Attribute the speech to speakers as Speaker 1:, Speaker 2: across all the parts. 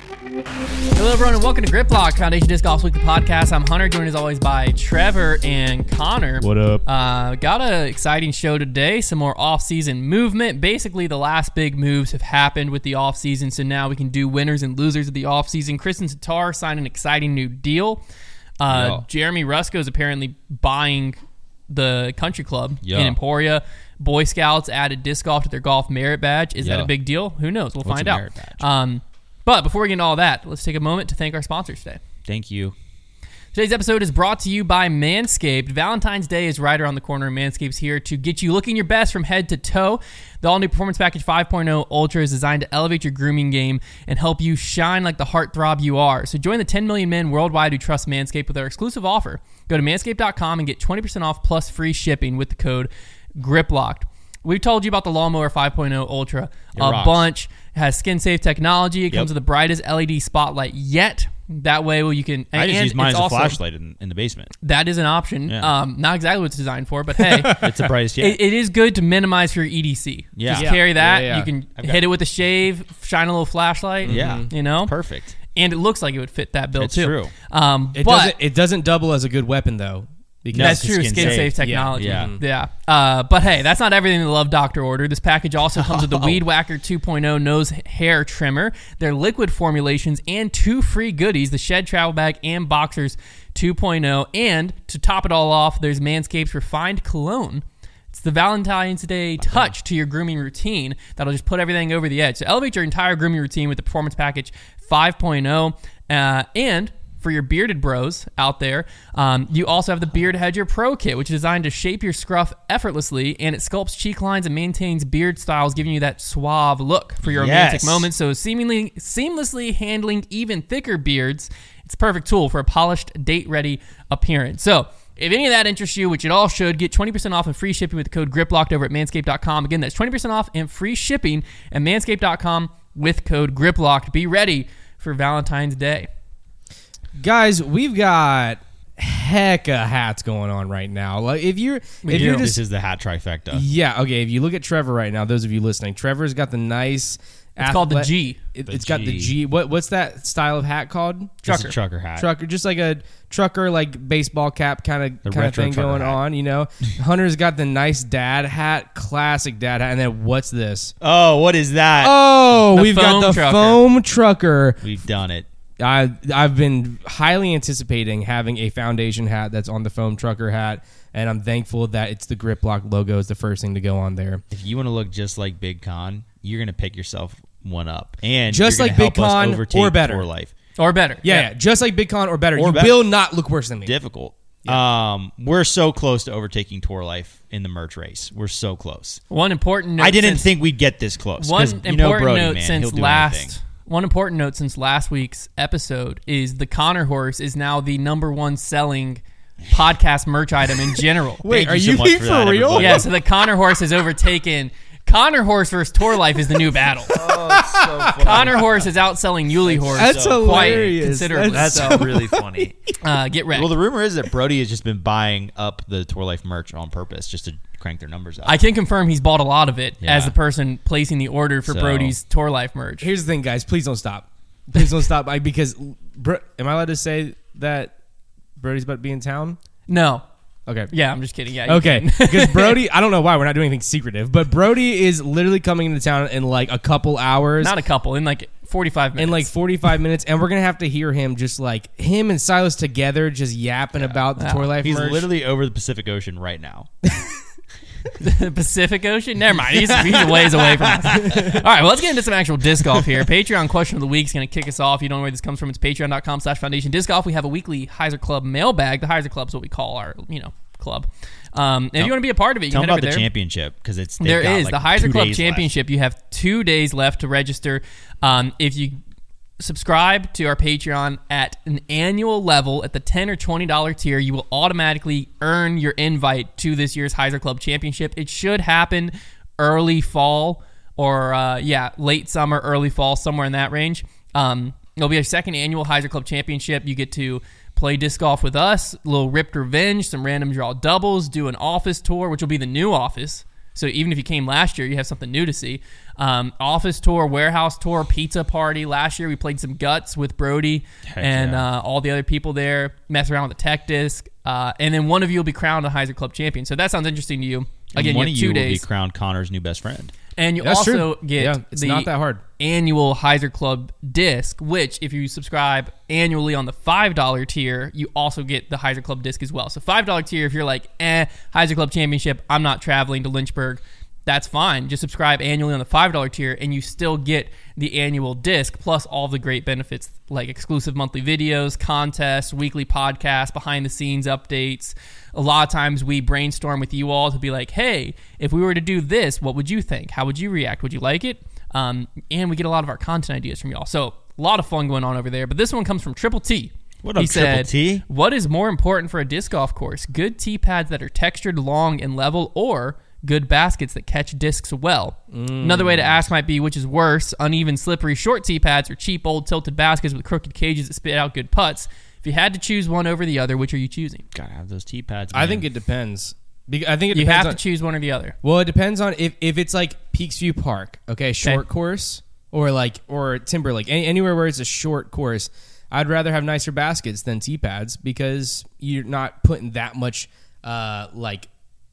Speaker 1: Hello, everyone, and welcome to Grip Lock Foundation Disc Golf Week, the podcast. I'm Hunter, joined as always by Trevor and Connor.
Speaker 2: What up?
Speaker 1: Uh, got an exciting show today. Some more off-season movement. Basically, the last big moves have happened with the off-season, so now we can do winners and losers of the off-season. Kristen Tatar signed an exciting new deal. Uh,
Speaker 2: Yeah.
Speaker 1: Jeremy Rusko is apparently buying the country club
Speaker 2: Yeah.
Speaker 1: in Emporia. Boy Scouts added disc golf to their golf merit badge. Is that
Speaker 2: Yeah.
Speaker 1: a big deal? Who knows? We'll
Speaker 2: What's
Speaker 1: find
Speaker 2: a
Speaker 1: out.
Speaker 2: merit badge?
Speaker 1: Um, but before we get into all that, let's take a moment to thank our sponsors today.
Speaker 2: Thank you.
Speaker 1: Today's episode is brought to you by Manscaped. Valentine's Day is right around the corner, and Manscaped's here to get you looking your best from head to toe. The all new Performance Package 5.0 Ultra is designed to elevate your grooming game and help you shine like the heartthrob you are. So join the 10 million men worldwide who trust Manscaped with our exclusive offer. Go to manscaped.com and get 20% off plus free shipping with the code GRIPLOCKED. We've told you about the Lawnmower 5.0 Ultra a
Speaker 2: rocks.
Speaker 1: bunch. It has skin safe technology. It comes with
Speaker 2: Yep.
Speaker 1: the brightest LED spotlight yet. That way, well, you can.
Speaker 2: I just
Speaker 1: and
Speaker 2: use mine
Speaker 1: it's
Speaker 2: as a
Speaker 1: also-
Speaker 2: flashlight in, in the basement.
Speaker 1: That is an option.
Speaker 2: Yeah.
Speaker 1: Um, not exactly what it's designed for, but hey,
Speaker 2: It's the brightest yet.
Speaker 1: it, it is good to minimize your EDC.
Speaker 2: Yeah.
Speaker 1: Just
Speaker 2: Yeah.
Speaker 1: carry that.
Speaker 3: Yeah, yeah.
Speaker 1: You can
Speaker 3: I've got-
Speaker 1: hit it with a shave, shine a little flashlight.
Speaker 2: Yeah.
Speaker 1: You know?
Speaker 2: Perfect.
Speaker 1: And it looks like it would fit that bill
Speaker 2: Mm-hmm. It's
Speaker 1: too.
Speaker 2: true.
Speaker 1: Um,
Speaker 3: It
Speaker 1: but
Speaker 3: doesn't. It doesn't double as a good weapon though. Because
Speaker 1: that's
Speaker 2: it's
Speaker 1: true. Skin,
Speaker 2: skin
Speaker 1: safe,
Speaker 2: safe.
Speaker 1: technology.
Speaker 2: Yeah.
Speaker 1: Yeah.
Speaker 2: Mhm.
Speaker 1: Uh, but hey, that's not everything the Love Doctor ordered. This package also comes with the Weed Whacker 2.0 nose hair trimmer, their liquid formulations, and two free goodies the Shed Travel Bag and Boxers 2.0. And to top it all off, there's Manscaped's refined cologne. It's the Valentine's Day touch to your grooming routine that'll just put everything over the edge. So elevate your entire grooming routine with the Performance Package 5.0. Uh, and for your bearded bros out there, um, you also have the Beard Hedger Pro Kit, which is designed to shape your scruff effortlessly, and it sculpts cheek lines and maintains beard styles, giving you that suave look for your romantic
Speaker 2: Yes.
Speaker 1: moments. So seemingly seamlessly handling even thicker beards, it's a perfect tool for a polished, date-ready appearance. So. If any of that interests you, which it all should, get 20% off and free shipping with the code GRIPLOCKED over at manscaped.com. Again, that's 20% off and free shipping at manscaped.com with code GRIPLOCKED. Be ready for Valentine's Day.
Speaker 3: guys, we've got heck of hats going on right now. Like if you're, if you're
Speaker 2: this
Speaker 3: just
Speaker 2: is the hat trifecta.
Speaker 3: yeah, okay. If you look at Trevor right now, those of you listening, Trevor's got the nice. It's
Speaker 1: called the G.
Speaker 3: It,
Speaker 2: The
Speaker 3: has got the
Speaker 2: G.
Speaker 3: G. What what's that style of hat called?
Speaker 2: It's
Speaker 1: Trucker.
Speaker 2: a trucker hat.
Speaker 3: Trucker, just like a trucker, like baseball cap kind
Speaker 2: The
Speaker 3: of kind of
Speaker 2: retro
Speaker 3: thing
Speaker 2: trucker
Speaker 3: going
Speaker 2: hat.
Speaker 3: on. You know, Hunter's got the nice dad hat, classic dad hat, and then what's this?
Speaker 2: Oh, what is that?
Speaker 3: Oh,
Speaker 1: The
Speaker 3: we've
Speaker 1: foam
Speaker 3: got the
Speaker 1: trucker.
Speaker 3: foam trucker.
Speaker 2: We've done it.
Speaker 3: I I've been highly anticipating having a foundation hat that's on the foam trucker hat, and I'm thankful that it's the grip lock logo is the first thing to go on there.
Speaker 2: If you want to look just like Big Con, you're gonna pick yourself one up, and
Speaker 3: Just
Speaker 2: you're gonna
Speaker 3: like Big
Speaker 2: help us
Speaker 3: Con
Speaker 2: overtake
Speaker 3: or better.
Speaker 2: Tour life.
Speaker 1: Or better.
Speaker 3: Yeah, yeah, just like Bitcoin or better.
Speaker 2: Or
Speaker 3: you
Speaker 2: better.
Speaker 3: will not look worse than me.
Speaker 2: Difficult. Um, we're so close to overtaking tour life in the merch race. We're so close.
Speaker 1: One important note.
Speaker 2: I didn't
Speaker 1: since-
Speaker 2: think we'd get this close.
Speaker 1: One
Speaker 2: 'cause
Speaker 1: important
Speaker 2: you know Brody,
Speaker 1: note
Speaker 2: man, he'll
Speaker 1: since
Speaker 2: do
Speaker 1: last.
Speaker 2: anything.
Speaker 1: One important note since last week's episode is the Connor horse is now the number one selling podcast merch item in general.
Speaker 3: Wait,
Speaker 2: Thank
Speaker 3: are
Speaker 2: you so
Speaker 3: you,
Speaker 2: much
Speaker 3: being
Speaker 2: for
Speaker 3: for,
Speaker 2: that,
Speaker 3: real?
Speaker 2: everybody.
Speaker 1: yeah, so the Connor horse has overtaken. Connor horse versus tour life is the new battle.
Speaker 3: Oh,
Speaker 1: Connor horse is outselling Yuli horse.
Speaker 3: That's
Speaker 1: quite
Speaker 3: hilarious.
Speaker 1: Considerably.
Speaker 3: That's
Speaker 1: so
Speaker 2: really funny.
Speaker 1: uh, get ready.
Speaker 2: Well, the rumor is that Brody has just been buying up the Tour Life merch on purpose just to crank their numbers up.
Speaker 1: I can confirm he's bought a lot of it
Speaker 2: Yeah.
Speaker 1: as the person placing the order for
Speaker 2: So-
Speaker 1: Brody's tour life merch.
Speaker 3: Here's the thing, guys. Please don't stop. Please don't stop. I, because bro, am I allowed to say that Brody's about to be in town?
Speaker 1: No,
Speaker 3: Okay.
Speaker 1: yeah, I'm just kidding. Yeah, you
Speaker 3: Okay,
Speaker 1: can.
Speaker 3: because Brody, I don't know why we're not doing anything secretive, but Brody is literally coming into town in like a couple hours,
Speaker 1: not a couple in like 45 minutes
Speaker 3: in like forty-five minutes, and we're gonna have to hear him just like him and Silas together just yapping about the
Speaker 1: Yeah.
Speaker 3: tour life.
Speaker 2: He's
Speaker 3: merch.
Speaker 2: literally over the Pacific Ocean right now.
Speaker 1: the Pacific Ocean. Never mind. He's, he's a ways away from us. All right, well, let's get into some actual disc golf here. Patreon question of the week is going to kick us off. You don't know where this comes from. It's patreon.com slash foundation disc golf. We have a weekly Heiser Club mailbag. The Heiser Club's what we call our, you know, club. Um, and if you want to be a part of it, you
Speaker 2: Tell
Speaker 1: can
Speaker 2: him
Speaker 1: head
Speaker 2: about
Speaker 1: over
Speaker 2: the
Speaker 1: there.
Speaker 2: championship because it's they've
Speaker 1: There
Speaker 2: got,
Speaker 1: is
Speaker 2: like,
Speaker 1: the Heiser
Speaker 2: two
Speaker 1: Club
Speaker 2: days
Speaker 1: Championship. You have two days left to register. Um, if you subscribe to our Patreon at an annual level at the ten or twenty dollar tier, you will automatically earn your invite to this year's Heiser Club Championship. It should happen early fall or uh, yeah, late summer, early fall, somewhere in that range. Um, it'll be our second annual Heiser Club Championship. You get to play disc golf with us, little ripped revenge, some random draw doubles, do an office tour, which will be the new office So even if you came last year, you have something new to see. Um, office tour, warehouse tour, pizza party. Last year we played some guts with Brody
Speaker 2: Heck
Speaker 1: and
Speaker 2: yeah.
Speaker 1: uh, all the other people there. Mess around with the tech disc, uh, and then one of you will be crowned a Heiser Club champion. So that sounds interesting to you. Again,
Speaker 2: one
Speaker 1: you have two
Speaker 2: of you will be
Speaker 1: days,
Speaker 2: crowned Connor's new best friend.
Speaker 1: and you
Speaker 3: That's
Speaker 1: also
Speaker 3: true.
Speaker 1: get
Speaker 3: Yeah, it's
Speaker 1: the
Speaker 3: not that hard.
Speaker 1: annual Heiser Club disc, which if you subscribe annually on the five dollar tier, you also get the Heiser Club disc as well. So five dollar tier, if you're like, eh, Heiser Club Championship, I'm not traveling to Lynchburg, that's fine. Just subscribe annually on the five dollar tier, and you still get the annual disc plus all the great benefits like exclusive monthly videos, contests, weekly podcasts, behind the scenes updates. A lot of times we brainstorm with you all to be like, hey, if we were to do this, what would you think? How would you react? Would you like it? Um, and we get a lot of our content ideas from y'all. So a lot of fun going on over there. But this one comes from Triple T.
Speaker 2: What up,
Speaker 1: he
Speaker 2: Triple
Speaker 1: said,
Speaker 2: T?
Speaker 1: What is more important for a disc golf course? Good tee pads that are textured, long, and level, or good baskets that catch discs well? Another way to
Speaker 2: Mm.
Speaker 1: ask might be which is worse: uneven, slippery, short tee pads, or cheap old tilted baskets with crooked cages that spit out good putts. If you had to choose one over the other, which are you choosing?
Speaker 2: Gotta have those tee pads.
Speaker 3: I
Speaker 2: man.
Speaker 3: think it depends. Be- I think it
Speaker 1: You
Speaker 3: depends
Speaker 1: have
Speaker 3: on-
Speaker 1: to choose one or the other.
Speaker 3: Well, it depends on if, if it's like Peaksview Park, okay, short course, or like or Timber Lake, any, anywhere where it's a short course. I'd rather have nicer baskets than tee pads because you're not putting that much uh, like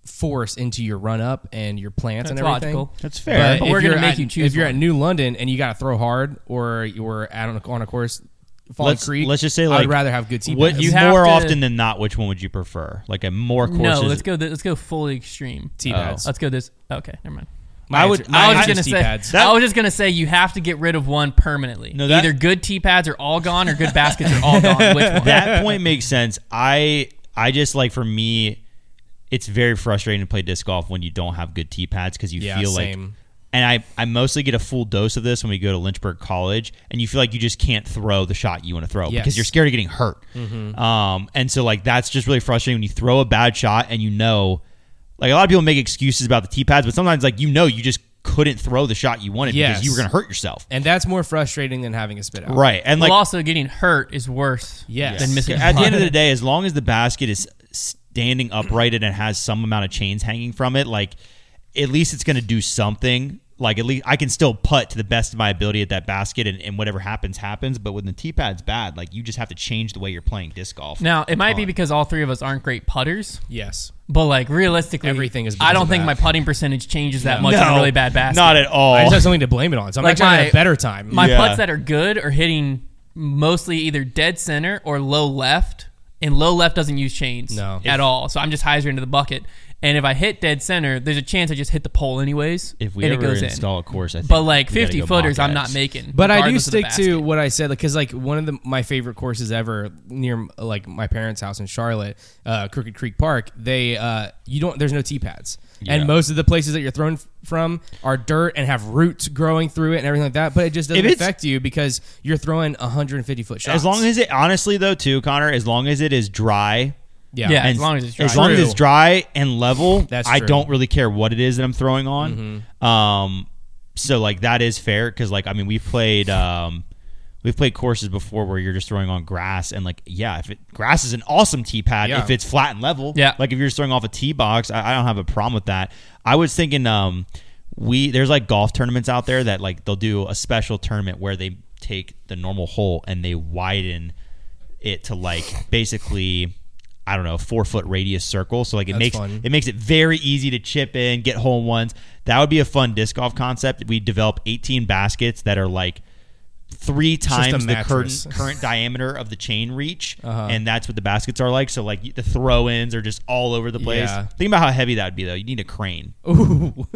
Speaker 3: force into your run up and your plants and
Speaker 1: That's
Speaker 3: everything.
Speaker 1: logical.
Speaker 2: That's fair.
Speaker 1: But we're
Speaker 3: if
Speaker 1: gonna
Speaker 3: you're
Speaker 1: make
Speaker 3: at-
Speaker 1: you choose
Speaker 3: If you're
Speaker 1: one.
Speaker 3: at New London and you got to throw hard, or you're at on a, on a course, Fallen
Speaker 2: let's,
Speaker 3: Creek.
Speaker 2: let's just say like
Speaker 3: I'd rather have good tee
Speaker 2: What
Speaker 3: pads.
Speaker 2: you
Speaker 1: have
Speaker 2: more
Speaker 1: to-
Speaker 2: often than not, which one would you prefer? Like a more courses.
Speaker 1: No, let's go. Th- let's go fully extreme.
Speaker 3: tee pads.
Speaker 1: Let's go this. Okay, never mind.
Speaker 3: My
Speaker 2: I would- I
Speaker 3: answer- my
Speaker 2: was
Speaker 3: answer
Speaker 1: gonna
Speaker 3: is tee
Speaker 1: say-
Speaker 3: pads.
Speaker 2: That-
Speaker 1: I was just gonna say you have to get rid of one permanently.
Speaker 2: No, that-
Speaker 1: Either good tee pads are all gone, or good baskets are all gone. Which one?
Speaker 2: that point makes sense. I I just like for me, it's very frustrating to play disc golf when you don't have good tee pads because you
Speaker 3: Yeah,
Speaker 2: feel like.
Speaker 3: same.
Speaker 2: And I, I mostly get a full dose of this when we go to Lynchburg College, and you feel like you just can't throw the shot you want to throw because
Speaker 3: Yes. Mm-hmm.
Speaker 2: you're scared of getting hurt. Um, and so like that's just really frustrating when you throw a bad shot and you know, like a lot of people make excuses about the tee pads, but sometimes like you know you just couldn't throw the shot you wanted
Speaker 3: Yes.
Speaker 2: because you were going to hurt yourself.
Speaker 3: and that's more frustrating than having a spit out.
Speaker 2: Right, and like
Speaker 1: well, also getting hurt is worse.
Speaker 3: Yes.
Speaker 1: than missing.
Speaker 2: at the end of the day, as long as the basket is standing upright and it has some amount of chains hanging from it, like at least it's going to do something. Like at least I can still putt to the best of my ability at that basket, and, and whatever happens, happens. But when the tee pad's bad, like you just have to change the way you're playing disc golf.
Speaker 1: now it might be
Speaker 2: Fine.
Speaker 1: because all three of us aren't great putters,
Speaker 3: Yes.
Speaker 1: but like realistically,
Speaker 3: Everything is because
Speaker 1: I don't
Speaker 3: of
Speaker 1: think
Speaker 3: that.
Speaker 1: my putting percentage changes that much in a
Speaker 2: No,
Speaker 1: really bad basket.
Speaker 2: Not at all.
Speaker 3: I just have something to blame it on. So I'm
Speaker 1: Like
Speaker 3: actually having
Speaker 1: my-
Speaker 3: a better time.
Speaker 1: My
Speaker 2: Yeah.
Speaker 1: putts that are good are hitting mostly either dead center or low left, and low left doesn't use chains
Speaker 3: No.
Speaker 1: at all. So I'm just hyzer into the bucket, and if I hit dead center, there's a chance I just hit the pole anyways,
Speaker 2: if we
Speaker 1: and
Speaker 2: ever
Speaker 1: it goes in.
Speaker 2: install a course, I think
Speaker 1: But like
Speaker 2: we gotta
Speaker 1: 50
Speaker 2: go
Speaker 1: footers,
Speaker 2: mock
Speaker 1: I'm not
Speaker 2: ads.
Speaker 1: making.
Speaker 3: but I do
Speaker 1: regardless of the
Speaker 3: stick to
Speaker 1: basket.
Speaker 3: what I said, because like one of the, my favorite courses ever near like my parents' house in Charlotte, uh, Crooked Creek Park. They uh, you don't there's no tee pads,
Speaker 2: Yeah.
Speaker 3: and most of the places that you're thrown f- from are dirt and have roots growing through it and everything like that. But it just doesn't
Speaker 2: If it's-
Speaker 3: affect you because you're throwing 150 foot shots.
Speaker 2: As long as it, honestly though, too, Connor, as long as it is dry,
Speaker 3: yeah,
Speaker 1: Yeah.
Speaker 2: And
Speaker 1: as long as it's dry.
Speaker 2: As long as it's
Speaker 3: True.
Speaker 2: dry and level,
Speaker 3: That's
Speaker 2: I
Speaker 3: true.
Speaker 2: don't really care what it is that I'm throwing on.
Speaker 1: Mm-hmm.
Speaker 2: Um, so like that is fair because like I mean we've played um, we've played courses before where you're just throwing on grass and like yeah if it grass is an awesome tee pad
Speaker 3: Yeah.
Speaker 2: if it's flat and level
Speaker 1: Yeah.
Speaker 2: like if you're just throwing off a tee box I, I don't have a problem with that. I was thinking um we there's like golf tournaments out there that like they'll do a special tournament where they take the normal hole and they widen it to like basically I don't know four foot radius circle. So like it
Speaker 3: That's
Speaker 2: makes
Speaker 3: fun.
Speaker 2: it makes it very easy to chip in, get hole in ones. That would be a fun disc golf concept. We develop 18 baskets that are like three
Speaker 3: just a
Speaker 2: times the current
Speaker 3: mattress.
Speaker 2: current diameter of the chain reach,
Speaker 3: Uh-huh.
Speaker 2: and that's what the baskets are like. So like the throw ins are just all over the place.
Speaker 3: Yeah.
Speaker 2: Think about how heavy that would be though. You need a crane.
Speaker 3: Ooh.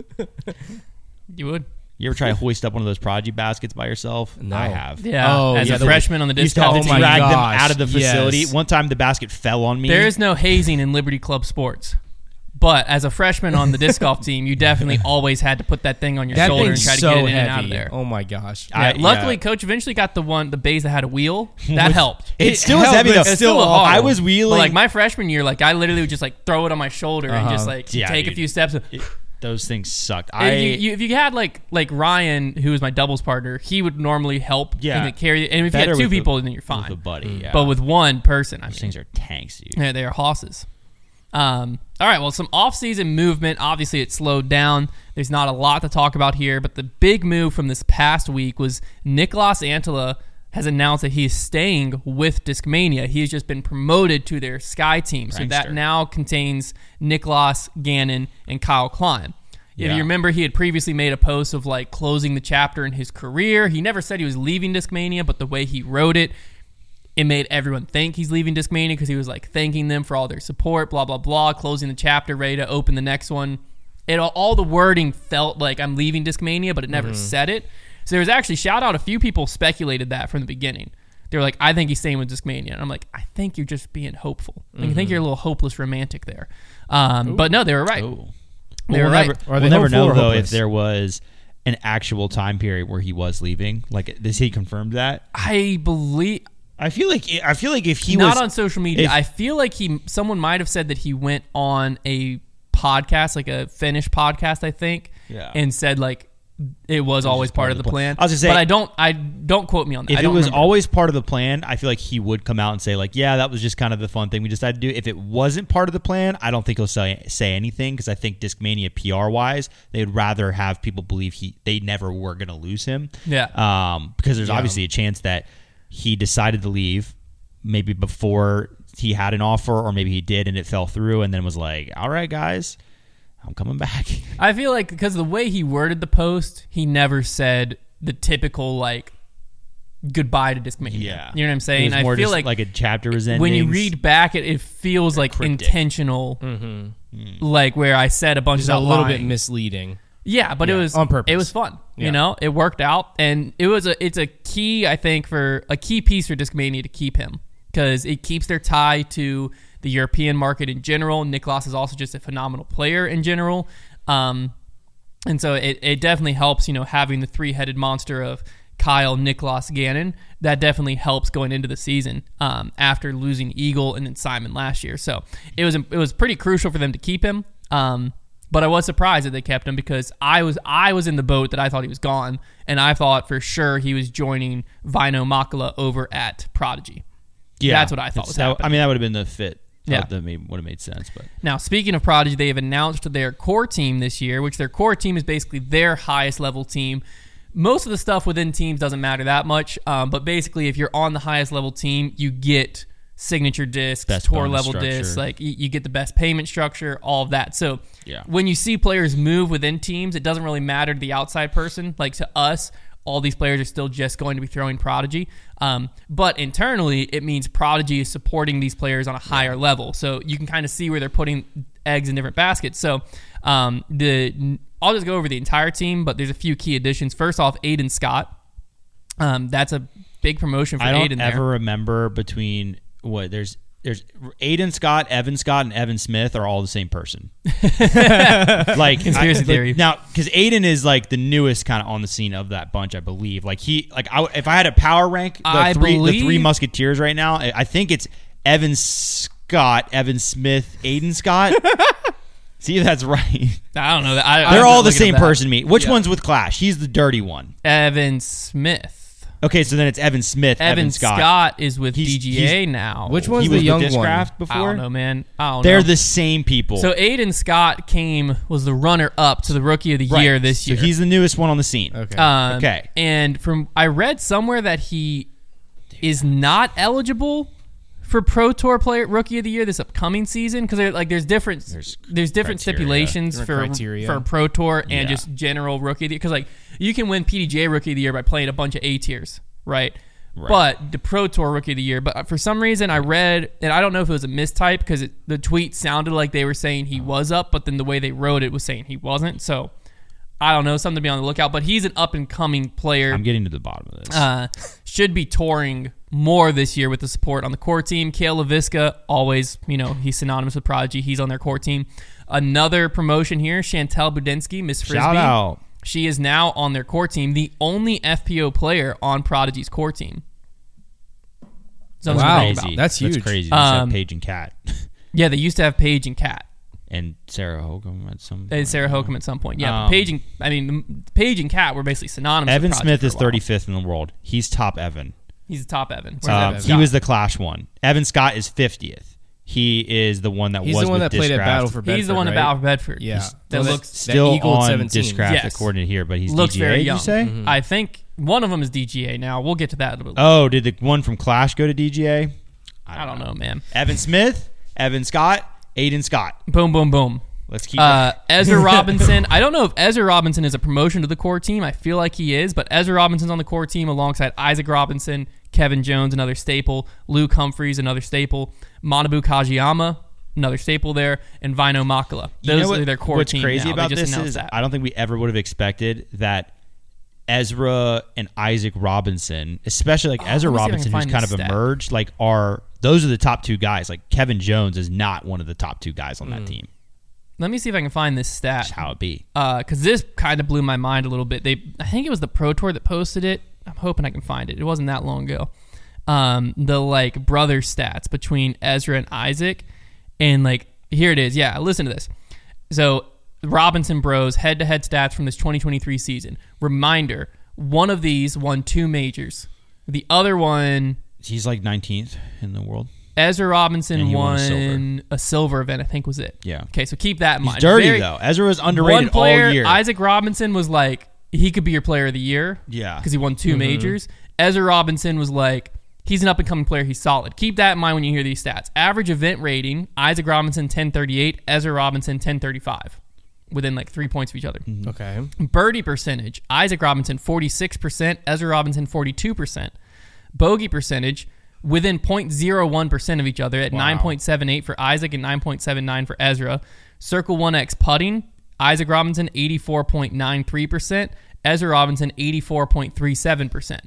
Speaker 1: you would.
Speaker 2: You ever try to hoist up one of those prodigy baskets by yourself?
Speaker 3: No.
Speaker 2: I have.
Speaker 1: Yeah,
Speaker 3: Oh,
Speaker 1: as
Speaker 3: yeah,
Speaker 1: a
Speaker 3: the-
Speaker 1: freshman on the
Speaker 2: You used
Speaker 1: disc
Speaker 2: to have
Speaker 1: golf
Speaker 2: to
Speaker 3: Oh my
Speaker 1: team,
Speaker 2: drag them
Speaker 3: gosh,
Speaker 2: out of the facility.
Speaker 3: yes.
Speaker 2: One time the basket fell on me.
Speaker 1: there is no hazing in Liberty Club sports. But as a freshman on the disc golf team, you definitely always had to put that thing on your
Speaker 3: that
Speaker 1: shoulder and
Speaker 3: thing's
Speaker 1: try to
Speaker 3: so
Speaker 1: get it in
Speaker 3: heavy.
Speaker 1: and out of there.
Speaker 3: Oh my gosh.
Speaker 2: I-
Speaker 1: Yeah, luckily,
Speaker 2: yeah.
Speaker 1: coach eventually got the one, the bays that had a wheel. That helped.
Speaker 2: It,
Speaker 3: It
Speaker 2: still is
Speaker 3: held,
Speaker 2: heavy
Speaker 3: but
Speaker 2: though.
Speaker 3: it's
Speaker 1: still hard.
Speaker 2: I was
Speaker 1: But,
Speaker 2: wheeling.
Speaker 1: like my freshman year, like I literally would just like throw it on my shoulder and just
Speaker 3: Uh-huh.
Speaker 1: like
Speaker 2: Yeah,
Speaker 1: take a
Speaker 2: dude.
Speaker 1: few steps. And
Speaker 2: It- those things sucked. I
Speaker 1: if, you, you, if you had like like Ryan, who was my doubles partner, he would normally help.
Speaker 2: Yeah.
Speaker 1: and carry. it. And if you
Speaker 2: Better
Speaker 1: had two
Speaker 2: with the-
Speaker 1: people, then you're
Speaker 3: Mm.
Speaker 2: with a
Speaker 1: fine.
Speaker 2: buddy. Yeah.
Speaker 1: But with one person, I
Speaker 2: those
Speaker 1: mean,
Speaker 2: things are tanks, dude.
Speaker 1: yeah, they are hosses. Um, all right, well, some off-season movement. Obviously, it slowed down. There's not a lot to talk about here, but the big move from this past week was Nicolas Antela has announced that he is staying with Discmania. He has just been promoted to their Sky team, so that
Speaker 2: Prankster.
Speaker 1: now contains Nicolas Gannon and Kyle Klein. If
Speaker 2: Yeah.
Speaker 1: you remember, he had previously made a post of like closing the chapter in his career. He never said he was leaving Discmania, but the way he wrote it, it made everyone think he's leaving Discmania because he was like thanking them for all their support, blah blah blah, closing the chapter, ready to open the next one. It all, all the wording felt like I'm leaving Discmania, but it never said it. So there was actually shout out a few people speculated that from the beginning. They were like, I think he's staying with Discmania, and I'm like, I think you're just being hopeful. Like, I think you're a little hopeless romantic there. Um, but no, they were right. They
Speaker 2: Well,
Speaker 1: were
Speaker 2: we'll
Speaker 1: right.
Speaker 2: never,
Speaker 3: Are they
Speaker 2: we'll never
Speaker 3: hopeful
Speaker 2: know
Speaker 3: or
Speaker 2: though
Speaker 3: hopeless?
Speaker 2: if there was an actual time period where he was leaving. Like, does he confirm that?
Speaker 1: I believe
Speaker 2: I feel like I feel like if he
Speaker 1: not
Speaker 2: was
Speaker 1: on social media.
Speaker 2: if-
Speaker 1: I feel like he someone might have said that he went on a podcast, like a Finnish podcast, I think,
Speaker 2: Yeah.
Speaker 1: and said like it was always part of the plan.
Speaker 2: I was gonna say-
Speaker 1: but I don't. I don't quote me on that.
Speaker 2: if
Speaker 1: I
Speaker 2: it
Speaker 1: don't
Speaker 2: was
Speaker 1: remember.
Speaker 2: always part of the plan, I feel like he would come out and say like, "Yeah, that was just kind of the fun thing we decided to do." If it wasn't part of the plan, I don't think he'll say say anything because I think Discmania PR wise, they'd rather have people believe he they never were going to lose him.
Speaker 1: Yeah.
Speaker 2: Um, because there's obviously a chance that he decided to leave maybe before he had an offer, or maybe he did and it fell through, and then was like, "All right, guys, I'm coming back."
Speaker 1: I feel like because of the way he worded the post, he never said the typical like goodbye to Discmania. you know what I'm
Speaker 2: It
Speaker 1: saying.
Speaker 2: was
Speaker 1: I
Speaker 2: more
Speaker 1: feel
Speaker 2: just
Speaker 1: like
Speaker 2: like a chapter was ending.
Speaker 1: when you read back, it, it feels like
Speaker 2: Cryptic. Mm-hmm.
Speaker 1: intentional. Like where I said a bunch
Speaker 3: It's
Speaker 1: of
Speaker 3: a little bit
Speaker 1: lying.
Speaker 3: misleading.
Speaker 1: Yeah, but it was
Speaker 3: on purpose.
Speaker 1: It was fun.
Speaker 3: Yeah.
Speaker 1: You know, it worked out, and it was a. It's a key, I think, for a key piece for Discmania to keep him because it keeps their tie to the European market in general. Niklas is also just a phenomenal player in general, um, and so it, it definitely helps. You know, having the three headed monster of Kyle, Niklas, Gannon that definitely helps going into the season um, after losing Eagle and then Simon last year. So it was it was pretty crucial for them to keep him. Um, but I was surprised that they kept him because I was I was in the boat that I thought he was gone, and I thought for sure he was joining Vino Makala over at Prodigy. that's what I thought
Speaker 2: It's-
Speaker 1: was
Speaker 2: that-
Speaker 1: happening.
Speaker 2: I mean, that would have been the fit.
Speaker 1: Yeah.
Speaker 2: Yeah, that made, would have made sense. But
Speaker 1: Now, speaking of Prodigy, they have announced their core team this year, which their core team is basically their highest level team. Most of the stuff within teams doesn't matter that much, um, but basically, if you're on the highest level team, you get signature discs,
Speaker 2: Best
Speaker 1: tour
Speaker 2: bonus
Speaker 1: level
Speaker 2: structure.
Speaker 1: discs, like you, you get the best payment structure, all of that. So,
Speaker 2: Yeah.
Speaker 1: when you see players move within teams, it doesn't really matter to the outside person. Like to us, all these players are still just going to be throwing Prodigy. Um, but internally, it means Prodigy is supporting these players on a higher level. So you can kind of see where they're putting eggs in different baskets. So um, the I'll just go over the entire team, but there's a few key additions. First off, Aiden Scott. Um, that's a big promotion for
Speaker 2: I don't
Speaker 1: Aiden.
Speaker 2: ever
Speaker 1: there.
Speaker 2: remember between what there's there's Aiden Scott, Evan Scott, and Evan Smith are all the same person. like
Speaker 1: Conspiracy
Speaker 2: I-
Speaker 1: theory.
Speaker 2: Now, because Aiden is like the newest kind of on the scene of that bunch, I believe. Like he, like I, would- if I had a power rank, the
Speaker 1: I
Speaker 2: three the three
Speaker 1: believe-
Speaker 2: Musketeers right now, I I think it's Evan Scott, Evan Smith, Aiden Scott. See, if that's right.
Speaker 1: I don't know. that- I,
Speaker 2: They're
Speaker 1: I'm
Speaker 2: all
Speaker 1: not
Speaker 2: the
Speaker 1: looking
Speaker 2: same
Speaker 1: at that.
Speaker 2: person to me. Which one's with Clash? He's the dirty one.
Speaker 1: Evan Smith.
Speaker 2: Okay, so then it's Evan Smith,
Speaker 1: Evan,
Speaker 2: Evan,
Speaker 1: Scott. is with
Speaker 2: He's-
Speaker 1: DGA
Speaker 2: he's-
Speaker 1: now.
Speaker 3: Which
Speaker 2: He
Speaker 3: one's
Speaker 2: was
Speaker 3: the
Speaker 2: with
Speaker 3: young one?
Speaker 2: Discraft before.
Speaker 1: I don't know, man. I don't
Speaker 2: They're
Speaker 1: know.
Speaker 2: the same people.
Speaker 1: so Aiden Scott came was the runner up to the Rookie of the
Speaker 2: Right.
Speaker 1: Year this year.
Speaker 2: So he's the newest one on the scene.
Speaker 3: Okay.
Speaker 1: Um,
Speaker 2: okay.
Speaker 1: And from I read somewhere that he is not eligible for Pro Tour Player Rookie of the Year this upcoming season because like there's different there's,
Speaker 2: There's
Speaker 1: different
Speaker 2: criteria.
Speaker 1: stipulations for
Speaker 3: Different criteria.
Speaker 1: for Pro Tour and
Speaker 2: Yeah.
Speaker 1: just general Rookie of the Year because like you can win PDJ Rookie of the Year by playing a bunch of A tiers, right?
Speaker 2: Right.
Speaker 1: But uh, the Pro Tour Rookie of the Year. But uh, for some reason, I read, and I don't know if it was a mistype because the tweet sounded like they were saying he was up, but then the way they wrote it was saying he wasn't. So I don't know, something to be on the lookout. But he's an up and coming player
Speaker 2: I'm getting to the bottom of this.
Speaker 1: uh, should be touring more this year with the support on the core team. Kale LaVisca, always, you know, he's synonymous with Prodigy. He's on their core team. Another promotion here, Chantel Budensky, Miss Frisbee.
Speaker 2: Shout out.
Speaker 1: She is now on their core team, the only FPO player on Prodigy's core team. Something to
Speaker 3: Wow.
Speaker 1: think about.
Speaker 2: crazy.
Speaker 3: That's huge.
Speaker 2: That's crazy. Just have
Speaker 1: Oh, Um,
Speaker 2: Paige and Cat
Speaker 1: Yeah, they used to have Paige and Kat.
Speaker 2: and Sarah Hogan at some.
Speaker 1: And Sarah Hokum at some point. Yeah, but
Speaker 2: Um,
Speaker 1: Paige and I mean Paige and Cat were basically synonymous.
Speaker 2: Evan
Speaker 1: with Prodigy
Speaker 2: Smith
Speaker 1: for a
Speaker 2: is
Speaker 1: while.
Speaker 2: 35th in the world. He's top Evan.
Speaker 1: He's a top Evan.
Speaker 2: Um,
Speaker 1: Where's Evan?
Speaker 2: he was the Clash one. Evan Scott is 50th. He is the one that
Speaker 3: He's
Speaker 2: was
Speaker 3: the one
Speaker 2: with
Speaker 3: that played at
Speaker 2: Discraft.
Speaker 3: Battle for Bedford.
Speaker 1: He's the one
Speaker 3: right?
Speaker 1: about Bedford.
Speaker 3: Yeah.
Speaker 1: that
Speaker 3: Well, that-
Speaker 1: looks
Speaker 2: Still
Speaker 3: Eagle
Speaker 2: on
Speaker 3: 17.
Speaker 2: Discraft
Speaker 1: Yes.
Speaker 2: according to here, but he's
Speaker 1: looks
Speaker 2: DGA,
Speaker 1: very
Speaker 2: did
Speaker 1: young. Mm-hmm.
Speaker 2: you say?
Speaker 3: Mm-hmm.
Speaker 1: I think one of them is DGA now. We'll get to that in a little bit.
Speaker 2: Oh, did the one from Clash go to DGA?
Speaker 1: I don't know, man.
Speaker 2: Evan Smith, Evan Scott, Aiden Scott.
Speaker 1: Boom, boom, boom.
Speaker 2: Let's keep.
Speaker 1: Uh, Ezra Robinson. I don't know if Ezra Robinson is a promotion to the core team. I feel like he is, but Ezra Robinson's on the core team alongside Isaac Robinson, Kevin Jones, another staple, Luke Humphreys, another staple, Manabu Kajiyama, another staple there, and Vino Makala.
Speaker 2: You
Speaker 1: Those
Speaker 2: know what-
Speaker 1: are their core
Speaker 2: What's
Speaker 1: team.
Speaker 2: crazy
Speaker 1: now.
Speaker 2: about
Speaker 1: they just
Speaker 2: this
Speaker 1: announced
Speaker 2: is
Speaker 1: that.
Speaker 2: I don't think we ever would have expected that Ezra and Isaac Robinson, especially like Ezra
Speaker 1: let me see if I can
Speaker 2: Robinson, who's
Speaker 1: find
Speaker 2: kind of
Speaker 1: this stat.
Speaker 2: emerged, like are those are the top two guys. Like Kevin Jones is not one of the top two guys on that
Speaker 1: Mm.
Speaker 2: team.
Speaker 1: Let me see if I can find this stat.
Speaker 2: That's how it be.
Speaker 1: because Uh, this kind of blew my mind a little bit. They, I think it was the Pro Tour that posted it. I'm hoping I can find it. It wasn't that long ago. Um, the like brother stats between Ezra and Isaac, and like here it is. Yeah, listen to this. So Robinson Bros head to head stats from this 2023 season. Reminder: one of these won two majors. The other one,
Speaker 2: He's like 19th in the world.
Speaker 1: Ezra
Speaker 2: And
Speaker 1: Robinson
Speaker 2: he
Speaker 1: won,
Speaker 2: won a silver.
Speaker 1: a silver event. I think was it.
Speaker 2: Yeah.
Speaker 1: Okay, so keep that in
Speaker 2: He's
Speaker 1: mind.
Speaker 2: dirty
Speaker 1: Very-
Speaker 2: though. Ezra was underrated
Speaker 1: one player,
Speaker 2: all year.
Speaker 1: Isaac Robinson was like he could be your player of the year.
Speaker 2: Yeah.
Speaker 1: because he won 2 majors. Ezra Robinson was like he's an up and coming player. He's solid. Keep that in mind when you hear these stats. Average event rating: Isaac Robinson 1038, Ezra Robinson 1035, within like three points of each
Speaker 2: Mm-hmm.
Speaker 1: other.
Speaker 3: Okay.
Speaker 1: Birdie percentage: Isaac Robinson 46%, Ezra Robinson 42%. Bogey percentage within 0.01% of each other at 9.78 for Isaac and 9.79 for Ezra. Circle 1X putting: Isaac Robinson 84.93%, Ezra Robinson 84.37%.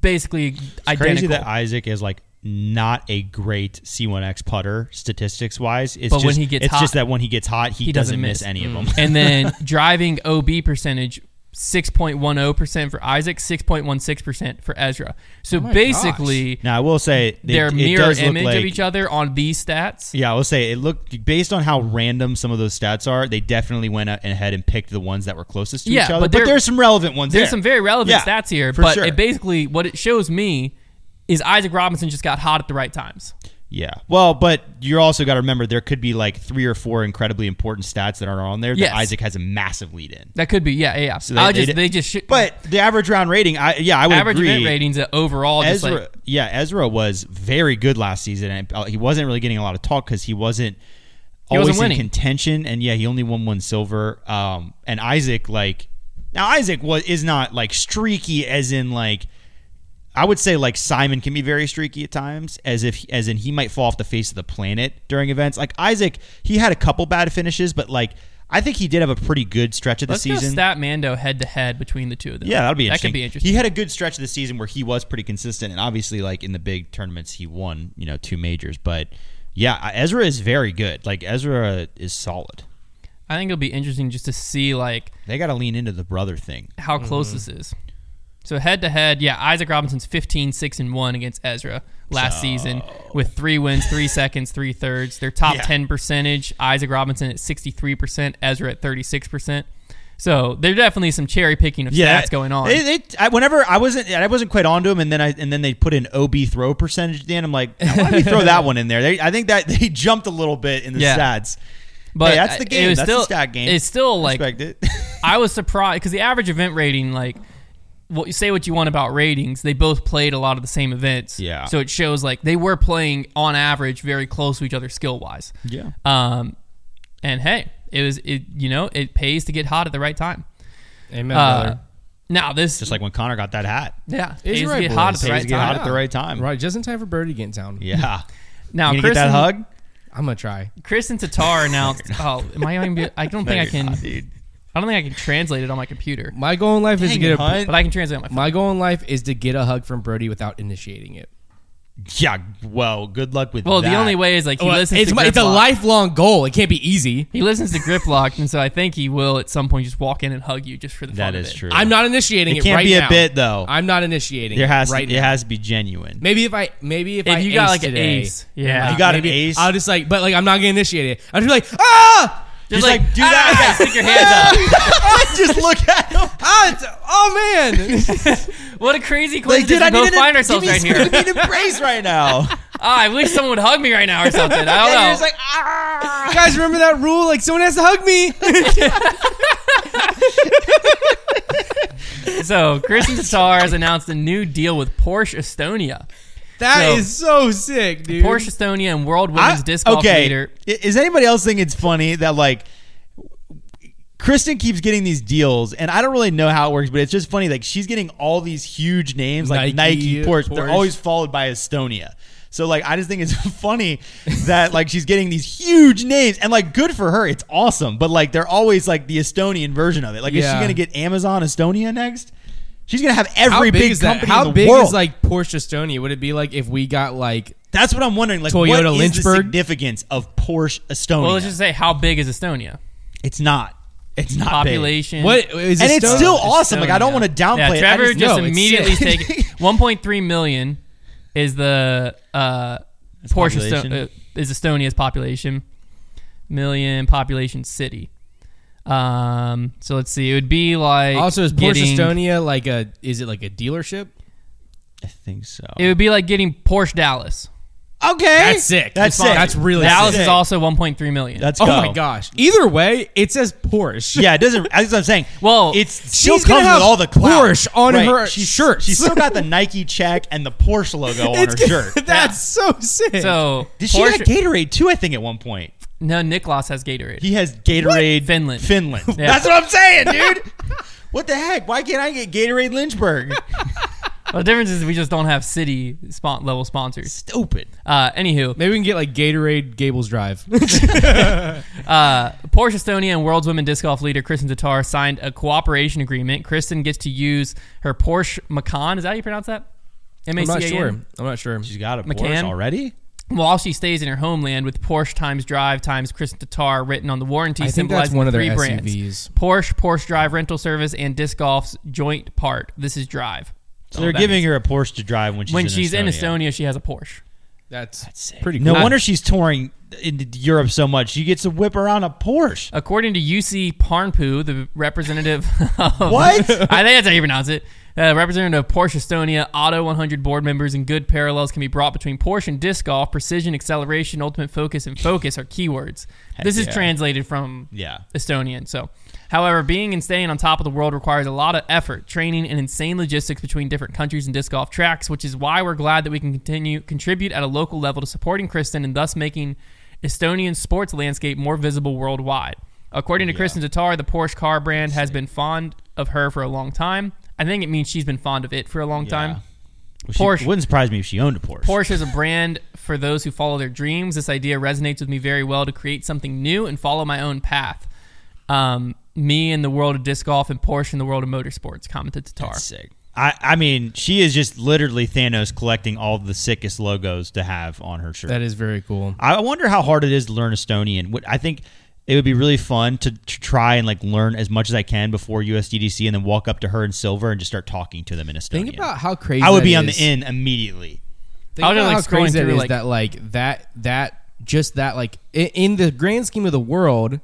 Speaker 1: Basically identical.
Speaker 2: Crazy that Isaac is like not a great C1X putter statistics wise. It's
Speaker 1: But
Speaker 2: just
Speaker 1: when he gets
Speaker 2: it's
Speaker 1: hot,
Speaker 2: just that when he gets hot, he,
Speaker 1: he doesn't
Speaker 2: doesn't, miss
Speaker 1: miss. Mm.
Speaker 2: any of them.
Speaker 1: and then driving OB percentage 6.10% for Isaac, 6.16% for Ezra.
Speaker 2: Oh
Speaker 1: So
Speaker 3: my
Speaker 1: basically
Speaker 2: Now I will say they,
Speaker 1: their
Speaker 2: it
Speaker 1: mirror
Speaker 2: does look
Speaker 1: image
Speaker 2: like-
Speaker 1: of each other on these stats.
Speaker 2: Yeah, I will say it looked based on how random some of those stats are. They definitely went out- ahead and picked the ones that were closest to
Speaker 1: Yeah,
Speaker 2: each other.
Speaker 1: but
Speaker 2: But,
Speaker 1: there-
Speaker 2: there's some relevant ones.
Speaker 1: There's
Speaker 2: there.
Speaker 1: some very relevant
Speaker 2: Yeah,
Speaker 1: stats here,
Speaker 2: for
Speaker 1: but
Speaker 2: sure.
Speaker 1: it basically what it shows me is Isaac Robinson just got hot at the right times.
Speaker 2: yeah. Well, but you're also got to remember there could be like three or four incredibly important stats that are on there that
Speaker 1: Yes.
Speaker 2: Isaac has a massive lead in.
Speaker 1: That could be, yeah, yeah. yeah.
Speaker 2: So
Speaker 1: I just, they, just, should,
Speaker 2: But the average round rating, I yeah, I would
Speaker 1: average
Speaker 2: agree.
Speaker 1: event ratings are overall, just
Speaker 2: Ezra,
Speaker 1: like
Speaker 2: yeah, Ezra was very good last season, and uh, he wasn't really getting a lot of talk because he wasn't
Speaker 1: He
Speaker 2: always
Speaker 1: wasn't
Speaker 2: in
Speaker 1: winning.
Speaker 2: contention. And yeah, he only won one silver. Um, and Isaac, like now, Isaac was is not like streaky as in like. I would say like Simon can be very streaky at times, as if as in he might fall off the face of the planet during events. Like Isaac, he had a couple bad finishes, but like I think he did have a pretty good stretch of the
Speaker 1: let's go
Speaker 2: season.
Speaker 1: stat Mando head to head between the two of them.
Speaker 2: Yeah, that'll be
Speaker 1: that
Speaker 2: interesting.
Speaker 1: could be interesting.
Speaker 2: He had a good stretch of the season where he was pretty consistent, and obviously, like in the big tournaments, he won you know two majors. But yeah, Ezra is very good. Like Ezra is solid.
Speaker 1: I think it'll be interesting just to see like
Speaker 2: They got to lean into the brother thing.
Speaker 1: how close this is. So head to head, yeah, Isaac Robinson's 15 6 and 1 against Ezra last season with 3 wins, 3 seconds, 3 thirds. Their top
Speaker 2: Yeah.
Speaker 1: 10 percentage, Isaac Robinson at 63%, Ezra at 36%. So there's definitely some cherry picking of stats going on.
Speaker 2: They, they, I, whenever I wasn't, I wasn't quite onto him, and then I and then they put an OB throw percentage at the end. I'm like, why did we throw that one in there? They, I think that they jumped a little bit in the
Speaker 1: Yeah.
Speaker 2: stats.
Speaker 1: but
Speaker 2: hey, that's the
Speaker 1: it
Speaker 2: game.
Speaker 1: was
Speaker 2: That's
Speaker 1: still,
Speaker 2: the stat game.
Speaker 1: It's still like
Speaker 2: Respect it.
Speaker 1: I was surprised because the average event rating, like, what you say what you want about ratings, they both played a lot of the same events.
Speaker 2: Yeah.
Speaker 1: So it shows like they were playing on average very close to each other skill wise.
Speaker 2: Yeah.
Speaker 1: Um, and hey, it was it you know it pays to get hot at the right time.
Speaker 3: Amen.
Speaker 1: Uh,
Speaker 3: brother.
Speaker 1: now this
Speaker 2: Just like when Connor got that hat.
Speaker 1: yeah,
Speaker 3: Is
Speaker 1: pays
Speaker 3: right,
Speaker 1: to get
Speaker 3: boys.
Speaker 1: hot at
Speaker 2: Pays
Speaker 1: the
Speaker 2: to
Speaker 1: right
Speaker 2: get hot
Speaker 1: time.
Speaker 2: at the right time.
Speaker 3: Right, just in time for Birdie to get in town.
Speaker 2: Yeah.
Speaker 1: Now
Speaker 2: you gonna get
Speaker 1: Kristen,
Speaker 2: that hug?
Speaker 3: I'm gonna try.
Speaker 1: Kristen Tatar announced. oh, am I even? Be, I don't think I
Speaker 2: you're
Speaker 1: can.
Speaker 2: not, dude.
Speaker 1: I don't think I can translate it on my computer,
Speaker 3: My goal in life is to
Speaker 2: Dang
Speaker 3: get
Speaker 2: it,
Speaker 3: a
Speaker 2: hon.
Speaker 1: but I can translate it on my phone.
Speaker 3: my goal in life is to get a hug from Brody without initiating it.
Speaker 2: Yeah, well, good luck with
Speaker 1: Well,
Speaker 2: that.
Speaker 1: the only way is like he listens
Speaker 3: it's,
Speaker 1: to
Speaker 3: my- it's a
Speaker 1: Griplock.
Speaker 3: lifelong goal. It can't be easy.
Speaker 1: He listens to Grip Locked, and so I think he will at some point just walk in and hug you just for the fun
Speaker 2: that
Speaker 1: of
Speaker 2: is
Speaker 1: it.
Speaker 2: true.
Speaker 3: I'm not initiating
Speaker 2: It
Speaker 3: it,
Speaker 2: can't
Speaker 3: right
Speaker 2: be a
Speaker 3: now.
Speaker 2: bit, though.
Speaker 3: I'm not initiating
Speaker 2: There has
Speaker 3: it right
Speaker 2: to,
Speaker 3: now.
Speaker 2: it has to be genuine.
Speaker 3: Maybe if I maybe if,
Speaker 1: If
Speaker 3: I
Speaker 1: you got,
Speaker 3: ace
Speaker 1: like, an
Speaker 3: today,
Speaker 1: ace, yeah.
Speaker 3: like,
Speaker 2: You got an
Speaker 3: maybe
Speaker 2: ace?
Speaker 3: I'll just like, but like I'm not gonna initiate it. I'll just be like, ah,
Speaker 2: Just like, do that.
Speaker 1: Ah, stick your hands
Speaker 2: Just look at him.
Speaker 3: ah, it's, oh man.
Speaker 1: up. What a crazy
Speaker 2: Like,
Speaker 1: coincidence!
Speaker 2: dude, I
Speaker 1: we
Speaker 2: need
Speaker 1: both
Speaker 2: an,
Speaker 1: find ourselves
Speaker 2: give me
Speaker 1: right
Speaker 2: some-
Speaker 1: here.
Speaker 2: I need an embrace right now.
Speaker 1: Ah, I wish someone would hug me right now or something. I don't
Speaker 2: And
Speaker 1: know.
Speaker 2: you're just like, ah.
Speaker 3: Guys, remember that rule? Like someone has to hug me.
Speaker 1: so, Christian Tatar has announced a new deal with Porsche Estonia.
Speaker 3: That
Speaker 1: So-
Speaker 3: is so sick, dude.
Speaker 1: Porsche Estonia and World Women's
Speaker 2: I-
Speaker 1: Disc Golf
Speaker 2: okay.
Speaker 1: Leader.
Speaker 2: I- Is anybody else think it's funny that like Kristen keeps getting these deals, and I don't really know how it works, but it's just funny. Like she's getting all these huge names, like
Speaker 3: Nike,
Speaker 2: Nike, Porsche. They're
Speaker 3: Porsche.
Speaker 2: always followed by Estonia. So like, I just think it's funny that like she's getting these huge names, and like, good for her. It's awesome, but like, they're always like the Estonian version of it. Like, is she
Speaker 3: Yeah.
Speaker 2: gonna get Amazon Estonia next? She's gonna have every
Speaker 3: How big,
Speaker 2: big
Speaker 3: is that?
Speaker 2: company
Speaker 3: How
Speaker 2: in the
Speaker 3: big
Speaker 2: world.
Speaker 3: is like Porsche Estonia? Would it be like if we got like
Speaker 2: That's what I'm wondering. Like,
Speaker 3: Toyota
Speaker 2: what is the
Speaker 3: Lynchburg?
Speaker 2: significance of Porsche Estonia?
Speaker 1: Well, let's just say how big is Estonia?
Speaker 2: It's not. It's not big.
Speaker 1: Population.
Speaker 3: what is
Speaker 2: and
Speaker 3: it
Speaker 2: it's
Speaker 3: Estonia?
Speaker 2: still awesome. Like I don't
Speaker 1: Estonia.
Speaker 2: want to downplay
Speaker 1: Yeah, Trevor
Speaker 2: it. I
Speaker 1: just,
Speaker 2: just,
Speaker 3: No, it's
Speaker 1: immediately
Speaker 2: sick.
Speaker 1: taking 1.3 million is the uh, Porsche
Speaker 2: population.
Speaker 1: Esto- uh, is Estonia's population million population city. Um, so let's see. It would be like
Speaker 3: Also, is Porsche
Speaker 1: getting-
Speaker 3: Estonia like a? Is it like a dealership?
Speaker 2: I think so.
Speaker 1: It would be like getting Porsche Dallas.
Speaker 2: okay,
Speaker 3: That's sick.
Speaker 2: That's
Speaker 3: That's
Speaker 2: sick.
Speaker 3: That's really
Speaker 1: Dallas
Speaker 3: sick.
Speaker 1: is also 1.3 million.
Speaker 2: Let's
Speaker 3: Oh
Speaker 2: go.
Speaker 3: my gosh! Either way, it says Porsche.
Speaker 2: Yeah, it doesn't. That's what I'm saying.
Speaker 1: Well,
Speaker 2: it's still
Speaker 3: she's gonna
Speaker 2: comes
Speaker 3: have
Speaker 2: with all the clout.
Speaker 3: Porsche on her
Speaker 2: she's,
Speaker 3: shirts.
Speaker 2: She's still got the Nike check and the Porsche logo on her
Speaker 3: It's-
Speaker 2: shirt.
Speaker 3: That's so sick.
Speaker 1: so
Speaker 2: Did she
Speaker 1: Porsche,
Speaker 2: have Gatorade too? I think at one point
Speaker 1: no, Niklas has Gatorade.
Speaker 2: he has Gatorade
Speaker 1: Finland.
Speaker 2: Finland.
Speaker 1: Yeah.
Speaker 2: That's what I'm saying, dude. what the heck? Why can't I get Gatorade Lynchburg?
Speaker 1: Well, the difference is we just don't have city spon- level sponsors.
Speaker 2: Stupid.
Speaker 1: Uh, anywho,
Speaker 3: Maybe we can get like Gatorade Gables Drive.
Speaker 1: Uh, Porsche Estonia and World's Women Disc Golf leader Kristen Tatar signed a cooperation agreement. Kristen gets to use her Porsche Macan. Is that how you pronounce that? M A
Speaker 3: I'm
Speaker 1: C A
Speaker 3: not
Speaker 1: N.
Speaker 3: sure. I'm not sure.
Speaker 2: She's got a
Speaker 1: McCann?
Speaker 2: Porsche already.
Speaker 1: While she stays in her homeland with Porsche times Drive times Kristen Tatar written on the warranty,
Speaker 3: I think that's
Speaker 1: symbolizing
Speaker 3: one of their
Speaker 1: three brands:
Speaker 3: SUVs.
Speaker 1: Porsche, Porsche Drive Rental Service, and Disc Golf's joint part. This is Drive.
Speaker 2: So they're
Speaker 1: that
Speaker 2: giving her a Porsche to drive when she's
Speaker 1: when
Speaker 2: in
Speaker 1: she's
Speaker 2: Estonia.
Speaker 1: in Estonia, she has a Porsche.
Speaker 3: That's,
Speaker 2: sick.
Speaker 3: pretty.
Speaker 2: No
Speaker 3: cool.
Speaker 2: wonder she's touring in Europe so much. She gets to whip around a Porsche.
Speaker 1: According to UC Parnpu, the representative of
Speaker 2: What?
Speaker 1: I think that's how you pronounce it. Uh, representative of Porsche Estonia, Auto 100 board members, and good parallels can be brought between Porsche and disc golf. Precision, acceleration, ultimate focus, and focus are keywords. This is
Speaker 2: yeah.
Speaker 1: translated from
Speaker 2: Yeah.
Speaker 1: Estonian. So, however, being and staying on top of the world requires a lot of effort, training, and insane logistics between different countries and disc golf tracks, which is why we're glad that we can continue contribute at a local level to supporting Kristen and thus making Estonian sports landscape more visible worldwide. According to Kristen Tatar, the Porsche car brand has been fond of her for a long time. I think it means she's been fond of it for a long time.
Speaker 2: Well, she-
Speaker 1: Porsche.
Speaker 2: wouldn't surprise me if she owned a Porsche.
Speaker 1: Porsche is a brand for those who follow their dreams. This idea resonates with me very well to create something new and follow my own path. Um, me in the world of disc golf and Porsche in the world of motorsports, commented Tatar.
Speaker 2: That's sick. I, I mean, she is just literally Thanos collecting all the sickest logos to have on her shirt.
Speaker 3: that is very cool.
Speaker 2: I wonder how hard it is to learn Estonian. What- I think it would be really fun to, to try and like learn as much as I can before USDDC, and then walk up to her in silver and just start talking to them in Estonian.
Speaker 3: Think about how crazy
Speaker 2: I would
Speaker 3: that
Speaker 2: be on
Speaker 3: is.
Speaker 2: the in immediately.
Speaker 3: Think
Speaker 1: I was
Speaker 3: about
Speaker 1: just,
Speaker 3: how
Speaker 1: like, scrolling
Speaker 3: crazy that
Speaker 1: through,
Speaker 3: is
Speaker 1: like-
Speaker 3: that like that that just that like i- in the grand scheme of the world,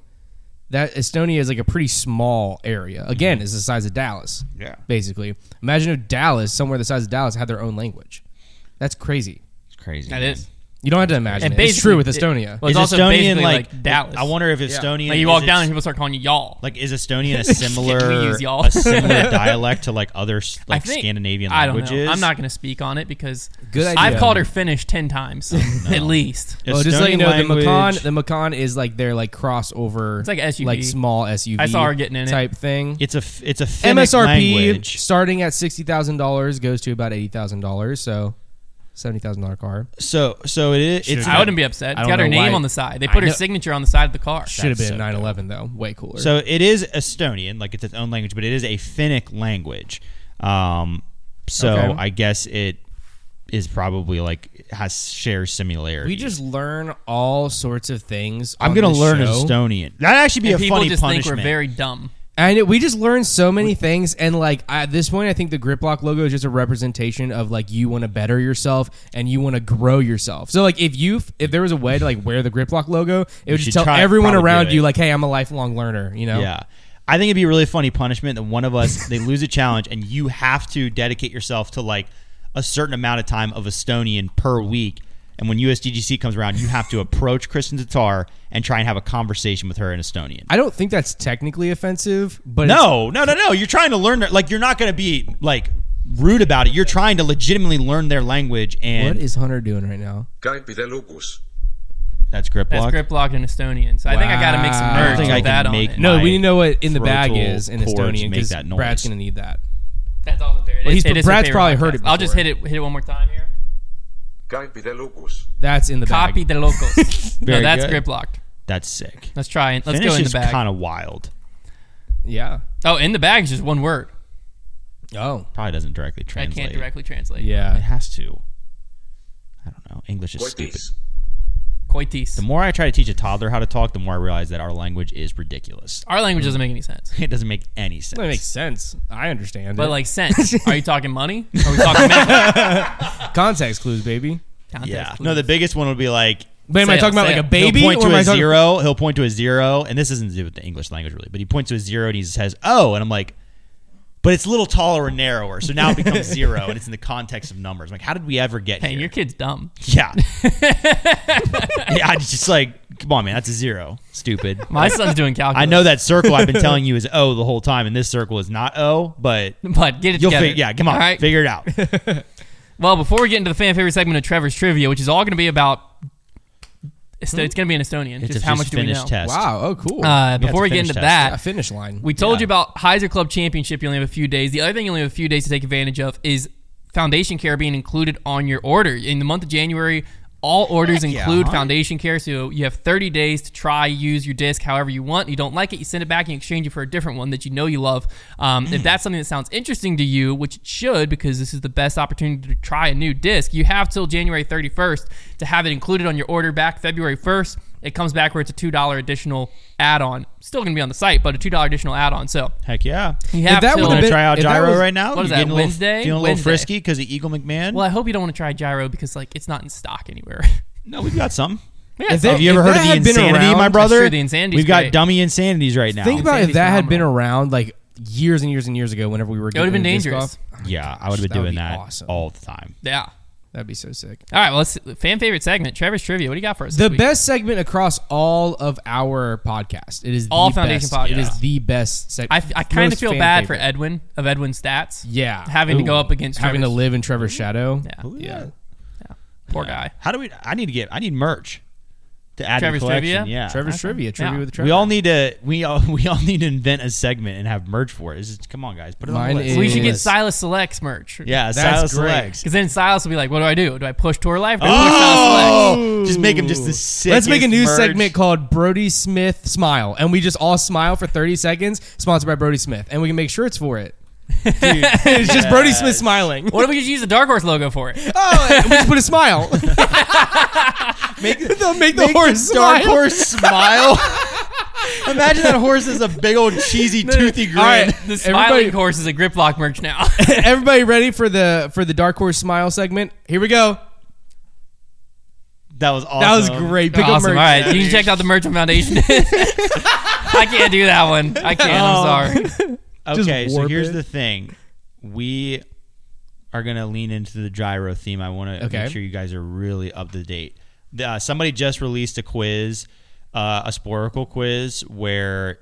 Speaker 3: that Estonia is like a pretty small
Speaker 1: Mm-hmm.
Speaker 3: area. Again, it's the size of Dallas.
Speaker 2: Yeah.
Speaker 3: basically. Imagine if Dallas, somewhere the size of Dallas, had their own language. That's crazy.
Speaker 2: It's crazy.
Speaker 1: That
Speaker 2: man.
Speaker 1: is.
Speaker 3: You don't have to imagine.
Speaker 1: And
Speaker 3: it. It's
Speaker 1: basically-
Speaker 3: true with
Speaker 1: it-
Speaker 3: Estonia.
Speaker 1: well, it's
Speaker 2: Is
Speaker 1: also
Speaker 2: Estonian
Speaker 1: basically
Speaker 2: like,
Speaker 1: like Dallas.
Speaker 2: I wonder if Estonian.
Speaker 1: Like you
Speaker 2: is
Speaker 1: walk
Speaker 2: its-
Speaker 1: down and people start calling you y'all.
Speaker 2: Like, is Estonian a similar
Speaker 1: We use y'all.
Speaker 2: a similar dialect to like other s-
Speaker 1: I
Speaker 2: like
Speaker 1: think-
Speaker 2: Scandinavian
Speaker 1: I don't
Speaker 2: languages?
Speaker 1: know. I'm not going to speak on it because
Speaker 3: Good idea.
Speaker 1: I've called her Finnish ten times at least.
Speaker 3: Well, Oh, just let you
Speaker 2: Estonian
Speaker 3: know, the
Speaker 2: language-
Speaker 3: Macan, the Macan is like their like crossover,
Speaker 1: It's like SUV.
Speaker 3: like small SUV.
Speaker 1: I saw her getting in it.
Speaker 3: type thing.
Speaker 2: It's a f- it's a Finnic
Speaker 3: MSRP
Speaker 2: language.
Speaker 3: starting at sixty thousand dollars goes to about eighty thousand dollars. So seventy thousand dollar car
Speaker 2: So so it is. It's
Speaker 1: I wouldn't be upset. It's
Speaker 3: I don't
Speaker 1: got her
Speaker 3: know
Speaker 1: name
Speaker 3: why-
Speaker 1: on the side. They
Speaker 3: I
Speaker 1: put her
Speaker 3: know-
Speaker 1: signature on the side of the car.
Speaker 3: should have
Speaker 2: That's
Speaker 3: been
Speaker 2: so
Speaker 3: nine eleven though. Way cooler.
Speaker 2: so it is Estonian, like it's its own language, but it is a Finnic language. Um, so
Speaker 3: Okay.
Speaker 2: I guess it is probably like has shares similarities.
Speaker 3: we just learn all sorts of things.
Speaker 2: I'm
Speaker 3: on
Speaker 2: gonna
Speaker 3: this
Speaker 2: learn
Speaker 3: show.
Speaker 2: Estonian. That'd actually be
Speaker 1: And
Speaker 2: a
Speaker 1: people
Speaker 2: funny
Speaker 1: just
Speaker 2: punishment.
Speaker 1: think we're very dumb.
Speaker 3: I know we just learned so many things, and like at this point, I think the Griplock logo is just a representation of like you want to better yourself and you want to grow yourself. So like if you if there was a way to like wear the Griplock logo, it would
Speaker 2: should
Speaker 3: just tell
Speaker 2: try-
Speaker 3: everyone
Speaker 2: probably do
Speaker 3: around
Speaker 2: it.
Speaker 3: you like, hey, I'm a lifelong learner. You know,
Speaker 2: Yeah. I think it'd be a really funny punishment that one of us they lose a challenge and you have to dedicate yourself to like a certain amount of time of Estonian per week And when USGGC comes around, you have to approach Kristen Tatar and try and have a conversation with her in Estonian.
Speaker 3: I don't think that's technically offensive, but it's-
Speaker 2: No, no, no, no. You're trying to learn their like you're not going to be like rude about it. You're trying to legitimately learn their language and
Speaker 3: what is Hunter doing right now?
Speaker 4: Kaipide lukus.
Speaker 2: that's grip
Speaker 1: That's
Speaker 2: lock.
Speaker 1: grip locked in Estonian. So I think I got to make some
Speaker 3: Wow. I don't
Speaker 1: merge
Speaker 3: think
Speaker 1: with
Speaker 2: I can
Speaker 1: that on
Speaker 2: make
Speaker 1: it.
Speaker 2: my-
Speaker 3: No, we need to know what in the bag
Speaker 2: Frontal
Speaker 3: is in
Speaker 2: cords
Speaker 3: Estonian
Speaker 2: make
Speaker 3: because
Speaker 2: that noise.
Speaker 3: Brad's gonna need that.
Speaker 1: That's all that there is.
Speaker 3: Well, he's-
Speaker 1: It is her
Speaker 3: Brad's
Speaker 1: favorite
Speaker 3: probably heard it
Speaker 1: podcast. I'll just hit
Speaker 3: before.
Speaker 1: it hit it one more time here.
Speaker 4: Kaipide lukus.
Speaker 3: That's in the
Speaker 1: Copy
Speaker 3: bag.
Speaker 1: de locos. no,
Speaker 2: Very
Speaker 1: that's
Speaker 2: good.
Speaker 1: grip locked.
Speaker 2: That's sick.
Speaker 1: Let's try it. Let's
Speaker 2: Finish
Speaker 1: go in the
Speaker 2: is
Speaker 1: bag.
Speaker 2: kind of wild.
Speaker 3: Yeah.
Speaker 1: oh, in the bag is just one word.
Speaker 3: Oh.
Speaker 2: Probably doesn't directly
Speaker 1: I
Speaker 2: translate.
Speaker 1: can't directly translate.
Speaker 2: It
Speaker 3: Yeah.
Speaker 2: has to. I don't know. English is stupid.
Speaker 4: Koitis.
Speaker 1: Coitis.
Speaker 2: The more I try to teach a toddler how to talk, the more I realize that our language is ridiculous.
Speaker 1: Our language doesn't make any sense.
Speaker 2: It doesn't make any sense.
Speaker 3: That makes sense. I understand.
Speaker 1: But
Speaker 3: it.
Speaker 1: like sense. Are you talking money? Are we talking minutes?
Speaker 3: context clues, baby.
Speaker 1: Context
Speaker 2: yeah.
Speaker 1: clues.
Speaker 2: No, the biggest one would be like
Speaker 3: But am I
Speaker 1: Sale,
Speaker 3: talking about like
Speaker 1: sale.
Speaker 3: a baby
Speaker 2: He'll point to
Speaker 3: or am I
Speaker 2: a
Speaker 3: talking-
Speaker 2: zero. He'll point to a zero, and this isn't to do with the English language really, but he points to a zero and he says, "Oh," and I'm like, "But it's a little taller and narrower, so now it becomes zero, and it's in the context of numbers." I'm like, how did we ever get
Speaker 1: Hey,
Speaker 2: here?
Speaker 1: your kid's dumb.
Speaker 2: yeah, yeah. I just like, come on, man, that's a zero, stupid.
Speaker 1: My son's doing calculus.
Speaker 2: I know that circle I've been telling you is O the whole time, and this circle is not O, but
Speaker 1: But get it
Speaker 2: you'll
Speaker 1: together.
Speaker 2: figure. Yeah, come on,
Speaker 1: All right.
Speaker 2: figure it out.
Speaker 1: well, before we get into the fan favorite segment of Trevor's trivia, which is all going to be about, it's going to be in Estonian.
Speaker 2: Hmm? It's
Speaker 1: just
Speaker 2: a
Speaker 1: how
Speaker 2: just
Speaker 1: much do we
Speaker 2: finished
Speaker 1: know?
Speaker 2: test.
Speaker 3: Wow. Oh, cool.
Speaker 1: Uh,
Speaker 2: it's a
Speaker 1: before we get
Speaker 2: finish
Speaker 1: into
Speaker 2: test.
Speaker 1: that,
Speaker 3: a finish line.
Speaker 1: we told
Speaker 2: Yeah.
Speaker 1: you about Heiser Club Championship. You only have a few days. The other thing you only have a few days to take advantage of is Foundation Care being included on your order in the month of January. All orders
Speaker 2: Heck yeah,
Speaker 1: include
Speaker 2: huh?
Speaker 1: Foundation Care, so you have 30 days to try, use your disc however you want. You don't like it, you send it back and exchange it for a different one that you know you love. Um,
Speaker 3: Mm.
Speaker 1: If that's something that sounds interesting to you, which it should, because this is the best opportunity to try a new disc, you have till January 31st to have it included on your order back February 1st. It comes back where it's a $2 additional add on. Still going to be on the site, but a $2 additional add on. So
Speaker 2: Heck yeah.
Speaker 1: you have
Speaker 3: that
Speaker 1: till-
Speaker 2: We're
Speaker 3: would've
Speaker 2: gonna
Speaker 3: bit-
Speaker 2: try out
Speaker 3: if that
Speaker 2: gyro
Speaker 3: was-
Speaker 2: right now.
Speaker 1: what is that,
Speaker 2: You getting a little-
Speaker 1: Wednesday?
Speaker 2: Feeling a little
Speaker 1: Wednesday.
Speaker 2: frisky because of Eagle McMahon.
Speaker 1: Well, I hope you don't want to try gyro because like it's not in stock anywhere. Oh,
Speaker 2: No, we've got some.
Speaker 1: Yeah, it's
Speaker 3: they-
Speaker 1: all-
Speaker 2: Have you
Speaker 3: If
Speaker 2: ever heard
Speaker 3: that
Speaker 2: of the
Speaker 3: had been
Speaker 2: insanity,
Speaker 3: around-
Speaker 2: my
Speaker 3: That's
Speaker 2: brother?
Speaker 1: true, the insanity's
Speaker 2: We've got
Speaker 1: great.
Speaker 2: dummy insanities right now.
Speaker 3: Think about
Speaker 1: Insandy's
Speaker 3: if that had been
Speaker 1: phenomenal.
Speaker 3: around like years and years and years ago. Whenever we were,
Speaker 1: it would have been
Speaker 3: getting into
Speaker 1: dangerous.
Speaker 3: disc golf.
Speaker 2: yeah, I would have
Speaker 3: That
Speaker 2: been
Speaker 3: would
Speaker 2: doing
Speaker 3: be
Speaker 2: that
Speaker 3: awesome.
Speaker 2: all the time.
Speaker 1: Yeah.
Speaker 3: That'd be so sick.
Speaker 1: All right. Well, let's fan favorite segment. Trevor's trivia. What do you got for us?
Speaker 3: The
Speaker 1: this week?
Speaker 3: best segment across all of our podcast. It is
Speaker 1: All
Speaker 3: the
Speaker 1: Foundation
Speaker 3: best. It
Speaker 1: podcasts.
Speaker 3: is the best
Speaker 1: I,
Speaker 3: segment.
Speaker 1: I kind of feel bad for Edwin of Edwin stats.
Speaker 3: Yeah,
Speaker 1: Having to go up against
Speaker 3: having
Speaker 1: Trevor's- Mm-hmm.
Speaker 3: to live in Trevor's shadow.
Speaker 1: Yeah.
Speaker 2: Ooh,
Speaker 3: Yeah.
Speaker 1: Poor guy.
Speaker 2: How do we? I need to get. I need merch to add
Speaker 1: Trevor's
Speaker 2: to the collection.
Speaker 1: trivia?
Speaker 2: Yeah,
Speaker 3: Trevor's trivia, trivia
Speaker 1: Yeah.
Speaker 3: with Trevor.
Speaker 2: We all need to. We all we all need to invent a segment and have merch for it. It's just, come on, guys, put it on
Speaker 3: Mine
Speaker 2: the list.
Speaker 3: is-
Speaker 1: We should get
Speaker 3: Yes.
Speaker 1: Silas Selects merch.
Speaker 2: yeah,
Speaker 3: That's
Speaker 2: Silas
Speaker 3: great.
Speaker 2: Selects.
Speaker 1: Because then Silas will be like, "What do I do? Do I push tour life? Do I push Silas Selects?"
Speaker 2: Oh, just make them just the sickest
Speaker 3: Let's make a new
Speaker 2: merch.
Speaker 3: segment called Brody Smith Smile, and we just all smile for 30 seconds, sponsored by Brody Smith, and we can make shirts for it. it's just Brody Smith smiling.
Speaker 1: What if we just use the Dark Horse logo for it?
Speaker 3: Oh, and we just put a smile. make, They'll make the
Speaker 2: Make
Speaker 3: horse
Speaker 2: the dark
Speaker 3: smile.
Speaker 2: horse smile. Imagine that horse is a big old cheesy toothy grin.
Speaker 3: All right,
Speaker 1: The smiling
Speaker 3: everybody,
Speaker 1: horse is a grip lock merch now.
Speaker 3: everybody ready for the for the dark horse smile segment? Here we go.
Speaker 2: That was awesome.
Speaker 3: That was great. Pick
Speaker 1: awesome.
Speaker 3: up merch.
Speaker 1: All right, you can check out the merch on Foundation. I can't do that one. I can't.
Speaker 2: Oh.
Speaker 1: I'm sorry.
Speaker 2: Okay, so
Speaker 3: warp
Speaker 2: here's
Speaker 3: it.
Speaker 2: the thing. We are going to lean into the gyro theme. I want to
Speaker 3: Okay.
Speaker 2: make sure you guys are really up to date. The- uh, somebody just released a quiz, uh, a sporical quiz, where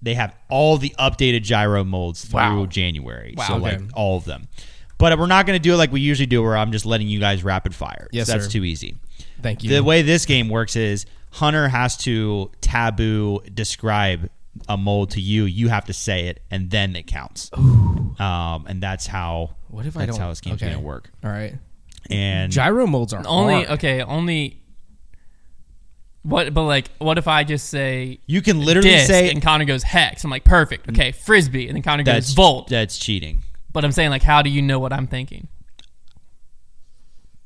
Speaker 2: they have all the updated gyro molds through
Speaker 1: Wow.
Speaker 2: January.
Speaker 1: Wow.
Speaker 2: so,
Speaker 3: Okay.
Speaker 2: like, all of them. But we're not going to do it like we usually do, where I'm just letting you guys rapid fire.
Speaker 3: Yes,
Speaker 2: so that's
Speaker 3: sir.
Speaker 2: too easy.
Speaker 3: Thank you.
Speaker 2: The way this game works is Hunter has to taboo describe a mold to you. You have to say it, and then it counts. Um, and that's how.
Speaker 3: What if I
Speaker 2: that's
Speaker 3: don't-
Speaker 2: how this game's
Speaker 3: okay.
Speaker 2: gonna work.
Speaker 3: all right.
Speaker 2: And
Speaker 3: Gyro molds are
Speaker 1: Only
Speaker 3: hard.
Speaker 1: okay. Only. What? But like, what if I just say
Speaker 2: you can literally
Speaker 1: disc
Speaker 2: say
Speaker 1: and Connor goes hex? I'm like, perfect. Okay, frisbee, and then Connor goes
Speaker 2: that's
Speaker 1: volt.
Speaker 2: That's cheating.
Speaker 1: But I'm saying like, how do you know what I'm thinking?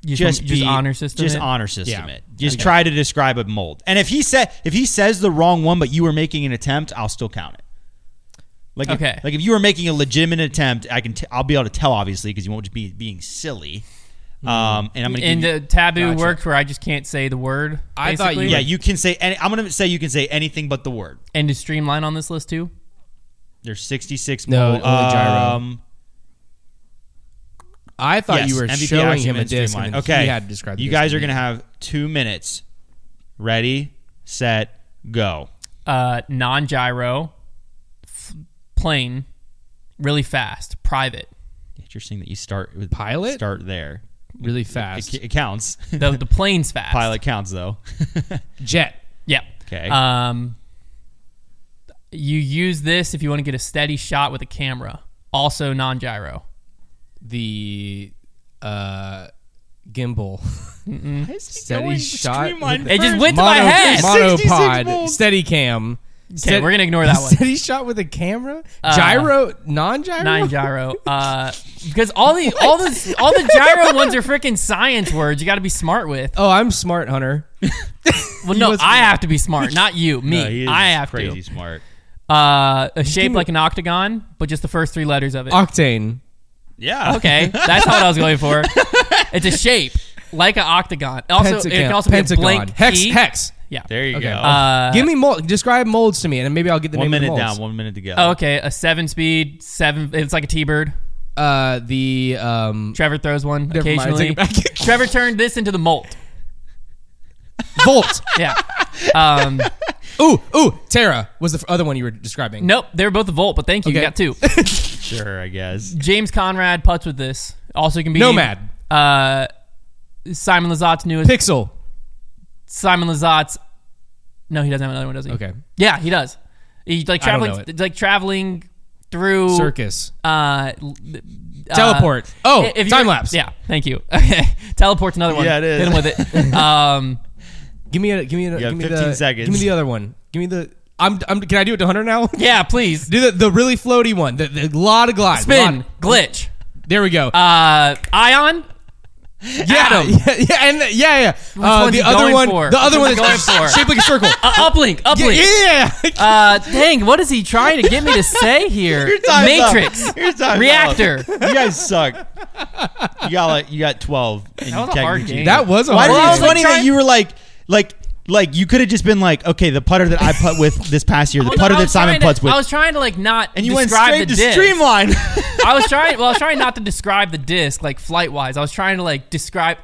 Speaker 1: You
Speaker 2: Just,
Speaker 1: just
Speaker 2: be-
Speaker 1: honor system.
Speaker 2: Just
Speaker 1: it?
Speaker 2: honor system
Speaker 3: Yeah.
Speaker 2: it. Just try to describe a mold. And if he said if he says the wrong one, but you were making an attempt, I'll still count it. Like
Speaker 1: Okay.
Speaker 2: if, like if you were making a legitimate attempt, I can t- I'll be able to tell obviously because you won't just be being silly. Um, and I'm gonna
Speaker 1: Mm. And
Speaker 2: give you-
Speaker 1: the taboo
Speaker 3: Gotcha.
Speaker 1: works where I just can't say the word.
Speaker 3: I thought
Speaker 1: basically?
Speaker 3: you
Speaker 2: Yeah, you can say. Any, I'm gonna say you can say anything but the word.
Speaker 1: And to streamline on this list too.
Speaker 2: There's 66.
Speaker 3: No,
Speaker 2: mold-
Speaker 3: only gyro.
Speaker 2: Um,
Speaker 3: I thought
Speaker 2: Yes,
Speaker 3: you were
Speaker 2: MVP
Speaker 3: showing
Speaker 2: axiom
Speaker 3: him a
Speaker 2: and
Speaker 3: disc.
Speaker 2: streamline.
Speaker 3: and then
Speaker 2: Okay,
Speaker 3: he had to describe. the
Speaker 2: You
Speaker 3: disc
Speaker 2: guys
Speaker 3: to
Speaker 2: are
Speaker 3: me.
Speaker 2: gonna have two minutes. Ready, set, go.
Speaker 1: uh, non gyro, f- plane, really fast, private.
Speaker 2: Interesting that you start with
Speaker 3: Pilot?
Speaker 2: Start there.
Speaker 3: really
Speaker 2: It,
Speaker 3: fast.
Speaker 2: it counts.
Speaker 1: The, the plane's fast.
Speaker 2: Pilot counts though. Uh,
Speaker 3: Jet.
Speaker 1: Yeah.
Speaker 2: Okay.
Speaker 1: Um, you use this if you want to get a steady shot with a camera. Also non gyro.
Speaker 3: The uh, gimbal. Steady
Speaker 2: going
Speaker 3: shot.
Speaker 2: streamlined
Speaker 1: It just
Speaker 2: first?
Speaker 1: went to my
Speaker 3: Mono-
Speaker 1: head.
Speaker 3: Monopod.
Speaker 2: volts.
Speaker 3: Steady cam.
Speaker 1: Okay, we're gonna ignore that one. Uh,
Speaker 3: Steady shot with a camera. Gyro. Non gyro.
Speaker 1: Nine gyro. Uh, because all the all the all the gyro ones are freaking science words. You got to be smart with.
Speaker 3: Oh, I'm smart, Hunter.
Speaker 1: Well, no,
Speaker 3: must be-
Speaker 1: I have to be smart, not you, me.
Speaker 2: No, he is
Speaker 1: I have
Speaker 2: crazy smart.
Speaker 1: to. Uh, a shape
Speaker 3: me-
Speaker 1: like an octagon, but just the first three letters of it.
Speaker 3: Octane.
Speaker 2: Yeah.
Speaker 1: Okay, that's what I was going for. It's a shape like an octagon. Also, it can
Speaker 3: Pentagon.
Speaker 1: also
Speaker 3: Pentagon.
Speaker 1: be a blank
Speaker 3: hex.
Speaker 1: E.
Speaker 3: Hex.
Speaker 1: Yeah.
Speaker 2: There you
Speaker 3: Okay.
Speaker 2: go.
Speaker 1: Uh,
Speaker 3: Give me mold. Describe molds to me, and then maybe I'll get the
Speaker 2: one
Speaker 3: name of
Speaker 2: minute
Speaker 3: the
Speaker 2: down.
Speaker 3: molds.
Speaker 2: One minute to go.
Speaker 1: oh, okay, a seven speed seven. It's like a T bird.
Speaker 3: Uh, the um,
Speaker 1: Trevor throws one
Speaker 3: Never mind, I
Speaker 1: occasionally.
Speaker 3: take it back.
Speaker 1: Trevor turned this into the molt.
Speaker 3: Volt.
Speaker 1: Yeah. Um,
Speaker 3: Ooh, ooh, Terra was the f- other one you were describing.
Speaker 1: nope, they were both the volt, but thank you. You
Speaker 3: Okay.
Speaker 1: got two.
Speaker 2: Sure, I guess.
Speaker 1: James Conrad putts with this. Also can be
Speaker 3: Nomad.
Speaker 1: Uh, Simon Lazat's newest.
Speaker 3: Pixel.
Speaker 1: Simon Lazat's. No, he doesn't have another one, does he?
Speaker 3: Okay.
Speaker 1: Yeah, he does. He's like
Speaker 3: I don't know
Speaker 1: traveling,
Speaker 3: it.
Speaker 1: like traveling through
Speaker 3: Circus.
Speaker 1: Uh, l- uh,
Speaker 3: Teleport. Oh,
Speaker 1: if you're-
Speaker 3: time lapse.
Speaker 1: Yeah, thank you. Okay, teleport's another one.
Speaker 2: Yeah, it is.
Speaker 1: Hit him with it. Um,
Speaker 3: Give me a. Give me a.
Speaker 2: have
Speaker 3: give me
Speaker 2: 15
Speaker 3: the,
Speaker 2: seconds.
Speaker 3: Give me the other one. Give me the. I'm. I'm. Can I do it to Hunter now?
Speaker 1: yeah, please.
Speaker 3: Do the, the really floaty one. The, the lot of glide.
Speaker 1: Spin
Speaker 3: Lot-
Speaker 1: glitch.
Speaker 3: there we go.
Speaker 1: Uh, ion.
Speaker 3: yeah,
Speaker 1: Adam.
Speaker 3: yeah. Yeah. And the- yeah. Yeah. Uh,
Speaker 1: one's he
Speaker 3: the other
Speaker 1: going
Speaker 3: one.
Speaker 1: for?
Speaker 3: The other
Speaker 1: Which
Speaker 3: one
Speaker 1: one's
Speaker 3: is
Speaker 1: he going for?
Speaker 3: shaped like a circle.
Speaker 1: Uh, uplink.
Speaker 3: yeah.
Speaker 1: Uplink.
Speaker 3: yeah.
Speaker 1: Uh, dang, what is he trying to get me to say here?
Speaker 2: Your time's up.
Speaker 1: Matrix.
Speaker 2: Your time's up.
Speaker 1: Reactor.
Speaker 2: You guys suck. You got like you got twelve. And
Speaker 1: That was
Speaker 2: you
Speaker 1: a hard
Speaker 2: technically-
Speaker 1: game.
Speaker 3: that was a
Speaker 2: Why
Speaker 3: hard
Speaker 1: Well, I
Speaker 2: did
Speaker 1: was
Speaker 2: it's
Speaker 1: like
Speaker 2: funny
Speaker 1: trying-
Speaker 2: that you were like like like you could have just been like okay the putter that I put with this past year the
Speaker 1: Well, no,
Speaker 2: putter
Speaker 1: I
Speaker 2: that
Speaker 1: was
Speaker 2: Simon
Speaker 1: trying to-
Speaker 2: puts with
Speaker 1: I was trying to like not
Speaker 2: and you went
Speaker 1: describe
Speaker 2: straight
Speaker 1: the
Speaker 2: to
Speaker 1: disc.
Speaker 2: streamline.
Speaker 1: I was trying. Well, I was trying not to describe the disc like flight wise. I was trying to like describe.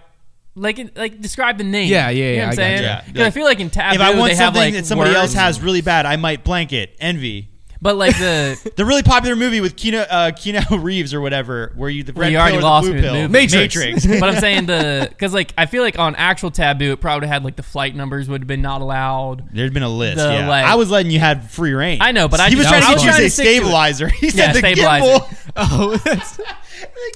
Speaker 1: Like, in- like describe the name.
Speaker 3: Yeah, yeah,
Speaker 1: You know
Speaker 3: yeah,
Speaker 1: what I'm
Speaker 3: I
Speaker 1: saying?
Speaker 2: gotcha. Yeah.
Speaker 1: 'Cause I feel like in taboo
Speaker 2: if I want
Speaker 1: they
Speaker 2: something
Speaker 1: have like
Speaker 2: that somebody
Speaker 1: words,
Speaker 2: else has really bad, I might blanket envy.
Speaker 1: but like the
Speaker 2: The really popular movie with Keanu, uh, Keanu Reeves or whatever, where you the
Speaker 1: Well,
Speaker 2: red
Speaker 1: you
Speaker 2: pill
Speaker 1: already
Speaker 2: or
Speaker 1: lost
Speaker 2: the
Speaker 1: me
Speaker 2: blue
Speaker 1: with
Speaker 2: pill.
Speaker 1: movie.
Speaker 2: Matrix.
Speaker 1: but I'm saying the because like I feel like on actual taboo it probably had like the flight numbers would have been not allowed.
Speaker 2: There'd been a list.
Speaker 1: The,
Speaker 2: yeah,
Speaker 1: like-
Speaker 2: I was letting you have free reign.
Speaker 1: I know, but I-
Speaker 2: he was
Speaker 1: that
Speaker 2: trying
Speaker 1: was
Speaker 2: to get
Speaker 1: fun.
Speaker 2: you to
Speaker 1: I
Speaker 2: say
Speaker 1: was trying to stick to it.
Speaker 2: stabilizer. He said
Speaker 1: Yeah,
Speaker 2: the
Speaker 1: stabilizer.
Speaker 2: gimbal.
Speaker 3: Oh, that's,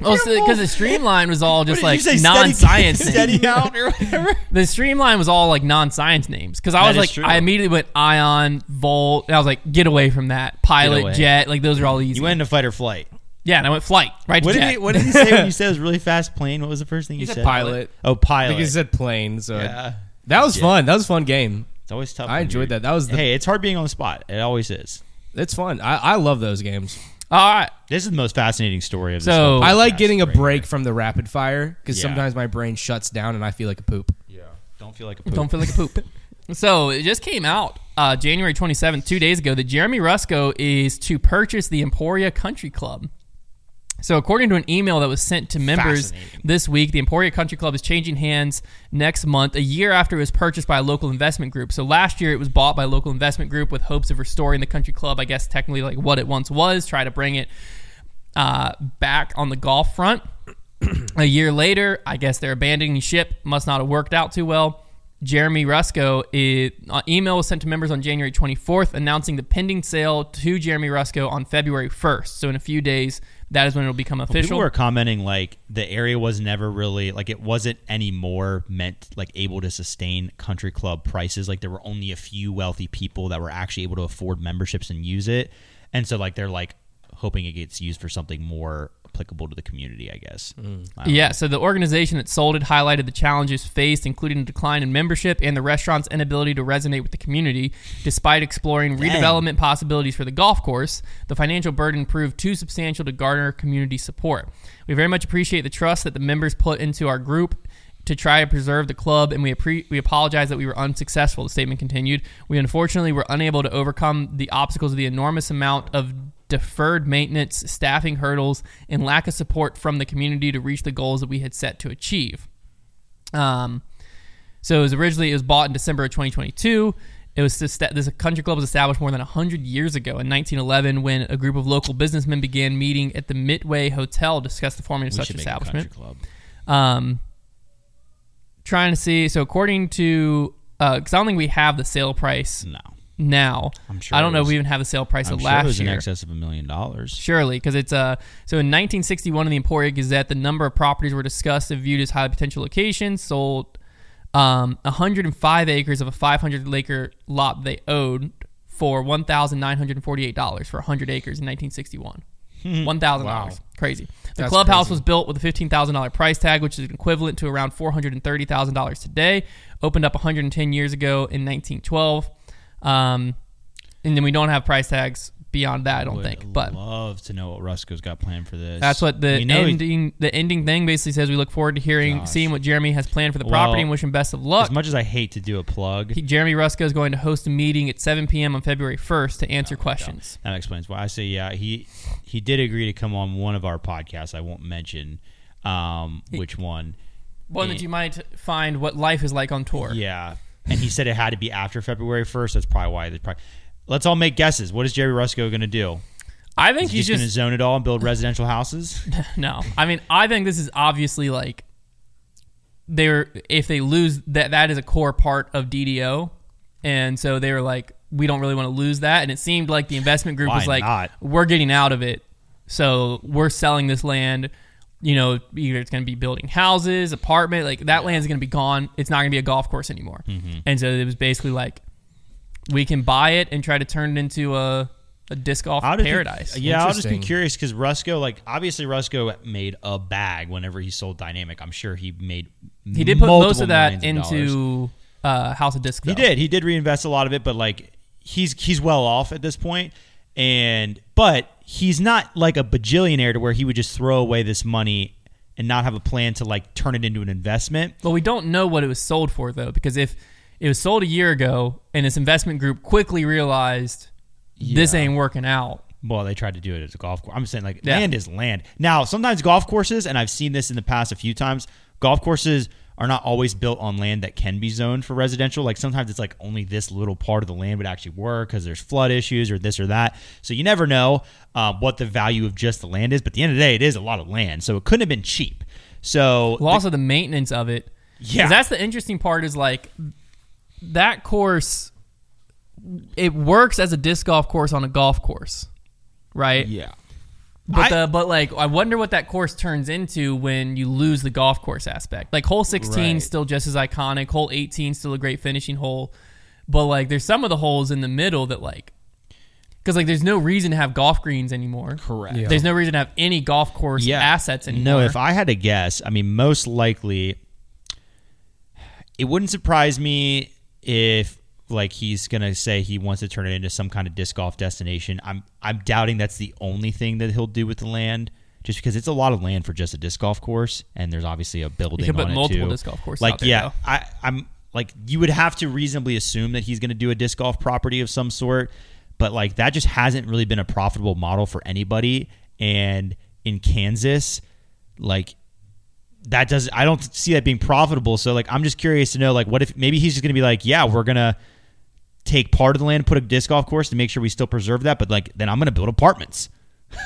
Speaker 1: Well, because Oh, the streamline was all just
Speaker 2: What
Speaker 1: like
Speaker 2: did you say, steady-
Speaker 1: non-science. names.
Speaker 2: steady out or whatever.
Speaker 1: The streamline was all like non-science names because I
Speaker 2: That
Speaker 1: was
Speaker 2: is
Speaker 1: like
Speaker 2: true.
Speaker 1: I immediately went ion, volt. And I was like, get away from that
Speaker 2: Get away.
Speaker 1: pilot, jet. Like those are all easy.
Speaker 2: You went into fight or flight.
Speaker 1: yeah, and I went flight right
Speaker 2: What
Speaker 1: to
Speaker 2: did,
Speaker 1: jet.
Speaker 2: he, what did he say when you said it was really fast plane? What was the first thing you
Speaker 1: said
Speaker 2: said?
Speaker 3: pilot. uh,
Speaker 2: Oh,
Speaker 3: I
Speaker 2: pilot.
Speaker 3: think it said plane. So
Speaker 2: yeah.
Speaker 3: that was fun. That was a fun game.
Speaker 2: It's always tough.
Speaker 3: I
Speaker 2: when
Speaker 3: enjoyed
Speaker 2: you're-
Speaker 3: that. That was the.
Speaker 2: Hey, it's hard being on the spot. It always is.
Speaker 3: It's fun. I, I love those games.
Speaker 1: all right,
Speaker 2: This is the most fascinating story of this.
Speaker 1: So-
Speaker 2: whole
Speaker 1: Oh,
Speaker 3: I like
Speaker 2: podcast
Speaker 3: getting a
Speaker 2: right here.
Speaker 3: break from the rapid fire because
Speaker 2: Yeah.
Speaker 3: sometimes my brain shuts down and I feel like a poop.
Speaker 2: Yeah. Don't feel like a poop.
Speaker 1: don't feel like a poop. so it just came out uh, January 27th, two days ago, that Jeremy Rusco is to purchase the Emporia Country Club. So, according to an email that was sent to members
Speaker 2: Fascinating.
Speaker 1: this week, the Emporia Country Club is changing hands next month, a year after it was purchased by a local investment group. So, last year it was bought by a local investment group with hopes of restoring the country club, I guess, technically, like what it once was, try to bring it uh, back on the golf front. a year later, I guess they're abandoning ship. Must not have worked out too well. Jeremy Rusco, it, uh, email was sent to members on January 24th announcing the pending sale to Jeremy Rusco on February 1st. So, in a few days, that is when it will become official.
Speaker 2: People were commenting like the area was never really like it wasn't anymore meant like able to sustain country club prices. Like there were only a few wealthy people that were actually able to afford memberships and use it, and so like they're like hoping it gets used for something more applicable to the community. I guess. I don't
Speaker 1: Mm. Yeah, so the organization that sold it highlighted the challenges faced, including a decline in membership and the restaurant's inability to resonate with the community. Despite exploring redevelopment possibilities for the golf course, the financial burden proved too substantial to garner community support. We very much appreciate the trust that the members put into our group to try to preserve the club, and we appre- we apologize that we were unsuccessful. The statement continued: We unfortunately were unable to overcome the obstacles of the enormous amount of deferred maintenance, staffing hurdles, and lack of support from the community to reach the goals that we had set to achieve. Um, so it was originally it was bought in December of 2022. It was just that this country club was established more than 100 years ago in 1911 when a group of local businessmen began meeting at the Midway Hotel to discuss the forming of
Speaker 2: We
Speaker 1: such
Speaker 2: should make a
Speaker 1: establishment
Speaker 2: country club.
Speaker 1: um, trying to see. So according to, because I don't think we have the sale price
Speaker 2: No,
Speaker 1: now.
Speaker 2: Mm. I'm sure
Speaker 1: I don't
Speaker 2: it
Speaker 1: know if
Speaker 2: was-
Speaker 1: we even have the sale price
Speaker 2: I'm
Speaker 1: of
Speaker 2: sure
Speaker 1: last
Speaker 2: it was
Speaker 1: year.
Speaker 2: in excess of a million dollars.
Speaker 1: Surely, because it's uh, so in 1961 in the Emporia Gazette, the number of properties were discussed and viewed as high potential locations. Sold um, 105 acres of a 500 acre lot they owed for 1,948 dollars for 100 acres in 1961. One thousand dollars, crazy. The
Speaker 3: Hmm. That's
Speaker 1: clubhouse
Speaker 3: crazy.
Speaker 1: was built with a fifteen thousand dollar price tag, which is equivalent to around four hundred and thirty thousand dollars today. Opened up one hundred and ten years ago in nineteen twelve, um, and then we don't have price tags beyond that. I don't
Speaker 2: Would
Speaker 1: think, but
Speaker 2: love to know what Rusko's got planned for this.
Speaker 1: that's what the
Speaker 2: We know he-
Speaker 1: ending the ending thing basically says. We look forward to hearing,
Speaker 2: Gosh.
Speaker 1: seeing what Jeremy has planned for the
Speaker 2: Well,
Speaker 1: property, and wish him best of luck.
Speaker 2: As much as I hate to do a plug,
Speaker 1: He- Jeremy Rusko is going to host a meeting at 7 p.m. on February 1st to
Speaker 2: Oh
Speaker 1: answer questions.
Speaker 2: that explains why I say yeah. He he did agree to come on one of our podcasts. I won't mention um, which one.
Speaker 1: One that you might find what life is like on tour.
Speaker 2: Yeah, and he said it had to be after February first. That's probably why. That's probably. Let's all make guesses. What is Jerry Rusko going to do?
Speaker 1: I think
Speaker 2: Is he
Speaker 1: he's
Speaker 2: just going to
Speaker 1: just
Speaker 2: zone it all and build residential houses?
Speaker 1: no. I mean, I think this is obviously like they're if they lose that that is a core part of DDO, and so they were like, we don't really want to lose that, and it seemed like the investment group
Speaker 2: Why
Speaker 1: was like,
Speaker 2: not?
Speaker 1: we're getting out of it, so we're selling this land. You know, either it's going to be building houses, apartment, like that land's going to be gone. It's not going to be a golf course anymore,
Speaker 2: Mm-hmm.
Speaker 1: and so it was basically like, we can buy it and try to turn it into a a disc golf
Speaker 2: I'll just be-
Speaker 1: paradise.
Speaker 2: yeah, I'll just be
Speaker 3: Interesting.
Speaker 2: curious because Rusko, like obviously Rusko made a bag whenever he sold Dynamic. I'm sure he made
Speaker 1: He did put most
Speaker 2: multiple
Speaker 1: of that
Speaker 2: millions of dollars.
Speaker 1: into uh, House of Disc.
Speaker 2: He
Speaker 1: though.
Speaker 2: did. He did reinvest a lot of it, but like he's he's well off at this point, and but he's not like a bajillionaire to where he would just throw away this money and not have a plan to like turn it into an investment.
Speaker 1: But we don't know what it was sold for though, because if it was sold a year ago and this investment group quickly realized this ain't working out,
Speaker 2: Well, they tried to do it as a golf course. I'm saying like
Speaker 1: Yeah.
Speaker 2: land is land. Now, sometimes golf courses, and I've seen this in the past a few times, golf courses are not always built on land that can be zoned for residential. Like sometimes it's like only this little part of the land would actually work because there's flood issues or this or that. So you never know uh, what the value of just the land is. But at the end of the day, it is a lot of land, so it couldn't have been cheap. So
Speaker 1: well, also the maintenance of it. 'Cause
Speaker 2: Yeah.
Speaker 1: that's the interesting part. Is like that course. It works as a disc golf course on a golf course, right?
Speaker 2: yeah,
Speaker 1: But
Speaker 2: I-
Speaker 1: the but like I wonder what that course turns into when you lose the golf course aspect. Like hole 16
Speaker 2: Right.
Speaker 1: still just as iconic, hole 18 still a great finishing hole. But like there's some of the holes in the middle that like cuz like there's no reason to have golf greens anymore.
Speaker 2: correct.
Speaker 1: There's no reason to have any golf course assets anymore.
Speaker 2: No, if I had to guess, I mean, most likely, it wouldn't surprise me if like he's gonna say he wants to turn it into some kind of disc golf destination. I'm I'm doubting that's the only thing that he'll do with the land. Just because it's a lot of land for just a disc golf course, and there's obviously a building.
Speaker 1: could
Speaker 2: on
Speaker 1: put
Speaker 2: it,
Speaker 1: multiple
Speaker 2: too.
Speaker 1: disc golf courses
Speaker 2: Like
Speaker 1: out there,
Speaker 2: yeah,
Speaker 1: though.
Speaker 2: I, I'm like you would have to reasonably assume that he's going to do a disc golf property of some sort, but like that just hasn't really been a profitable model for anybody. And in Kansas, like that does I don't see that being profitable. So like I'm just curious to know like what if maybe he's just going to be like yeah we're gonna take part of the land, put a disc golf course to make sure we still preserve that, but like then I'm going to build apartments.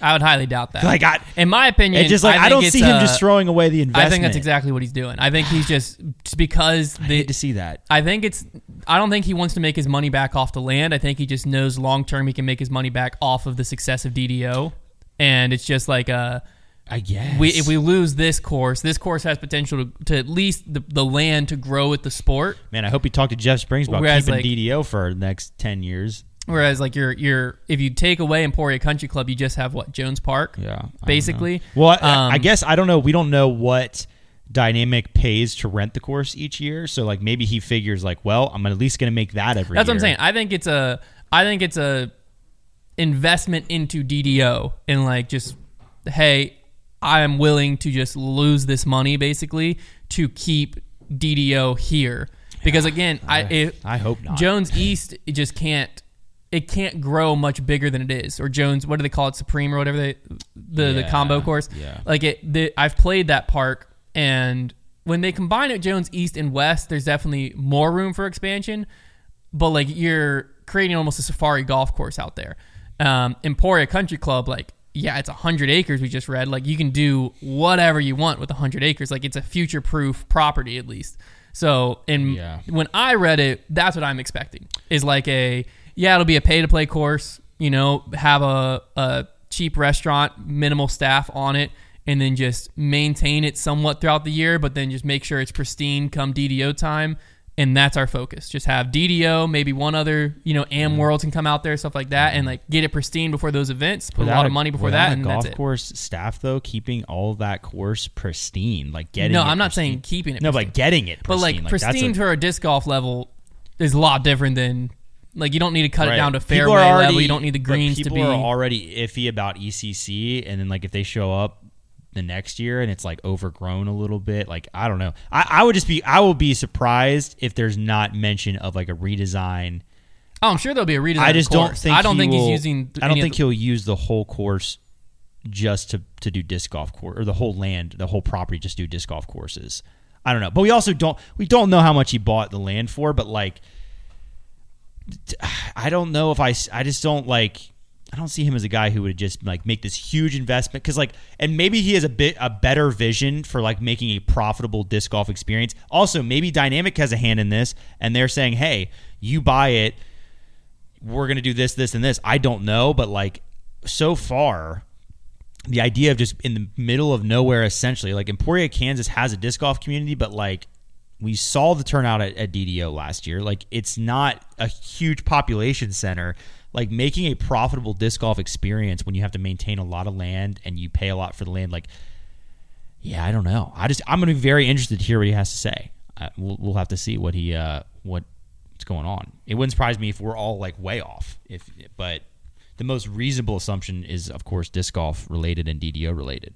Speaker 1: I would highly doubt that.
Speaker 2: Like I.
Speaker 1: in my opinion,
Speaker 2: It just like I,
Speaker 1: think
Speaker 2: don't
Speaker 1: it's,
Speaker 2: see him
Speaker 1: uh,
Speaker 2: just throwing away the investment.
Speaker 1: I think that's exactly what he's doing. I think he's just just because
Speaker 2: I
Speaker 1: the
Speaker 2: hate to see that.
Speaker 1: I think it's. I don't think he wants to make his money back off the land. I think he just knows long term he can make his money back off of the success of DDO, and it's just like uh,
Speaker 2: I guess
Speaker 1: we if we lose this course, this course has potential to, to at least the, the land to grow with the sport.
Speaker 2: Man, I hope you talk to Jeff Springs about
Speaker 1: Whereas,
Speaker 2: keeping
Speaker 1: like-
Speaker 2: DDO for the next ten years.
Speaker 1: Whereas like your your if you take away Emporia Country Club, you just have what Jones Park. basically.
Speaker 2: Well, I,
Speaker 1: Um,
Speaker 2: I guess I don't know. We don't know what Dynamic pays to rent the course each year. So like maybe he figures like, well, I'm at least going to make that every.
Speaker 1: That's what I'm
Speaker 2: year.
Speaker 1: saying. I think it's a I think it's a investment into DDO and like just hey, I am willing to just lose this money basically to keep DDO here because again, I, if
Speaker 2: I hope not.
Speaker 1: Jones East just can't it can't grow much bigger than it is. Or Jones, what do they call it, Supreme or whatever they the, the
Speaker 2: Yeah,
Speaker 1: combo course.
Speaker 2: yeah.
Speaker 1: Like it, the, I've played that park, and when they combine it Jones East and West, there's definitely more room for expansion. But like you're creating almost a safari golf course out there. Um, Emporia Country Club, like yeah, it's hundred acres. We just read like you can do whatever you want with hundred acres. Like it's a future-proof property at least. So in
Speaker 2: Yeah.
Speaker 1: when I read it, that's what I'm expecting. Is like a yeah, it'll be a pay to play course. You know, have a a cheap restaurant, minimal staff on it, and then just maintain it somewhat throughout the year. But then just make sure it's pristine come DDO time, and that's our focus. Just have DDO, maybe one other you know Am
Speaker 2: Mm-hmm.
Speaker 1: World can come out there, stuff like that, and like get it pristine before those events. Put a lot of money before
Speaker 2: without
Speaker 1: that,
Speaker 2: a
Speaker 1: and
Speaker 2: golf
Speaker 1: that's it.
Speaker 2: course staff though keeping all that course pristine, like getting.
Speaker 1: No,
Speaker 2: it
Speaker 1: I'm not
Speaker 2: pristine.
Speaker 1: saying keeping it
Speaker 2: No,
Speaker 1: pristine.
Speaker 2: but getting it.
Speaker 1: But
Speaker 2: Pristine.
Speaker 1: like
Speaker 2: that's
Speaker 1: pristine
Speaker 2: a-
Speaker 1: for a disc golf level is a lot different than like you don't need to cut it
Speaker 2: Right.
Speaker 1: down to
Speaker 2: People
Speaker 1: fairway
Speaker 2: are already-
Speaker 1: level. You don't need the
Speaker 2: but
Speaker 1: greens to
Speaker 2: people
Speaker 1: be
Speaker 2: are already iffy about ECC, and then like if they show up the next year and it's like overgrown a little bit, like I don't know. I, I would just be I will be surprised if there's not mention of like a redesign.
Speaker 1: Oh, I'm sure there'll be a redesign.
Speaker 2: I just
Speaker 1: of
Speaker 2: don't
Speaker 1: course.
Speaker 2: think
Speaker 1: I don't
Speaker 2: he
Speaker 1: think
Speaker 2: will-
Speaker 1: he's using.
Speaker 2: I don't
Speaker 1: any of
Speaker 2: think
Speaker 1: the-
Speaker 2: he'll use the whole course just to to do disc golf course or the whole land, the whole property, just do disc golf courses. I don't know, but we also don't we don't know how much he bought the land for. But like, t- I don't know if I s- I just don't like. I don't see him as a guy who would just like make this huge investment because like, and maybe he has a bit a better vision for like making a profitable disc golf experience. Also, maybe Dynamic has a hand in this, and they're saying, "Hey, you buy it, we're going to do this, this, and this. I don't know, but like so far, the idea of just in the middle of nowhere, essentially, like Emporia, Kansas has a disc golf community, but like we saw the turnout at, at DDO last year. Like it's not a huge population center. Like making a profitable disc golf experience when you have to maintain a lot of land and you pay a lot for the land, like yeah, I don't know. I just I'm gonna be very interested to hear what he has to say. Uh, we'll, we'll have to see what he uh, what's going on. It wouldn't surprise me if we're all like way off. If but the most reasonable assumption is, of course, disc golf related and DDO related.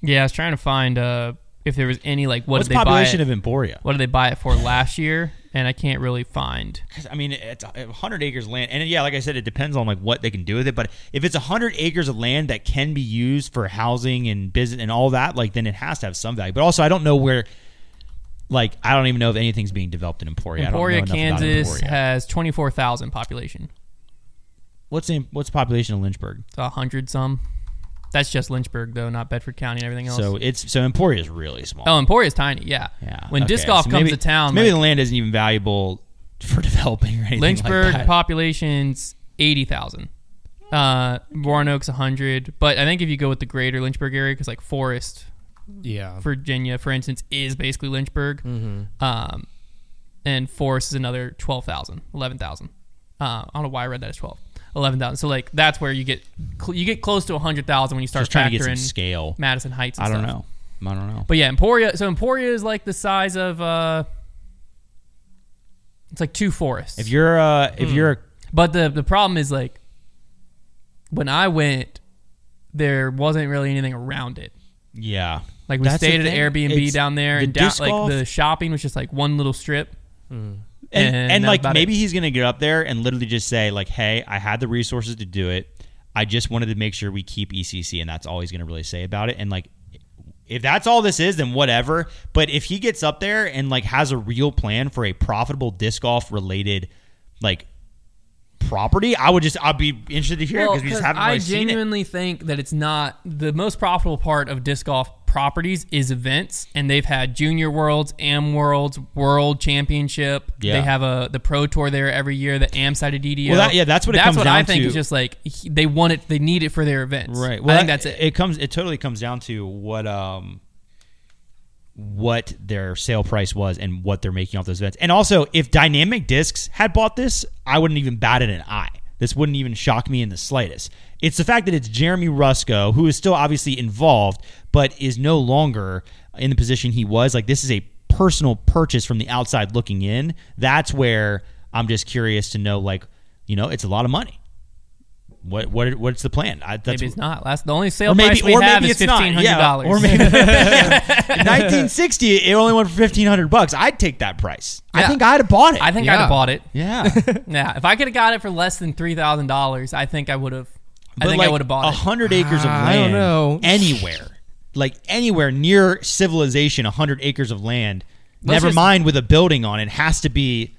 Speaker 1: yeah, I was trying to find uh, if there was any like what
Speaker 2: what's
Speaker 1: did
Speaker 2: the
Speaker 1: they buy?
Speaker 2: population
Speaker 1: It,
Speaker 2: of Emporia?
Speaker 1: what did they buy it for last year? And I can't really find.
Speaker 2: 'Cause, I mean, it's a 100 acres of land, and yeah, like I said, it depends on like what they can do with it. But if it's 100 acres of land that can be used for housing and business and all that, like then it has to have some value. But also, I don't know where. Like I don't even know if anything's being developed in Emporia.
Speaker 1: Emporia,
Speaker 2: I don't know enough about
Speaker 1: Kansas
Speaker 2: Emporia.
Speaker 1: has twenty four thousand population.
Speaker 2: What's the what's the population of Lynchburg?
Speaker 1: It's a hundred some. That's just Lynchburg though, not Bedford County and everything else.
Speaker 2: So it's so Emporia is really small.
Speaker 1: oh, Emporia's tiny. Yeah.
Speaker 2: yeah.
Speaker 1: When
Speaker 2: okay.
Speaker 1: disc golf
Speaker 2: So
Speaker 1: comes
Speaker 2: maybe-
Speaker 1: to town,
Speaker 2: so maybe
Speaker 1: like,
Speaker 2: the land isn't even valuable for developing or anything
Speaker 1: Lynchburg
Speaker 2: like that.
Speaker 1: population's eighty thousand. Uh, Roanoke's hundred, but I think if you go with the greater Lynchburg area, because like Forest,
Speaker 3: Yeah.
Speaker 1: Virginia, for instance, is basically Lynchburg,
Speaker 2: Mm-hmm.
Speaker 1: um, and Forest is another 12,000, 11,000. Uh, I don't know why I read that as twelve, eleven thousand. So like that's where you get cl- you get close to hundred thousand when you start
Speaker 2: Just trying to
Speaker 1: factoring
Speaker 2: get some scale.
Speaker 1: Madison Heights. And
Speaker 2: I don't
Speaker 1: stuff.
Speaker 2: know. I don't know.
Speaker 1: But yeah, Emporia. So Emporia is like the size of uh, it's like two forests.
Speaker 2: if you're uh if you're a
Speaker 1: But the the problem is like when I went, there wasn't really anything around it.
Speaker 2: yeah.
Speaker 1: Like we
Speaker 2: That's the
Speaker 1: stayed at an
Speaker 2: thing.
Speaker 1: Airbnb
Speaker 2: It's-
Speaker 1: down there,
Speaker 2: the
Speaker 1: and down,
Speaker 2: disc
Speaker 1: like
Speaker 2: golf-
Speaker 1: the shopping was just like one little strip.
Speaker 2: and,
Speaker 1: And
Speaker 2: and,
Speaker 1: that's
Speaker 2: like
Speaker 1: about
Speaker 2: maybe he's gonna get up there and literally just say like, "Hey, I had the resources to do it. I just wanted to make sure we keep ECC, and that's all he's gonna really say about it." And like, if that's all this is, then whatever. But if he gets up there and like has a real plan for a profitable disc golf related like property, I would just I'd be interested to hear because we just haven't really
Speaker 1: I
Speaker 2: seen it.
Speaker 1: genuinely think that it's not the most profitable part of disc golf properties is events, and they've had Junior Worlds, Am Worlds, World Championship.
Speaker 2: Yeah.
Speaker 1: They have a the Pro Tour there every year, the Am side of DDO.
Speaker 2: Well, that- yeah, that's what it
Speaker 1: that's
Speaker 2: comes
Speaker 1: what I
Speaker 2: down
Speaker 1: think
Speaker 2: to.
Speaker 1: is just like he- they want it, they need it for their events.
Speaker 2: Right.
Speaker 1: I
Speaker 2: Well,
Speaker 1: think
Speaker 2: that-
Speaker 1: that's it.
Speaker 2: It comes. It totally comes down to what um what their sale price was and what they're making off those events. And also, if Dynamic Discs had bought this, I wouldn't even bat it an eye. This wouldn't even shock me in the slightest. It's the fact that it's Jeremy Rusko, who is still obviously involved, but is no longer in the position he was. Like this is a personal purchase from the outside looking in. That's where I'm just curious to know. Like, you know, it's a lot of money What what what's the plan? I, that's
Speaker 1: maybe it's not. Last the only sale
Speaker 2: or maybe
Speaker 1: price we
Speaker 2: or
Speaker 1: have
Speaker 2: maybe
Speaker 1: is
Speaker 2: it's not.
Speaker 1: fifteen hundred
Speaker 2: Yeah,
Speaker 1: dollars.
Speaker 2: or maybe yeah. 1960. It only went for 1500 bucks. I'd take that price. I
Speaker 1: Yeah.
Speaker 2: think I'd have bought it.
Speaker 1: I think I'd
Speaker 3: Yeah.
Speaker 1: have bought it.
Speaker 2: yeah.
Speaker 1: Yeah, if I could have got it for less than three thousand dollars, I think I would have. I think I would have bought
Speaker 2: a
Speaker 1: it.
Speaker 2: hundred acres of
Speaker 3: Ah, I don't
Speaker 2: land.
Speaker 3: know.
Speaker 2: anywhere, like anywhere near civilization. A hundred acres of land,
Speaker 1: Let's
Speaker 2: never
Speaker 1: just-
Speaker 2: mind with a building on it, has to be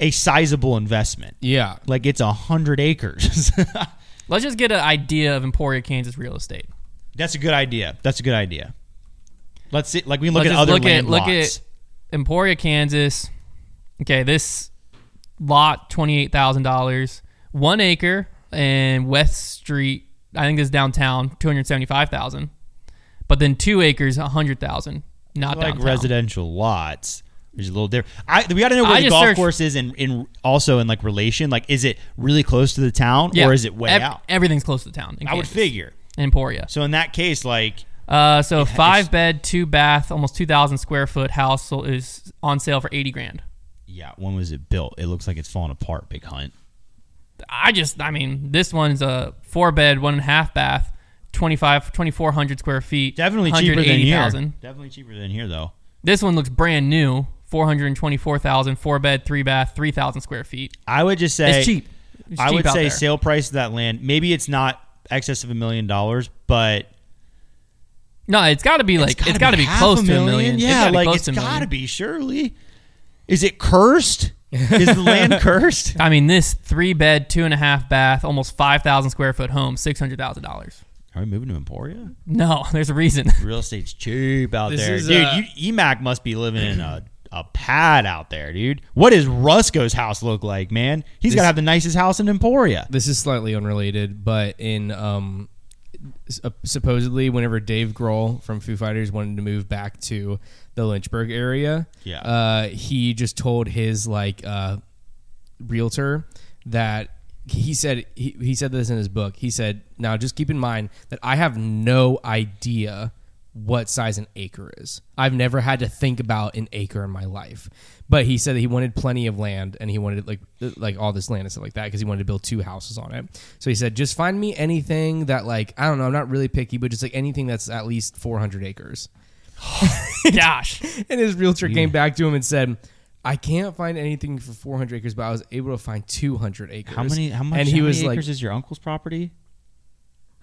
Speaker 2: a sizable investment.
Speaker 3: Yeah.
Speaker 2: Like it's a hundred acres.
Speaker 1: Let's just get an idea of Emporia, Kansas real estate.
Speaker 2: That's a good idea. That's a good idea. Let's see. Like we look
Speaker 1: Let's
Speaker 2: at
Speaker 1: just
Speaker 2: other
Speaker 1: look
Speaker 2: land
Speaker 1: at look
Speaker 2: lots.
Speaker 1: at Emporia, Kansas. Okay, this lot twenty eight thousand dollars, one acre, and West Street. I think this is downtown two hundred seventy five thousand, but then two acres a hundred thousand. Not
Speaker 2: like
Speaker 1: downtown.
Speaker 2: residential lots. Which is a little different. I, we got to know where
Speaker 1: I
Speaker 2: the
Speaker 1: just
Speaker 2: golf
Speaker 1: searched-
Speaker 2: course is, and in, also in like relation. Like, is it really close to the town,
Speaker 1: Yeah,
Speaker 2: or is it way
Speaker 1: ev-
Speaker 2: out?
Speaker 1: Everything's close to town. in
Speaker 2: I would
Speaker 1: Kansas,
Speaker 2: figure.
Speaker 1: in Emporia.
Speaker 2: So in that case, like
Speaker 1: Uh, so five bed, two bath, almost two thousand square foot house so- is on sale for eighty grand.
Speaker 2: Yeah, when was it built? It looks like it's falling apart, Big Hunt.
Speaker 1: I just, I mean, this one's a four bed, one and a half bath, 25, 2,400 square feet.
Speaker 2: Definitely cheaper than here.
Speaker 1: 180,000.
Speaker 2: Definitely cheaper than here, though.
Speaker 1: This one looks brand new, 424,000, four bed, three bath, 3,000 square feet.
Speaker 2: I would just say
Speaker 1: it's cheap. It's
Speaker 2: I
Speaker 1: cheap
Speaker 2: would
Speaker 1: out
Speaker 2: say
Speaker 1: there.
Speaker 2: sale price of that land. Maybe it's not excess of a million dollars, but
Speaker 1: No, it's got to be like, it's got to be,
Speaker 2: half
Speaker 1: close to a million.
Speaker 2: Yeah,
Speaker 1: it's gotta
Speaker 2: like
Speaker 1: be close
Speaker 2: it's
Speaker 1: to a million.
Speaker 2: got to be surely. Is it cursed? Is the land cursed?
Speaker 1: I mean, this three bed, two and a half bath, almost 5,000 square foot home, $600,000.
Speaker 2: Are we moving to Emporia?
Speaker 1: No, there's a reason.
Speaker 2: Real estate's cheap out
Speaker 3: This
Speaker 2: there,
Speaker 3: is,
Speaker 2: dude.
Speaker 3: uh,
Speaker 2: you, Emac must be living in a. A pad out there, dude. What does Rusco's house look like, man? He's got to have the nicest house in Emporia.
Speaker 3: This is slightly unrelated, but in um, s- uh, supposedly whenever Dave Grohl from Foo Fighters wanted to move back to the Lynchburg area,
Speaker 2: Yeah.
Speaker 3: uh, he just told his like uh, realtor that he said he, he said this in his book. He said, "Now just keep in mind that I have no idea." What size an acre is. I've never had to think about an acre in my life. But he said that he wanted plenty of land and he wanted like like all this land and stuff like that because he wanted to build two houses on it. So he said, just find me anything that like I don't know. I'm not really picky, but just like anything that's at least 400 acres.
Speaker 1: Gosh.
Speaker 3: And his realtor
Speaker 2: Mm.
Speaker 3: came back to him and said, I can't find anything for 400 acres, but I was able to find 200 acres.
Speaker 2: How many? How much?
Speaker 3: And
Speaker 2: how
Speaker 3: he
Speaker 2: many
Speaker 3: was like,
Speaker 2: acres is your uncle's property?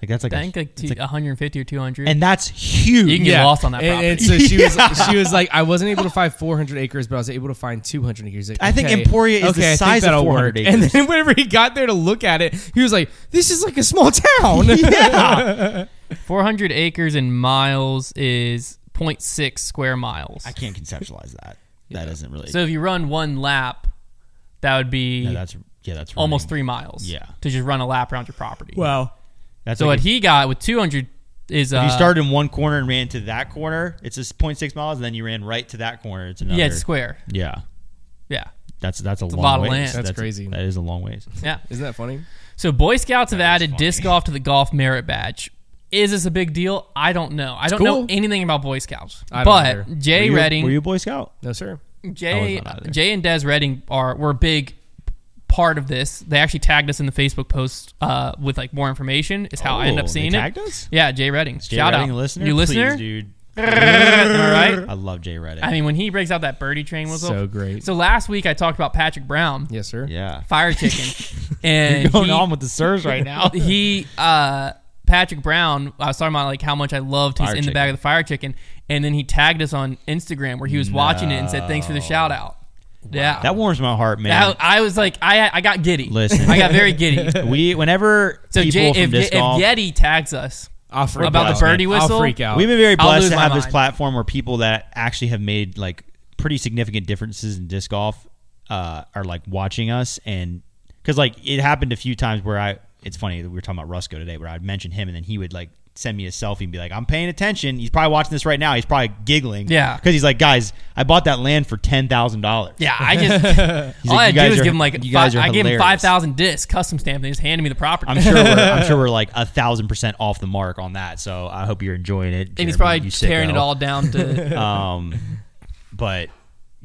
Speaker 2: Like that's like,
Speaker 1: I
Speaker 2: a-
Speaker 1: think like,
Speaker 2: it's
Speaker 1: two, 150 or 200.
Speaker 2: and that's huge.
Speaker 1: You can get lost on that
Speaker 3: And- and
Speaker 1: property.
Speaker 3: so she was, she was like, I wasn't able to find 400 acres, but I was able to find 200 acres. Like,
Speaker 2: I think
Speaker 3: okay,
Speaker 2: Emporia is the
Speaker 3: okay, I think
Speaker 2: size of
Speaker 3: that'll
Speaker 2: 400
Speaker 3: work.
Speaker 2: acres.
Speaker 3: And then whenever he got there to look at it, he was like, this is like a small town.
Speaker 2: yeah.
Speaker 1: 400 acres in miles is 0.6 square miles.
Speaker 2: I can't conceptualize that. That doesn't really.
Speaker 1: So if you run one lap, that would be
Speaker 2: no, that's yeah. That's
Speaker 1: almost
Speaker 2: running.
Speaker 1: three miles.
Speaker 2: Yeah.
Speaker 1: To just run a lap around your property.
Speaker 3: Wow.
Speaker 2: That's
Speaker 1: so what
Speaker 2: like if,
Speaker 1: he got with 200 is. Uh,
Speaker 2: if you started in one corner and ran to that corner, it's just 0.6 miles, and then you ran right to that corner. It's another.
Speaker 1: Yeah, it's square.
Speaker 2: Yeah.
Speaker 1: Yeah.
Speaker 2: That's that's a long
Speaker 1: lot of
Speaker 2: ways.
Speaker 1: land.
Speaker 3: That's crazy.
Speaker 2: That is a long ways.
Speaker 1: Yeah.
Speaker 3: Isn't that funny?
Speaker 1: So Boy Scouts have
Speaker 2: That is
Speaker 1: added
Speaker 2: funny.
Speaker 1: disc golf to the golf merit badge. Is this a big deal? I don't know. I don't know
Speaker 3: cool.
Speaker 1: anything about Boy Scouts.
Speaker 3: I don't
Speaker 1: But
Speaker 3: either.
Speaker 1: Jay
Speaker 2: were you,
Speaker 1: Redding,
Speaker 2: Were you a Boy Scout?
Speaker 3: No, sir.
Speaker 1: Jay,
Speaker 2: I was not either.
Speaker 1: Jay and Des Redding are were a big part of this. They actually tagged us in the Facebook post uh, with like more information. Is how I end
Speaker 2: Oh,
Speaker 1: up
Speaker 2: they
Speaker 1: seeing
Speaker 2: tagged
Speaker 1: it.
Speaker 2: us?
Speaker 1: Yeah, Jay Redding.
Speaker 2: Jay
Speaker 1: Shout
Speaker 2: Redding,
Speaker 1: out,
Speaker 2: listener.
Speaker 1: new listener.
Speaker 2: Please, dude.
Speaker 1: Am I right?
Speaker 2: I love Jay Redding.
Speaker 1: I mean, when he breaks out that birdie train whistle,
Speaker 3: So great.
Speaker 1: So last week I talked about Patrick Brown,
Speaker 3: Yes, sir.
Speaker 2: yeah.
Speaker 1: fire chicken, and
Speaker 2: Going
Speaker 1: he,
Speaker 2: on with the Sirs right now.
Speaker 1: he uh Patrick Brown, I was talking about like how much I loved his
Speaker 2: Fire
Speaker 1: in the bag
Speaker 2: Chicken.
Speaker 1: of the fire chicken, and then he tagged us on Instagram where he was watching it and said thanks for the shout out. Yeah,
Speaker 2: That warms my heart, man.
Speaker 1: That- I was like, I I got giddy.
Speaker 2: Listen.
Speaker 1: I got very giddy.
Speaker 2: We whenever
Speaker 1: So
Speaker 2: people
Speaker 1: Jay,
Speaker 2: from
Speaker 1: if,
Speaker 2: disc
Speaker 1: if
Speaker 2: golf,
Speaker 1: Yeti tags us,
Speaker 3: I'll freak
Speaker 1: About
Speaker 3: out.
Speaker 2: the birdie
Speaker 1: whistle?
Speaker 3: I'll freak out.
Speaker 2: we've been very
Speaker 1: I'll
Speaker 2: blessed
Speaker 1: lose
Speaker 2: to
Speaker 1: my
Speaker 2: have this
Speaker 1: mind.
Speaker 2: platform where people that actually have made like pretty significant differences in disc golf uh, are like watching us and because like it happened a few times where I it's funny that we were talking about Rusco today where I'd mention him and then he would like send me a selfie and be like I'm paying attention he's probably watching this right now he's probably giggling
Speaker 1: Yeah.
Speaker 2: because he's like guys I bought that land for ten thousand dollars
Speaker 1: yeah, I just all I
Speaker 2: like, "You
Speaker 1: had to
Speaker 2: guys
Speaker 1: do is
Speaker 2: are-
Speaker 1: give him like
Speaker 2: you guys
Speaker 1: fi-
Speaker 2: are
Speaker 1: I gave him
Speaker 2: hilarious."
Speaker 1: five thousand discs custom stamp, and they just handed me the property.
Speaker 2: I'm sure we're, I'm sure we're like a thousand percent off the mark on that so I hope you're enjoying it
Speaker 1: and he's
Speaker 2: Jeremy,
Speaker 1: probably
Speaker 2: you
Speaker 1: tearing
Speaker 2: sicko.
Speaker 1: it all down to
Speaker 2: Um, but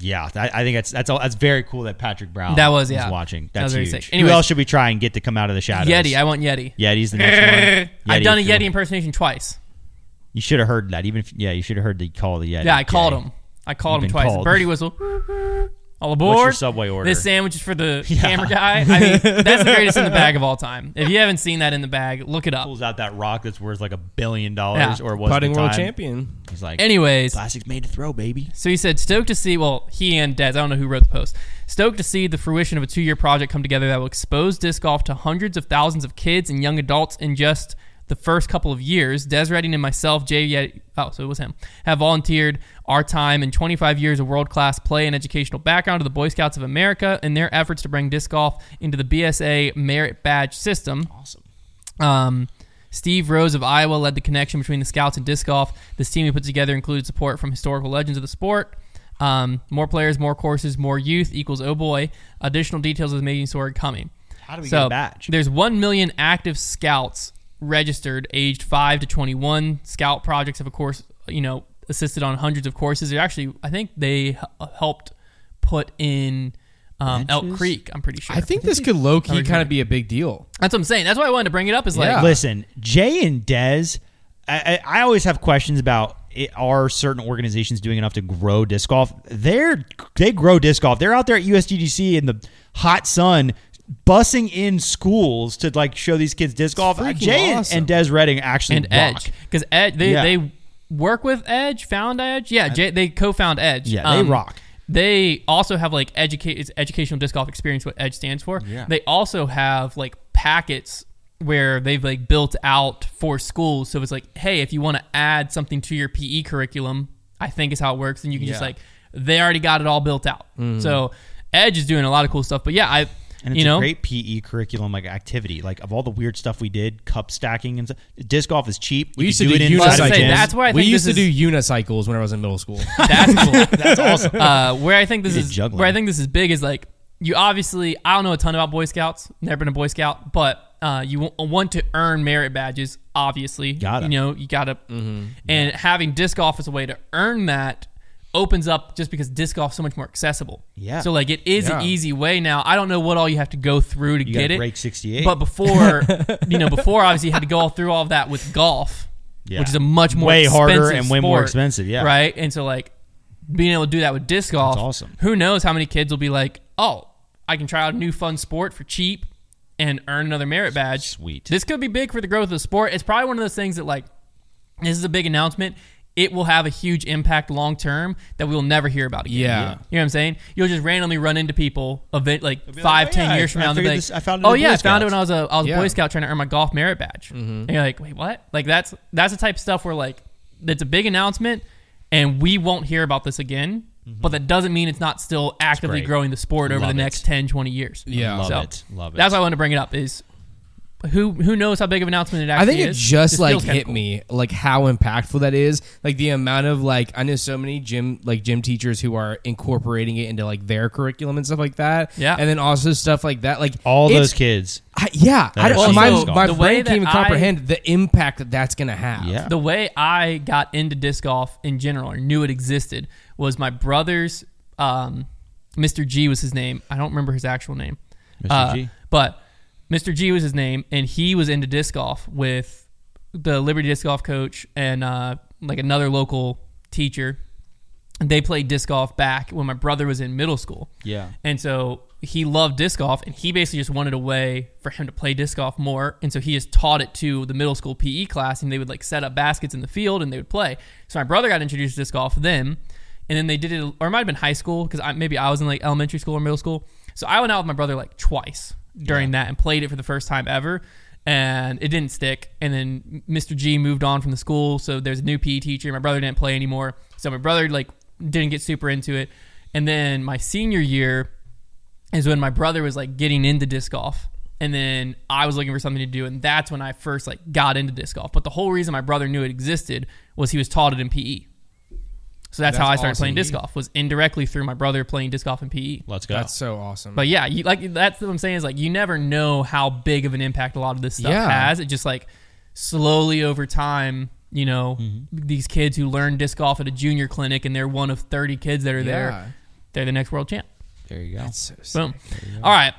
Speaker 2: yeah, I, I think that's that's all, that's very cool that Patrick Brown
Speaker 1: That was,
Speaker 2: is
Speaker 1: yeah.
Speaker 2: watching.
Speaker 1: That was
Speaker 2: That's
Speaker 1: very
Speaker 2: huge.
Speaker 1: sick.
Speaker 2: Who
Speaker 1: Anyways.
Speaker 2: else should we try and get to come out of the shadows?
Speaker 1: Yeti, I want Yeti.
Speaker 2: Yeti's the next one.
Speaker 1: I've done a
Speaker 2: if you-
Speaker 1: Yeti impersonation twice.
Speaker 2: You should have heard that. Even if yeah, you should have heard the call of the Yeti.
Speaker 1: Yeah, I called
Speaker 2: Yeti.
Speaker 1: him. I called him
Speaker 2: You've been
Speaker 1: twice.
Speaker 2: called.
Speaker 1: Birdie whistle. All aboard.
Speaker 2: Subway order?
Speaker 1: This sandwich is for the camera guy. I mean, that's the greatest in the bag of all time. If you haven't seen that in the bag, look it up.
Speaker 2: Pulls out that rock that's worth like a billion dollars
Speaker 1: Yeah.
Speaker 2: or was
Speaker 3: Putting
Speaker 2: at the
Speaker 3: world
Speaker 2: time.
Speaker 3: champion.
Speaker 2: He's like,
Speaker 1: Anyways,
Speaker 2: plastic's made to throw, baby.
Speaker 1: So he said, stoked to see, well, he and Dez, I don't know who wrote the post, stoked to see the fruition of a two year project come together that will expose disc golf to hundreds of thousands of kids and young adults in just the first couple of years. Des Redding and myself, Jay Yeti, oh, so it was him, have volunteered our time and 25 years of world class play and educational background to the Boy Scouts of America in their efforts to bring disc golf into the BSA merit badge system.
Speaker 2: Awesome.
Speaker 1: Um, Steve Rose of Iowa led the connection between the Scouts and disc golf. This team he put together included support from historical legends of the sport. Um, more players, more courses, more youth equals oh boy. Additional details of the meeting sword coming.
Speaker 2: How do we
Speaker 1: So
Speaker 2: get a badge?
Speaker 1: there's one million active scouts registered, aged five to 21. Scout projects have, of course, you know, assisted on hundreds of courses. They actually, I think they h- helped put in um, Elk
Speaker 2: Benches?
Speaker 1: Creek. I'm pretty sure.
Speaker 3: I think this could low key
Speaker 1: Originally.
Speaker 3: kind of be a big deal.
Speaker 1: that's what I'm saying. That's why I wanted to bring it up. Is like,
Speaker 3: Yeah.
Speaker 2: Listen, Jay and Dez, I, I, I always have questions about it, are certain organizations doing enough to grow disc golf? They're they grow disc golf. They're out there at USGDC in the hot sun, bussing in schools to like show these kids disc golf. Uh,
Speaker 3: freaking
Speaker 2: Jay and-
Speaker 3: awesome.
Speaker 2: and Dez Redding actually
Speaker 1: and
Speaker 2: rock.
Speaker 1: Edge because Edge they
Speaker 2: Yeah.
Speaker 1: they work with Edge, found Edge. Yeah, J- they co-found Edge. Um,
Speaker 2: Yeah, they rock.
Speaker 1: They also have like educate it's educational disc golf experience, what Edge stands for.
Speaker 2: Yeah.
Speaker 1: They also have like packets where they've like built out for schools. So it's like, hey, if you want to add something to your PE curriculum, I think is how it works, and you can just
Speaker 2: Yeah. Mm.
Speaker 1: like they already got it all built out. So Edge is doing a lot of cool stuff. But yeah, I
Speaker 2: And it's
Speaker 1: you know
Speaker 2: a great PE curriculum like activity. Like of all the weird stuff we did, cup stacking and stuff. Disc golf is cheap.
Speaker 3: We
Speaker 2: You
Speaker 3: used
Speaker 2: can
Speaker 3: to do,
Speaker 2: it
Speaker 1: I
Speaker 2: inside a
Speaker 1: was gonna say,
Speaker 2: gym.
Speaker 3: unicycles.
Speaker 1: that's why I
Speaker 3: we
Speaker 1: think
Speaker 3: used
Speaker 1: this
Speaker 3: to do unicycles when I was in middle school.
Speaker 1: That's cool. That's awesome. Uh, where I think this
Speaker 2: did
Speaker 1: is
Speaker 2: juggling.
Speaker 1: where I think this is big is like you obviously I don't know a ton about Boy Scouts. Never been a Boy Scout, but uh, you wa- want to earn merit badges. Obviously,
Speaker 2: Gotta. Mm-hmm.
Speaker 1: you know you gotta. And having disc golf as a way to earn that opens up just because disc golf's so much more accessible.
Speaker 2: Yeah.
Speaker 1: So like it is an
Speaker 3: Yeah.
Speaker 1: easy way now. I don't know what all you have to go through to
Speaker 2: You gotta
Speaker 1: get it.
Speaker 2: break 68.
Speaker 1: But before you know, before obviously you had to go all through all of that with golf.
Speaker 2: Yeah.
Speaker 1: Which is a much more
Speaker 2: Way harder
Speaker 1: expensive
Speaker 2: and way more
Speaker 1: sport,
Speaker 2: expensive, yeah.
Speaker 1: Right right? And so like being able to do that with disc golf,
Speaker 2: That's awesome.
Speaker 1: Who knows how many kids will be like, oh, I can try out a new fun sport for cheap and earn another merit badge.
Speaker 2: Sweet.
Speaker 1: This could be big for the growth of the sport. It's probably one of those things that like this is a big announcement. It will have a huge impact long term that we will never hear about again.
Speaker 3: Yeah.
Speaker 1: you
Speaker 3: Yeah.
Speaker 1: know what I'm saying. You'll just randomly run into people, event like
Speaker 2: be like,
Speaker 1: five,
Speaker 2: "Oh,
Speaker 1: ten
Speaker 2: yeah,
Speaker 1: years from
Speaker 2: I
Speaker 1: now, and they'll be
Speaker 2: figured
Speaker 1: like,
Speaker 2: this- I found it in
Speaker 1: "Oh
Speaker 2: the
Speaker 1: yeah,
Speaker 2: Boy
Speaker 1: I found it
Speaker 2: Scouts."
Speaker 1: when I was a I was a
Speaker 3: Yeah. Mm-hmm.
Speaker 1: Boy Scout trying to earn my golf merit badge." And you're like, "Wait, what?" Like that's that's the type of stuff where like that's a big announcement, and we won't hear about this again.
Speaker 3: Mm-hmm.
Speaker 1: But that doesn't mean it's not still actively
Speaker 2: great.
Speaker 1: growing the sport over
Speaker 2: Love
Speaker 1: the
Speaker 2: it.
Speaker 1: next 10, 20 years.
Speaker 3: Yeah. Love
Speaker 1: so
Speaker 2: it. Love it.
Speaker 1: That's why I wanted to bring it up. Is who who knows how big of an announcement it
Speaker 3: I
Speaker 1: actually is?
Speaker 3: think it just
Speaker 1: It
Speaker 3: like
Speaker 1: feels kinda
Speaker 3: hit
Speaker 1: cool.
Speaker 3: me like how impactful that is. Like the amount of like I know so many gym like gym teachers who are incorporating it into like their curriculum and stuff like that.
Speaker 1: Yeah.
Speaker 3: and then also stuff like that. Like
Speaker 2: all
Speaker 3: it's-
Speaker 2: those kids.
Speaker 3: I, yeah, I
Speaker 2: That
Speaker 3: don't,
Speaker 2: are
Speaker 3: my
Speaker 2: also-
Speaker 3: my
Speaker 1: the way
Speaker 3: brain
Speaker 1: that
Speaker 3: can't even
Speaker 1: I-
Speaker 3: comprehend the impact that that's gonna have.
Speaker 2: Yeah.
Speaker 1: The way I got into disc golf in general or knew it existed was my brother's um, Mr. G was his name. I don't remember his actual name. Uh,
Speaker 2: Mr. G?
Speaker 1: But Mr. G was his name, and he was into disc golf with the Liberty disc golf coach and uh, like another local teacher. They played disc golf back when my brother was in middle school.
Speaker 2: Yeah.
Speaker 1: And so he loved disc golf, and he basically just wanted a way for him to play disc golf more. And so he just taught it to the middle school PE class, and they would like set up baskets in the field and they would play. So my brother got introduced to disc golf then, and then they did it, or it might have been high school because I, maybe I was in like elementary school or middle school. So I went out with my brother like twice during that and played it for the first time ever. And it didn't stick. And then Mr. G moved on from the school. So there's a new PE teacher. My brother didn't play anymore. So my brother like didn't get super into it. And then my senior year, is when my brother was like getting into disc golf and then I was looking for something to do and that's when I first like got into disc golf. But the whole reason my brother knew it existed was he was taught it in PE. So that's,
Speaker 3: That's
Speaker 1: how I started
Speaker 3: awesome.
Speaker 1: playing disc golf was indirectly through my brother playing disc golf in E. PE.
Speaker 2: Let's go.
Speaker 3: That's so awesome.
Speaker 1: But yeah, you, like that's what I'm saying is like you never know how big of an impact a lot of this stuff
Speaker 3: Yeah.
Speaker 1: has. It just like slowly over time, you
Speaker 3: Mm-hmm.
Speaker 1: know, these kids who learn disc golf at a junior clinic and they're one of 30 kids that are
Speaker 3: Yeah.
Speaker 1: there They're the next world champ.
Speaker 2: There you go.
Speaker 3: So sick.
Speaker 1: Boom. All right.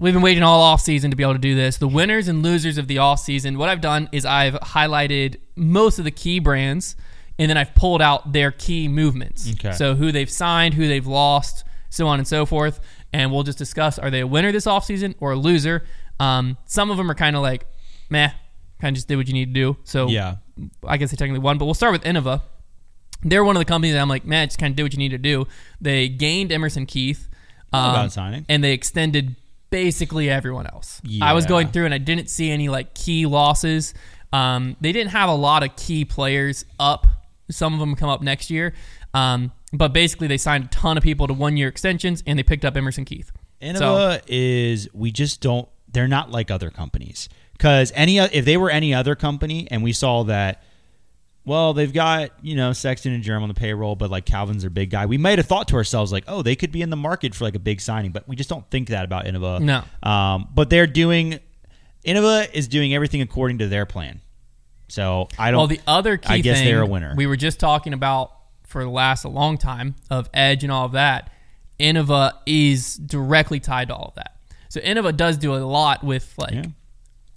Speaker 1: We've been waiting all off season to be able to do this. The winners and losers of the off season. What I've done is I've highlighted most of the key brands, and then I've pulled out their key movements.
Speaker 2: Okay.
Speaker 1: So who they've signed, who they've lost, so on and so forth. And we'll just discuss: Are they a winner this off season or a loser? Um, some of them are kind of like, meh, kind of just did what you need to do. So
Speaker 2: Yeah.
Speaker 1: uh, I guess they technically won, but we'll start with Innova. They're one of the companies that I'm like, man, just kind of did what you need to do. They gained Emerson Keith, um,
Speaker 2: bad signing.
Speaker 1: and they extended basically everyone else. I was
Speaker 2: Yeah.
Speaker 1: going through and I didn't see any like key losses. Um, they didn't have a lot of key players up. Some of them come up next year, um, but basically they signed a ton of people to one year extensions and they picked up Emerson Keith. So-
Speaker 2: Innova is we just don't. They're not like other companies because any o- if they were any other company and we saw that. Well, they've got you know Sexton and Jerem on the payroll, but like Calvin's their big guy. We might have thought to ourselves like, oh, they could be in the market for like a big signing, but we just don't think that about Innova.
Speaker 1: No.
Speaker 2: um, but they're doing Innova is doing everything according to their plan. So I don't.
Speaker 1: Well, the other key
Speaker 2: I guess
Speaker 1: thing
Speaker 2: they're a winner.
Speaker 1: We were just talking about for the last a long time of Edge and all of that. Innova is directly tied to all of that. So Innova does do a lot with like
Speaker 2: Yeah.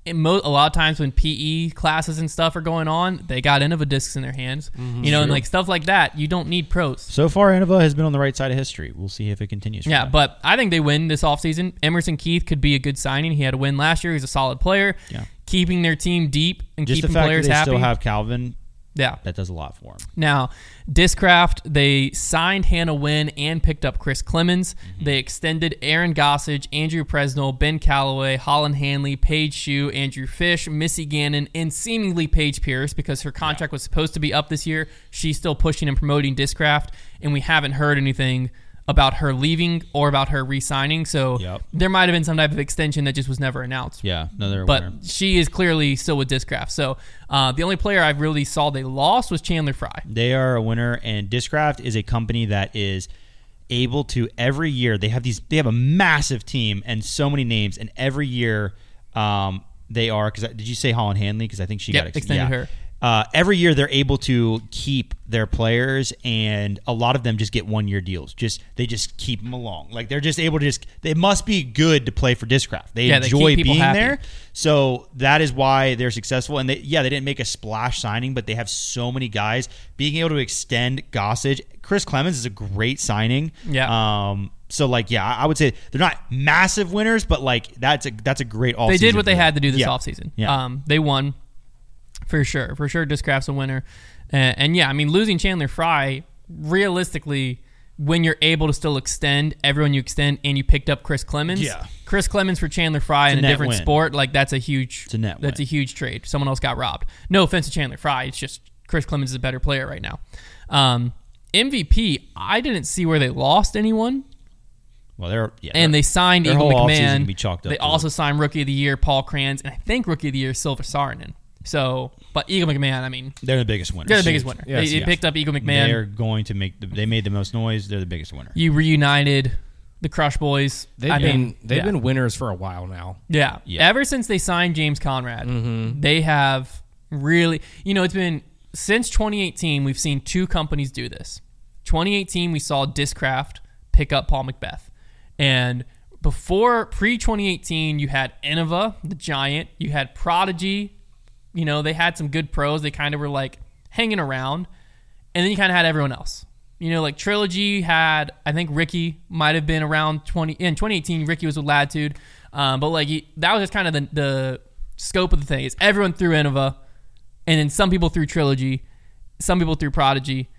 Speaker 1: in mo- a lot of times when PE classes and stuff are going on, they got Innova discs in their hands,
Speaker 2: Mm-hmm.
Speaker 1: you know, and like stuff like that. You don't need pros.
Speaker 2: so far, Innova has been on the right side of history. We'll see if it continues. for
Speaker 1: Yeah,
Speaker 2: them.
Speaker 1: but I think they win this offseason. Emerson Keith could be a good signing. He had a win last year. He's a solid player.
Speaker 2: Yeah.
Speaker 1: Keeping their team deep and
Speaker 2: just the
Speaker 1: keeping
Speaker 2: fact that
Speaker 1: players
Speaker 2: they
Speaker 1: happy.
Speaker 2: still have Calvin,
Speaker 1: yeah.
Speaker 2: that does a lot for him.
Speaker 1: Now, Discraft, they signed Hannah Wynn and picked up Chris Clemens.
Speaker 2: Mm-hmm.
Speaker 1: They extended Aaron Gossage, Andrew Presnell, Ben Calloway, Holland Hanley, Paige Shue, Andrew Fish, Missy Gannon, and seemingly Paige Pierce because her contract was supposed to be up this year. She's still pushing and promoting Discraft, and we haven't heard anything about her leaving or about her re signing. So
Speaker 2: Yep.
Speaker 1: there might have been some type of extension that just was never announced
Speaker 2: Yeah, another
Speaker 1: but
Speaker 2: winner.
Speaker 1: she is clearly still with Discraft. So uh, the only player I really saw they lost was Chandler Fry.
Speaker 2: They are a winner, and Discraft is a company that is able to every year. They have these. They have a massive team and so many names, and every year um, they are. Because did you say Holland Hanley? Because I think she
Speaker 1: Yep,
Speaker 2: got ex-
Speaker 1: extended
Speaker 2: yeah.
Speaker 1: her.
Speaker 2: Uh, every year they're able to keep their players, and a lot of them just get one year deals. Just they just keep them along. Like they're just able to just. They must be good to play for Discraft. They
Speaker 1: Yeah, they
Speaker 2: enjoy
Speaker 1: keep people
Speaker 2: being
Speaker 1: happy.
Speaker 2: there. So that is why they're successful. And they, yeah, they didn't make a splash signing, but they have so many guys being able to extend Gossage. Chris Clemens is a great signing.
Speaker 1: Yeah.
Speaker 2: Um. So like, yeah, I I would say they're not massive winners, but like that's a that's a great all.
Speaker 1: They did what they had to do this offseason.
Speaker 2: Yeah.
Speaker 1: Um, they won for sure. For sure, Discraft's a winner. And, and yeah, I mean, losing Chandler Fry, realistically, when you're able to still extend everyone you extend and you picked up Chris Clemens,
Speaker 2: Yeah.
Speaker 1: Chris Clemens for Chandler Fry in a
Speaker 2: net
Speaker 1: different
Speaker 2: win.
Speaker 1: sport, like that's a huge
Speaker 2: a net
Speaker 1: that's
Speaker 2: win.
Speaker 1: a huge trade. Someone else got robbed. No offense to Chandler Fry, it's just Chris Clemens is a better player right now. Um, MVP, I didn't see where they lost anyone.
Speaker 2: Well, they're yeah,
Speaker 1: And
Speaker 2: they're-
Speaker 1: they signed
Speaker 2: their
Speaker 1: Eagle
Speaker 2: whole offseason
Speaker 1: McMahon.
Speaker 2: can be chalked up
Speaker 1: they
Speaker 2: to
Speaker 1: also signed Rookie of the Year Paul Kranz, and I think Rookie of the Year Silver Saarinen. So, but Eagle McMahon, I mean,
Speaker 2: they're the biggest winners.
Speaker 1: they're the biggest winner.
Speaker 3: Yes,
Speaker 1: they, they
Speaker 2: yes.
Speaker 1: picked up Eagle McMahon.
Speaker 2: They're going to make. The, they made the most noise. They're the biggest winner.
Speaker 1: you reunited the Crush Boys.
Speaker 3: They've
Speaker 1: I
Speaker 3: been
Speaker 1: mean,
Speaker 3: they've
Speaker 1: yeah.
Speaker 3: been winners for a while now.
Speaker 1: Yeah.
Speaker 2: Yeah.
Speaker 1: Ever since they signed James Conrad, they have really, you know, it's been since 2018, we've seen two companies do this. 2018, we saw Discraft pick up Paul Macbeth. And before pre 2018, you had Innova, the giant, you had Prodigy. You know, they had some good pros. They kind of were like hanging around. And then you kind of had everyone else. You know, like Trilogy had, I think Ricky might have been around 20 in 2018. Ricky was with Latitude, um, but like he- that was just kind of the, the scope of the thing. Is everyone threw Innova, and then some people threw Trilogy, some people threw Prodigy,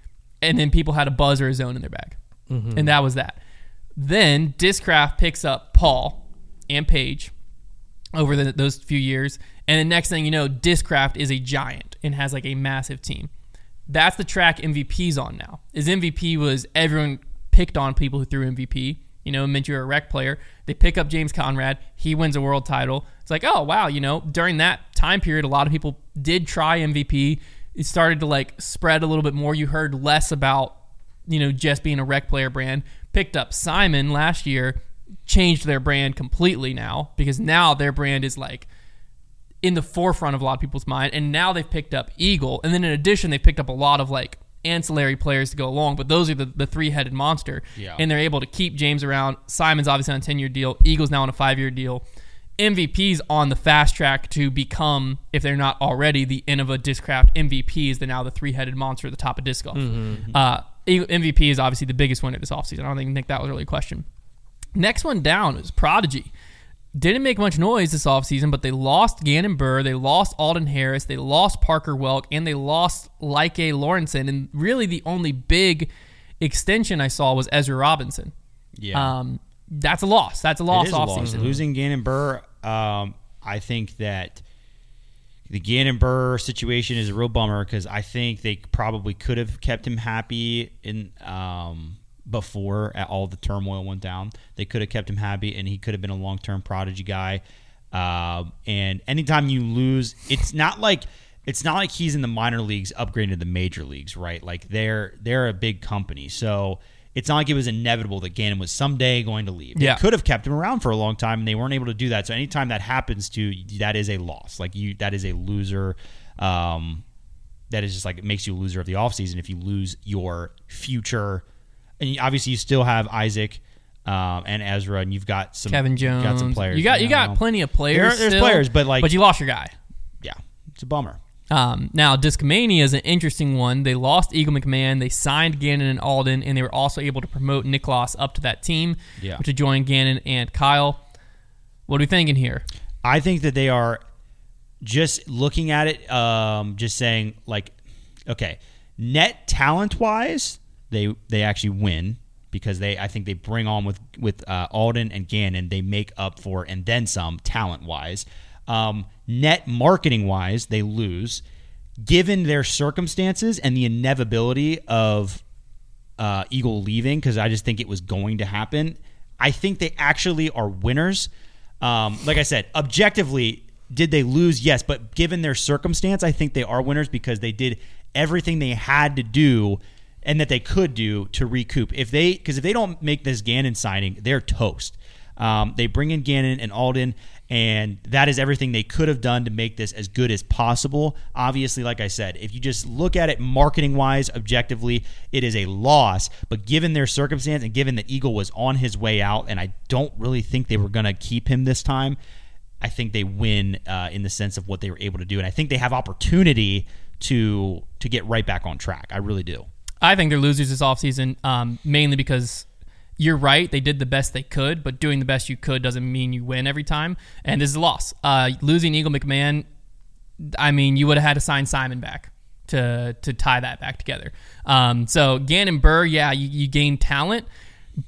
Speaker 1: and then people had a buzz or a zone in their bag, and that was that. Then Discraft picks up Paul and Paige over the, those few years. And the next thing you know, Discraft is a giant and has like a massive team. That's the track MVP's on now. Is MVP was everyone picked on people who threw MVP. You know, meant you're a rec player. They pick up James Conrad. He wins a world title. It's like, oh wow, you know, during that time period, a lot of people did try MVP. It started to like spread a little bit more. You heard less about you know, just being a rec player brand, picked up Simon last year, changed their brand completely now because now their brand is like in the forefront of a lot of people's mind. And now they've picked up Eagle. And then in addition, they've picked up a lot of like ancillary players to go along, but those are the, the three headed monster.
Speaker 2: Yeah.
Speaker 1: And they're able to keep James around. Simon's obviously on a 10 year deal. Eagles now on a five year deal. MVP's on the fast track to become, if they're not already, the Innova Discraft MVPs. They're now the three headed monster at the top of disc golf. Uh, Eagle- MVP is obviously the biggest winner this offseason. I don't think, think that was really a question. Next one down is Prodigy. Didn't make much noise this offseason, but they lost Gannon Burr, they lost Alden Harris, they lost Parker Welk, and they lost Like Lawrenson. And really, the only big extension I saw was Ezra Robinson.
Speaker 2: Yeah.
Speaker 1: Um, that's a loss. That's a
Speaker 2: It
Speaker 1: loss
Speaker 2: is a loss.
Speaker 1: offseason.
Speaker 2: Losing Gannon Burr, um, I think that the Gannon Burr situation is a real bummer because I think they probably could have kept him happy in um, before at all the turmoil went down. They could have kept him happy, and he could have been a long term prodigy guy. Um, and anytime you lose, it's not like it's not like he's in the minor leagues upgrading to the major leagues, right? Like they're they're a big company, so. It's not like it was inevitable that Gannon was someday going to leave. They
Speaker 1: Yeah.
Speaker 2: could have kept him around for a long time and they weren't able to do that. So anytime that happens to you, that is a loss. Like you that is a loser. Um that is just like it makes you a loser of the offseason if you lose your future. And you- obviously you still have Isaac um, and Ezra and you've got some
Speaker 1: Kevin Jones.
Speaker 2: you've got some players.
Speaker 1: You got, you got
Speaker 2: know.
Speaker 1: plenty of players.
Speaker 2: There- there's
Speaker 1: still,
Speaker 2: players, but like
Speaker 1: But you lost your guy.
Speaker 2: yeah. It's a bummer.
Speaker 1: Um, now, Discomania is an interesting one. They lost Eagle McMahon. They signed Gannon and Alden, and they were also able to promote Niklas up to that team
Speaker 2: Yeah.
Speaker 1: to join Gannon and Kyle. What are we thinking here?
Speaker 2: I think that they are just looking at it, um, just saying like, okay, net talent wise, they they actually win because they I think they bring on with with uh, Alden and Gannon they make up for and then some talent wise. Um, net marketing wise, they lose. Given their circumstances and the inevitability of uh, Eagle leaving because I just think it was going to happen. I think they actually are winners. Um, like I said, objectively, did they lose? Yes, but given their circumstance, I think they are winners because they did everything they had to do and that they could do to recoup. If they because if they don't make this Gannon signing, they're toast. Um, they bring in Gannon and Alden, and that is everything they could have done to make this as good as possible. Obviously, like I said, if you just look at it marketing wise, objectively, it is a loss. But given their circumstance and given that Eagle was on his way out, and I don't really think they were going to keep him this time, I think they win uh, in the sense of what they were able to do, and I think they have opportunity to to get right back on track. I really do.
Speaker 1: I think they're losers this offseason, um, mainly because you're right. They did the best they could, but doing the best you could doesn't mean you win every time. And this is a loss. Uh, losing Eagle McMahon, I mean, you would have had to sign Simon back to to tie that back together. Um, so Gannon Burr, yeah, you, you gain talent,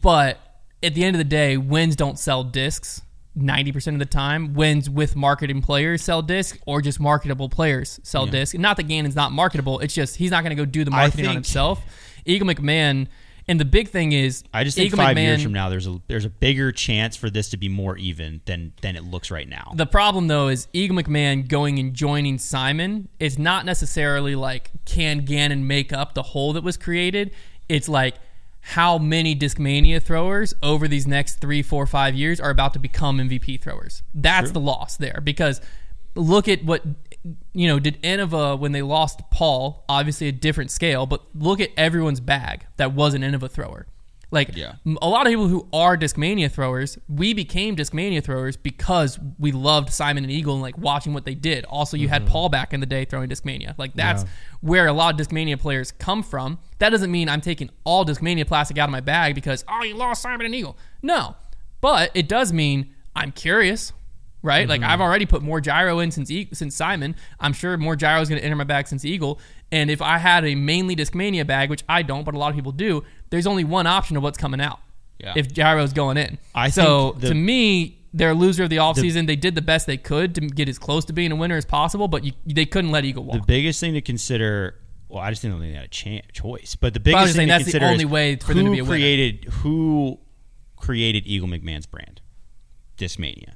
Speaker 1: but at the end of the day, wins don't sell discs. 90% of the time wins with marketing players sell disc or just marketable players sell disc not that gannon's not marketable it's just he's not going to go do the
Speaker 2: I
Speaker 1: marketing on
Speaker 2: think-
Speaker 1: himself eagle mcmahon and the big thing is
Speaker 2: I just think
Speaker 1: eagle
Speaker 2: five
Speaker 1: mcmahon
Speaker 2: years from now, there's a there's a bigger chance for this to be more even than than it looks right now.
Speaker 1: The problem though is Eagle McMahon going and joining Simon is not necessarily like can Gannon make up the hole that was created. It's like how many Discmania throwers over these next three, four, five years are about to become MVP throwers. That's the loss there because look at what you know did Innova when they lost Paul. Obviously a different scale, but look at everyone's bag that was an Innova thrower. Like
Speaker 2: Yeah.
Speaker 1: m- a lot of people who are Discmania throwers, we became Discmania throwers because we loved Simon and Eagle and like watching what they did. Also, you had Paul back in the day throwing Discmania. Like that's where a lot of Discmania players come from. That doesn't mean I'm taking all Discmania plastic out of my bag because oh you lost Simon and Eagle. No, but it does mean I'm curious. Right,
Speaker 2: Mm-hmm.
Speaker 1: like I've already put more gyro in since e- since Simon. I'm sure more gyro is going to enter my bag since Eagle. And if I had a mainly Discmania bag, which I don't, but a lot of people do, there's only one option of what's coming out.
Speaker 2: Yeah.
Speaker 1: If Gyro's going in.
Speaker 2: I
Speaker 1: so
Speaker 2: think the-
Speaker 1: to me, they're a loser of the offseason. they did the best they could to get as close to being a winner as possible, but you, they couldn't let Eagle
Speaker 2: the
Speaker 1: walk.
Speaker 2: biggest thing to consider. Well, I just think they had a chan choice, but the
Speaker 1: I
Speaker 2: biggest
Speaker 1: was saying
Speaker 2: thing to
Speaker 1: that's the
Speaker 2: consider
Speaker 1: only
Speaker 2: is
Speaker 1: way for
Speaker 2: who
Speaker 1: them to be a winner.
Speaker 2: created who created Eagle McMahon's brand, Discmania.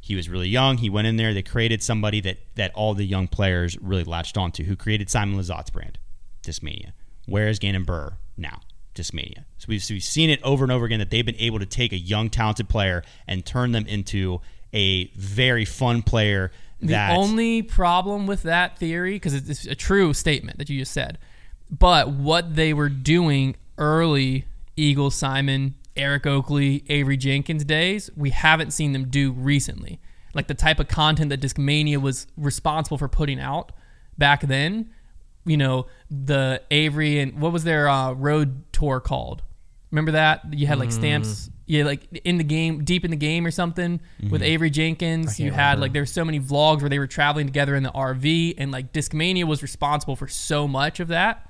Speaker 2: He was really young. He went in there. They created somebody that that all the young players really latched onto. Who created Simon Lazat's brand, Discmania. Where is Gannon Burr now? Discmania. So we've, so we've seen it over and over again that they've been able to take a young talented player and turn them into a very fun player.
Speaker 1: The
Speaker 2: that
Speaker 1: only problem with that theory, because it's, it's a true statement that you just said, But what they were doing early Eagle Simon, Eric Oakley, Avery Jenkins days, we haven't seen them do recently. Like the type of content that Discmania was responsible for putting out back then, you know, the Avery and what was their uh, road tour called? Remember that? You had like stamps. Yeah, like in the game, deep in the game or something with Avery Jenkins. You had like there were so many vlogs where they were traveling together in the RV, and like Discmania was responsible for so much of that.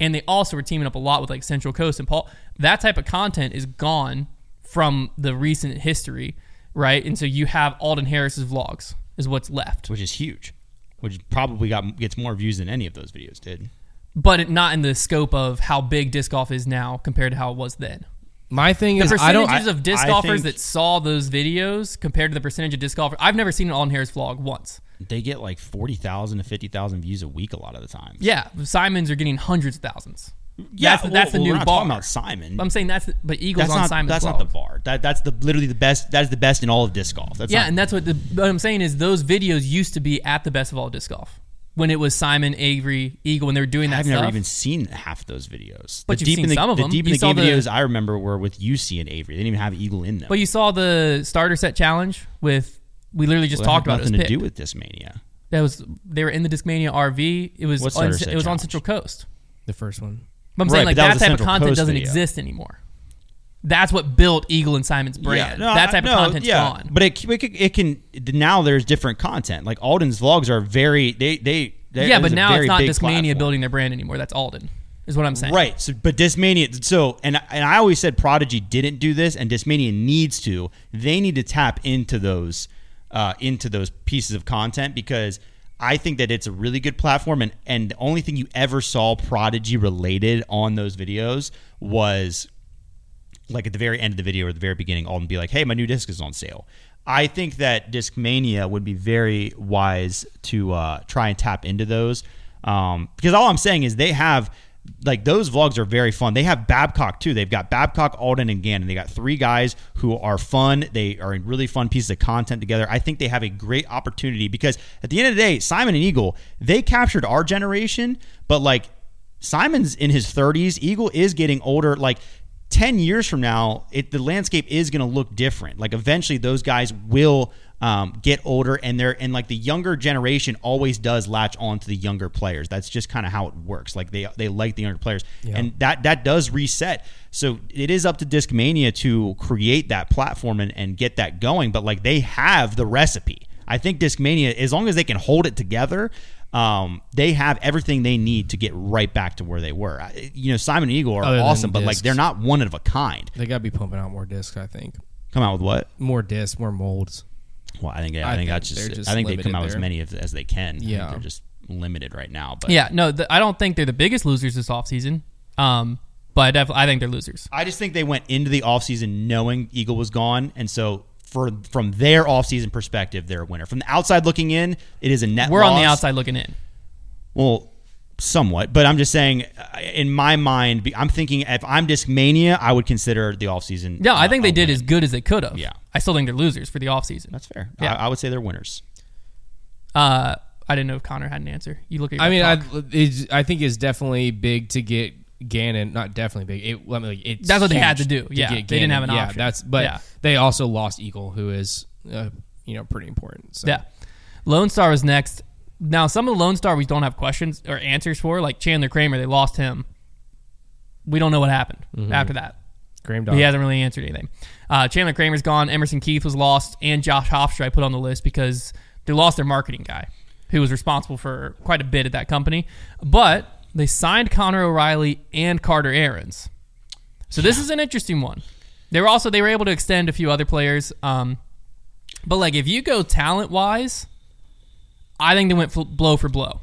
Speaker 1: And they also were teaming up a lot with like Central Coast and Paul. That type of content is gone from the recent history, right? And so you have Alden Harris's vlogs is what's left.
Speaker 2: which is huge, which probably got gets more views than any of those videos did.
Speaker 1: but it, not in the scope of how big disc golf is now compared to how it was then.
Speaker 3: My thing
Speaker 1: The
Speaker 3: is, I don't.
Speaker 1: percentages of disc
Speaker 2: I
Speaker 1: golfers
Speaker 2: think-
Speaker 1: that saw those videos compared to the percentage of disc golfers, I've never seen an Alden Harris vlog once.
Speaker 2: They get like forty thousand to fifty thousand views a week a lot of the time.
Speaker 1: Yeah, Simons are getting hundreds of thousands. that's, the-
Speaker 2: well,
Speaker 1: that's the
Speaker 2: well,
Speaker 1: new
Speaker 2: we're not
Speaker 1: bar.
Speaker 2: talking about Simon.
Speaker 1: I'm saying that's the, but Eagles
Speaker 2: that's
Speaker 1: on
Speaker 2: not
Speaker 1: Simons.
Speaker 2: that's
Speaker 1: vlog.
Speaker 2: not the bar. That that's the literally the best. That is the best in all of disc golf. That's
Speaker 1: Yeah,
Speaker 2: not-
Speaker 1: and that's what the what I'm saying is those videos used to be at the best of all disc golf when it was Simon, Avery, Eagle when they were doing that
Speaker 2: I've
Speaker 1: stuff.
Speaker 2: never even seen half of those videos.
Speaker 1: But you've
Speaker 2: the deep
Speaker 1: seen
Speaker 2: in the,
Speaker 1: some of
Speaker 2: the
Speaker 1: them.
Speaker 2: deep in
Speaker 1: You
Speaker 2: the
Speaker 1: saw
Speaker 2: game
Speaker 1: the-
Speaker 2: videos I remember were with UC and Avery. They didn't even have Eagle in them.
Speaker 1: but you saw the starter set challenge with we literally just
Speaker 2: Well, that
Speaker 1: talked
Speaker 2: had
Speaker 1: about it. It was
Speaker 2: nothing to do
Speaker 1: picked.
Speaker 2: with Discmania.
Speaker 1: That was they were in the Discmania RV. It was
Speaker 2: What
Speaker 1: on,
Speaker 2: starter
Speaker 1: it was
Speaker 2: set
Speaker 1: on
Speaker 2: challenge?
Speaker 1: Central Coast.
Speaker 3: the first one.
Speaker 1: But I'm
Speaker 2: Right,
Speaker 1: saying
Speaker 2: but
Speaker 1: like
Speaker 2: that
Speaker 1: that,
Speaker 2: was a
Speaker 1: type of
Speaker 2: Central
Speaker 1: content
Speaker 2: Coast
Speaker 1: doesn't
Speaker 2: video.
Speaker 1: exist anymore. That's what built Eagle and Simon's brand.
Speaker 2: no,
Speaker 1: that
Speaker 2: I-
Speaker 1: type
Speaker 2: no,
Speaker 1: of content's
Speaker 2: yeah.
Speaker 1: gone.
Speaker 2: But it, it, can- it can now. There's different content. Like Alden's vlogs are very they they. they
Speaker 1: yeah,
Speaker 2: there's
Speaker 1: but
Speaker 2: a
Speaker 1: now it's
Speaker 2: very
Speaker 1: not
Speaker 2: big
Speaker 1: Discmania
Speaker 2: platform.
Speaker 1: building their brand anymore. That's Alden, is what I'm saying.
Speaker 2: Right. So, but Discmania. So, and and I always said Prodigy didn't do this, and Discmania needs to. They need to tap into those, uh, into those pieces of content because I think that it's a really good platform. And and the only thing you ever saw Prodigy related on those videos was like at the very end of the video or the very beginning, Alden be like, "Hey, my new disc is on sale." I think that Discmania would be very wise to uh, try and tap into those um, because all I'm saying is they have like those vlogs are very fun. They have Babcock too. They've got Babcock, Alden, and Gannon. They got three guys who are fun. They are really fun pieces of content together. I think they have a great opportunity because at the end of the day, Simon and Eagle they captured our generation, but like Simon's in his 30s. Eagle is getting older. Like 10 years from now, it, the landscape is going to look different. Like eventually, those guys will um, get older, and they're and like the younger generation always does latch on to the younger players. That's just kind of how it works. Like they they like the younger players, and that that does reset. So it is up to Discmania to create that platform and, and get that going. But like they have the recipe. I think Discmania, as long as they can hold it together, um, they have everything they need to get right back to where they were. I- You know, Simon and Eagle are
Speaker 3: Other than
Speaker 2: awesome, but like
Speaker 3: discs.
Speaker 2: they're not one of a kind.
Speaker 3: They got to be pumping out more discs. I think
Speaker 2: Come out with what?
Speaker 3: more discs, more molds.
Speaker 2: Well, I think I,
Speaker 3: I
Speaker 2: think,
Speaker 3: think
Speaker 2: that's just,
Speaker 3: they're just
Speaker 2: I think they come
Speaker 3: limited
Speaker 2: out as
Speaker 3: there.
Speaker 2: many of, as they can. I think
Speaker 3: Yeah.
Speaker 2: they're just limited right now. But
Speaker 1: Yeah. No, th I don't think they're the biggest losers this offseason. Um, but I, def- I think they're losers.
Speaker 2: I just think they went into the offseason knowing Eagle was gone, and so. For, from their offseason perspective, they're a winner. From the outside looking in, it is a net
Speaker 1: We're on the
Speaker 2: loss.
Speaker 1: outside looking in.
Speaker 2: Well, somewhat, but I'm just saying. uh, In my mind, be- I'm thinking if I'm Discmania, I would consider the offseason.
Speaker 1: No, I
Speaker 2: uh,
Speaker 1: think
Speaker 2: a
Speaker 1: they did
Speaker 2: win.
Speaker 1: as good as they could have.
Speaker 2: Yeah.
Speaker 1: I still think they're losers for the offseason.
Speaker 2: That's fair.
Speaker 1: Yeah.
Speaker 2: I, I would say they're winners.
Speaker 1: Uh, I didn't know if Connor had an answer. You look at. Your
Speaker 3: I mean,
Speaker 1: clock.
Speaker 3: I, it's, I think it's definitely big to get Gannon. Not definitely big. It, I mean, like, it's
Speaker 1: That's what they
Speaker 3: huge
Speaker 1: had to do. Yeah,
Speaker 3: get
Speaker 1: they didn't
Speaker 3: Gannon.
Speaker 1: have an
Speaker 3: yeah,
Speaker 1: option.
Speaker 3: That's but
Speaker 1: Yeah.
Speaker 3: they also lost Eagle, who is uh, you know pretty important. So.
Speaker 1: Yeah. Lone Star was next. Now, some of the Lone Star we don't have questions or answers for, like Chandler Kramer, they lost him. We don't know what happened after that.
Speaker 3: Graham
Speaker 1: He
Speaker 3: Dog.
Speaker 1: hasn't really answered anything. Uh, Chandler Kramer's gone. Emerson Keith was lost, and Josh Hofstra I put on the list because they lost their marketing guy, who was responsible for quite a bit at that company. But they signed Connor O'Reilly and Carter Aarons, so this is an interesting one. They were also they were able to extend a few other players, um, but like if you go talent wise, I think they went fl- blow for blow.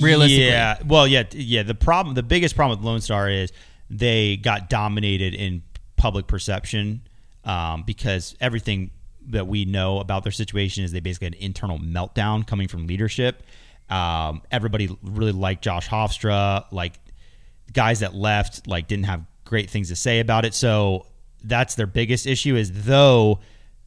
Speaker 1: Realistically.
Speaker 2: yeah. Well, yeah, t- yeah. The problem, the biggest problem with Lone Star is they got dominated in public perception um, because everything that we know about their situation is they basically had an internal meltdown coming from leadership. Um, everybody really liked Josh Hofstra, like guys that left like didn't have great things to say about it. So that's their biggest issue is though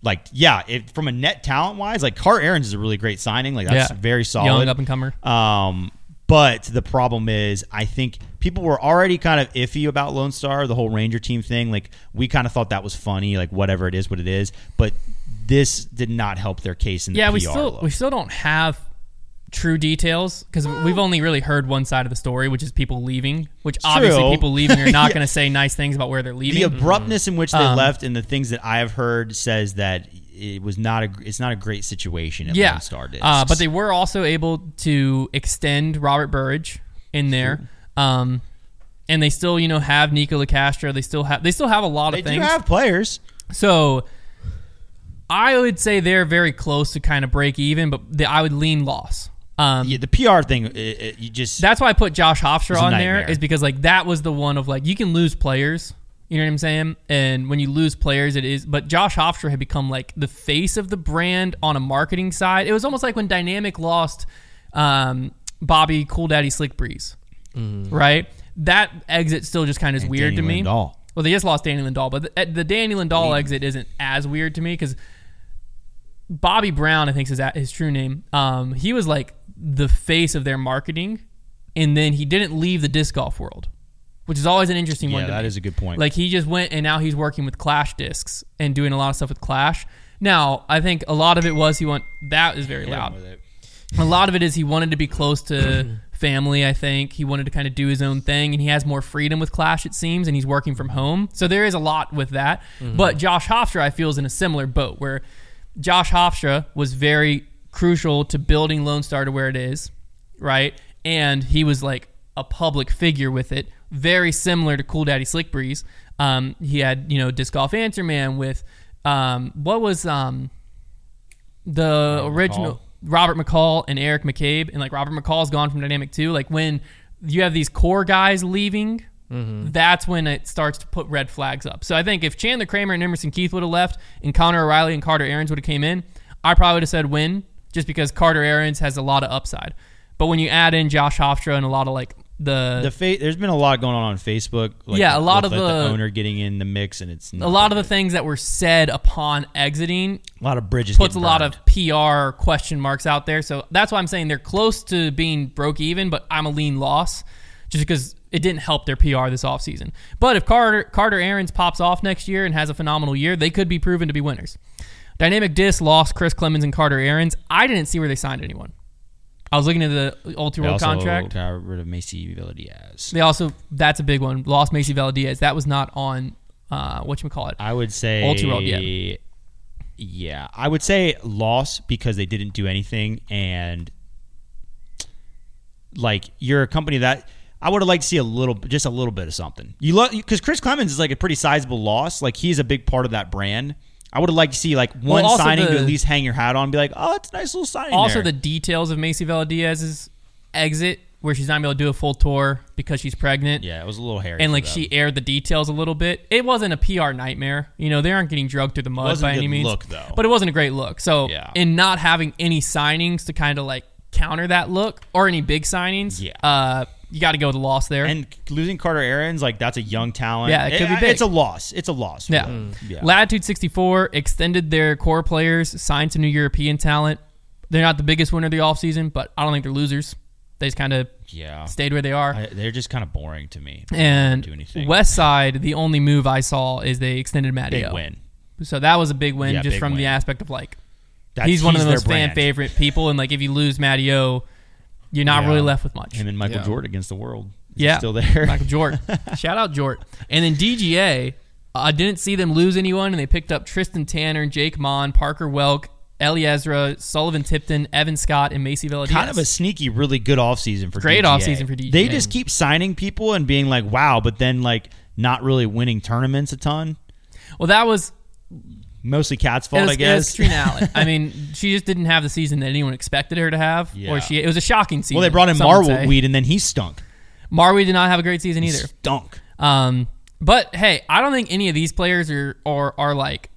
Speaker 2: like yeah, if from a net talent wise, like Car Aaron's is a really great signing. Like that's
Speaker 1: Yeah.
Speaker 2: very solid.
Speaker 1: Young up and comer.
Speaker 2: Um, But the problem is, I think people were already kind of iffy about Lone Star, the whole Ranger team thing. Like we kind of thought that was funny, like whatever it is, what it is. But this did not help their case in the
Speaker 1: yeah,
Speaker 2: PR
Speaker 1: we still
Speaker 2: look.
Speaker 1: we still don't have true details because we've only really heard one side of the story, which is people leaving. Which obviously,
Speaker 2: True.
Speaker 1: people leaving are not
Speaker 2: Yeah.
Speaker 1: going to say nice things about where they're leaving.
Speaker 2: the abruptness in which they
Speaker 1: Um,
Speaker 2: left and the things that I have heard says that it was not a it's not a great situation at
Speaker 1: yeah,
Speaker 2: Lone Star Discs.
Speaker 1: uh, but they were also able to extend Robert Burridge in there. Um, and they still, you know, have Nico LaCastro. They still have they still have a lot
Speaker 2: They
Speaker 1: of things.
Speaker 2: do have players.
Speaker 1: So I would say they're very close to kind of break even, but the, I would lean loss. Um,
Speaker 2: Yeah, the PR thing, it, it, you just
Speaker 1: That's why I put Josh Hofstra
Speaker 2: a
Speaker 1: on there
Speaker 2: nightmare.
Speaker 1: is because like that was the one of like you can lose players. You know what I'm saying? And when you lose players, it is. But Josh Hofstra had become like the face of the brand on a marketing side. It was almost like when Dynamic lost um, Bobby Cool Daddy Slick Breeze, right? That exit still just kind of is
Speaker 2: Mm. And
Speaker 1: weird to me.
Speaker 2: Danny Lindahl.
Speaker 1: Well, they just lost Danny Lindahl, but the, the Danny Lindahl exit isn't as weird to me because Bobby Brown, I think, is his, his true name. Um, he was like the face of their marketing, and then he didn't leave the disc golf world, which is always an interesting one.
Speaker 2: Yeah,
Speaker 1: to
Speaker 2: that
Speaker 1: me.
Speaker 2: is a good point.
Speaker 1: Like he just went, and now he's working with Clash discs and doing a lot of stuff with Clash. Now, I think a lot of it was he went. That is very loud. A lot of it is he wanted to be close to family. I think he wanted to kind of do his own thing, and he has more freedom with Clash. It seems, and he's working from home, so there is a lot with that. But Josh Hofstra, I feel, is in a similar boat where Josh Hofstra was very crucial to building Lone Star to where it is, right? And he was like a public figure with it, very similar to Cool Daddy Slick Breeze. Um, he had you know disc golf answer man with um, what was um, the original Robert McCall and Eric McCabe, and like Robert McCall's gone from Dynamic Two. Like when you have these core guys leaving, that's when it starts to put red flags up. So I think if Chandler Kramer and Emerson Keith would have left, and Connor O'Reilly and Carter Aarons would have came in, I probably would have said win, just because Carter Aarons has a lot of upside. But when you add in Josh Hofstra and a lot of like the,
Speaker 2: the fa- there's been a lot going on on Facebook. Like,
Speaker 1: Yeah, a lot
Speaker 2: with,
Speaker 1: of
Speaker 2: like,
Speaker 1: the-
Speaker 2: owner getting in the mix, and it's
Speaker 1: a lot of the things that were said upon exiting
Speaker 2: a lot of bridges
Speaker 1: puts a
Speaker 2: getting
Speaker 1: lot
Speaker 2: burned.
Speaker 1: of PR question marks out there. So that's why I'm saying they're close to being broke even, but I'm a lean loss just because it didn't help their PR this offseason. But if Carter Carter Aarons pops off next year and has a phenomenal year, they could be proven to be winners. Dynamic Disc lost Chris Clemens and Carter Aarons. I didn't see where they signed anyone. I was looking at the Ultra
Speaker 2: They
Speaker 1: World
Speaker 2: also
Speaker 1: contract.
Speaker 2: got rid of Macy Villadiaz.
Speaker 1: They also that's a big one. Lost Macy Valdiaz. That was not on uh, what you call it.
Speaker 2: I would say
Speaker 1: Ulti World, yeah.
Speaker 2: Yeah, I would say loss because they didn't do anything, and like you're a company that I would have liked to see a little, just a little bit of something. You love because Chris Clemens is like a pretty sizable loss. Like he's a big part of that brand. I would have liked to see like one
Speaker 1: also
Speaker 2: signing
Speaker 1: the-
Speaker 2: to at least hang your hat on, and be like, oh, it's a nice little signing.
Speaker 1: also
Speaker 2: there.
Speaker 1: the details of Macy Valdiaz's exit, where she's not able to do a full tour because she's pregnant.
Speaker 2: yeah, it was a little hairy.
Speaker 1: And
Speaker 2: for
Speaker 1: like
Speaker 2: them.
Speaker 1: she aired the details a little bit. It wasn't a PR nightmare. You know, they aren't getting drugged through the mud
Speaker 2: Wasn't a
Speaker 1: by any
Speaker 2: good
Speaker 1: means.
Speaker 2: look, though.
Speaker 1: But it wasn't a great look. So
Speaker 2: Yeah.
Speaker 1: in not having any signings to kind of like counter that look or any big signings,
Speaker 2: Yeah.
Speaker 1: uh, you got to go with the loss there.
Speaker 2: and losing Carter Aaron's like that's a young talent.
Speaker 1: Yeah, it could be big.
Speaker 2: It's a loss. It's a loss. for
Speaker 1: Yeah.
Speaker 2: them. Mm, yeah.
Speaker 1: Latitude 64 extended their core players, signed some new European talent. They're not the biggest winner of the offseason, but I don't think they're losers. They just kind of
Speaker 2: Yeah.
Speaker 1: stayed where they are.
Speaker 2: Oh. I, they're just kind of boring to me. They don't
Speaker 1: and
Speaker 2: do anything.
Speaker 1: West Side, the only move I saw is they extended Matty.
Speaker 2: big
Speaker 1: O.
Speaker 2: win.
Speaker 1: So that was a big win
Speaker 2: Yeah,
Speaker 1: just
Speaker 2: big
Speaker 1: from the
Speaker 2: win.
Speaker 1: aspect of like
Speaker 2: That's-
Speaker 1: he's one of the
Speaker 2: their
Speaker 1: most fan
Speaker 2: brand.
Speaker 1: favorite people, and like if you lose Matty O, you're not
Speaker 2: Yeah.
Speaker 1: really left with much.
Speaker 2: Him and Michael
Speaker 3: Yeah.
Speaker 2: Jordan against the world. Is he
Speaker 1: yeah,
Speaker 2: still there.
Speaker 1: Michael Jort. Shout out Jort. And then DGA, I didn't see them lose anyone, and they picked up Tristan Tanner, Jake Mon, Parker Welk, Eliezra, Sullivan Tipton, Evan Scott, and Macy Villadiaz.
Speaker 2: kind of a sneaky, really good offseason for
Speaker 1: Great
Speaker 2: DGA.
Speaker 1: offseason for DGA.
Speaker 2: They just keep signing people and being like, wow, but then like not really winning tournaments a ton.
Speaker 1: well, that was
Speaker 2: Mostly Cat's
Speaker 1: It
Speaker 2: fault,
Speaker 1: was-
Speaker 2: I
Speaker 1: It was
Speaker 2: guess.
Speaker 1: Katrina Allen. I mean, she just didn't have the season that anyone expected her to have.
Speaker 2: Yeah.
Speaker 1: Or she it was a shocking season.
Speaker 2: well, they brought in
Speaker 1: some would say.
Speaker 2: Marwood and then he stunk.
Speaker 1: Marwood did not have a great season either.
Speaker 2: Stunk.
Speaker 1: Um, but hey, I don't think any of these players are are, are like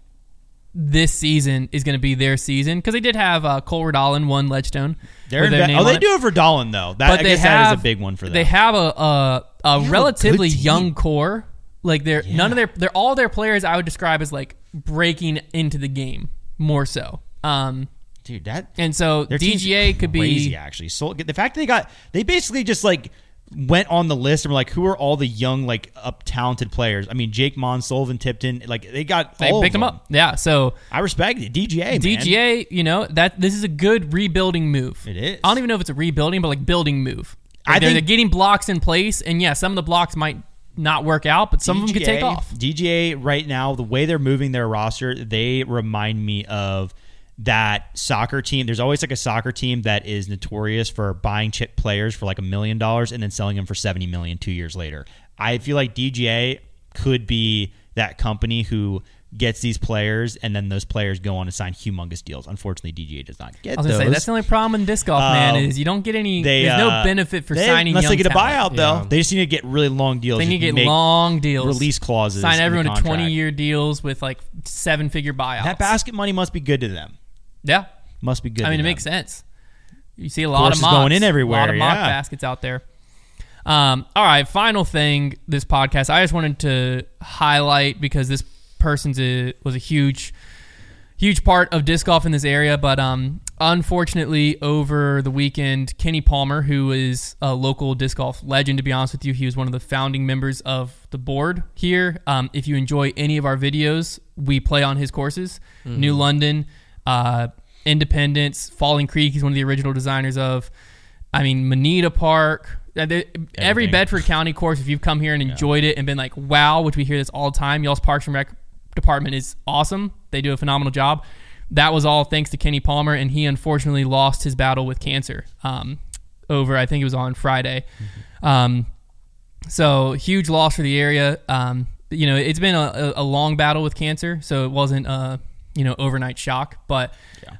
Speaker 1: this season is going to be their season because they did have uh, Cole Rodolin won Ledgestone.
Speaker 2: They're
Speaker 1: with their
Speaker 2: inve-
Speaker 1: name
Speaker 2: oh,
Speaker 1: on
Speaker 2: they
Speaker 1: it.
Speaker 2: do it for Dolan though. That,
Speaker 1: But
Speaker 2: I
Speaker 1: they
Speaker 2: guess
Speaker 1: have
Speaker 2: that is a big one for them.
Speaker 1: They have a a, a relatively
Speaker 2: team.
Speaker 1: young core. Like they're none of their they're all their players I would describe as like breaking into the game more so. Um,
Speaker 2: dude, that
Speaker 1: And so
Speaker 2: their team's
Speaker 1: DGA could be
Speaker 2: crazy, actually. So the fact that they got they basically just like went on the list and were like, who are all the young like up talented players? I mean, Jake Monsolvin, Tipton, like they got
Speaker 1: they
Speaker 2: all of
Speaker 1: picked him
Speaker 2: them.
Speaker 1: up. Yeah, so
Speaker 2: I respect it. DGA, man.
Speaker 1: DGA, you know that this is a good rebuilding move.
Speaker 2: It is.
Speaker 1: I don't even know if it's a rebuilding, but like building move.
Speaker 2: I
Speaker 1: Like, they're,
Speaker 2: think-
Speaker 1: they're getting blocks in place, and yeah, some of the blocks might not work out, but some of them could take
Speaker 2: DGA
Speaker 1: off.
Speaker 2: DGA right now, the way they're moving their roster, they remind me of that soccer team. There's always like a soccer team that is notorious for buying chip players for like a million dollars and then selling them for 70 million two years later. I feel like DGA could be that company who gets these players and then those players go on to sign humongous deals. Unfortunately, DGA does not get
Speaker 1: I was
Speaker 2: those.
Speaker 1: gonna say that's the only problem in disc golf, man.
Speaker 2: Um,
Speaker 1: Is you don't get any.
Speaker 2: They,
Speaker 1: there's no
Speaker 2: uh,
Speaker 1: benefit for
Speaker 2: they-
Speaker 1: signing
Speaker 2: unless
Speaker 1: young
Speaker 2: they get
Speaker 1: talent.
Speaker 2: a buyout though. They just need to get really long deals.
Speaker 1: They
Speaker 2: Just
Speaker 1: need to get
Speaker 2: make
Speaker 1: long deals,
Speaker 2: release clauses. in
Speaker 1: Sign
Speaker 2: the
Speaker 1: everyone to
Speaker 2: contract.
Speaker 1: 20 year deals with like seven figure buyouts.
Speaker 2: That basket money must be good to them.
Speaker 1: yeah.
Speaker 2: Must be good.
Speaker 1: I mean,
Speaker 2: to
Speaker 1: it
Speaker 2: them.
Speaker 1: makes sense. You see a lot
Speaker 2: Course
Speaker 1: of
Speaker 2: is
Speaker 1: mocks
Speaker 2: going in everywhere,
Speaker 1: A lot of mock
Speaker 2: yeah.
Speaker 1: baskets out there. Um, all right, final thing. This podcast, I just wanted to highlight because this person's a, was a huge, huge part of disc golf in this area. But um, unfortunately, over the weekend, Kenny Palmer, who is a local disc golf legend, to be honest with you, he was one of the founding members of the board here. Um, if you enjoy any of our videos, we play on his courses. New London, uh, Independence, Falling Creek. He's one of the original designers of. I mean, Manita Park. uh, there- Every
Speaker 2: Everything.
Speaker 1: Bedford County course, if you've come here and enjoyed it and been like, wow, which we hear this all the time, y'all's Parks and Rec department is awesome. They do a phenomenal job. That was all thanks to Kenny Palmer, and he unfortunately lost his battle with cancer um, over, I think it was on Friday. Um, so huge loss for the area. Um, you know, it's been a, a a long battle with cancer, so it wasn't a you know overnight shock, but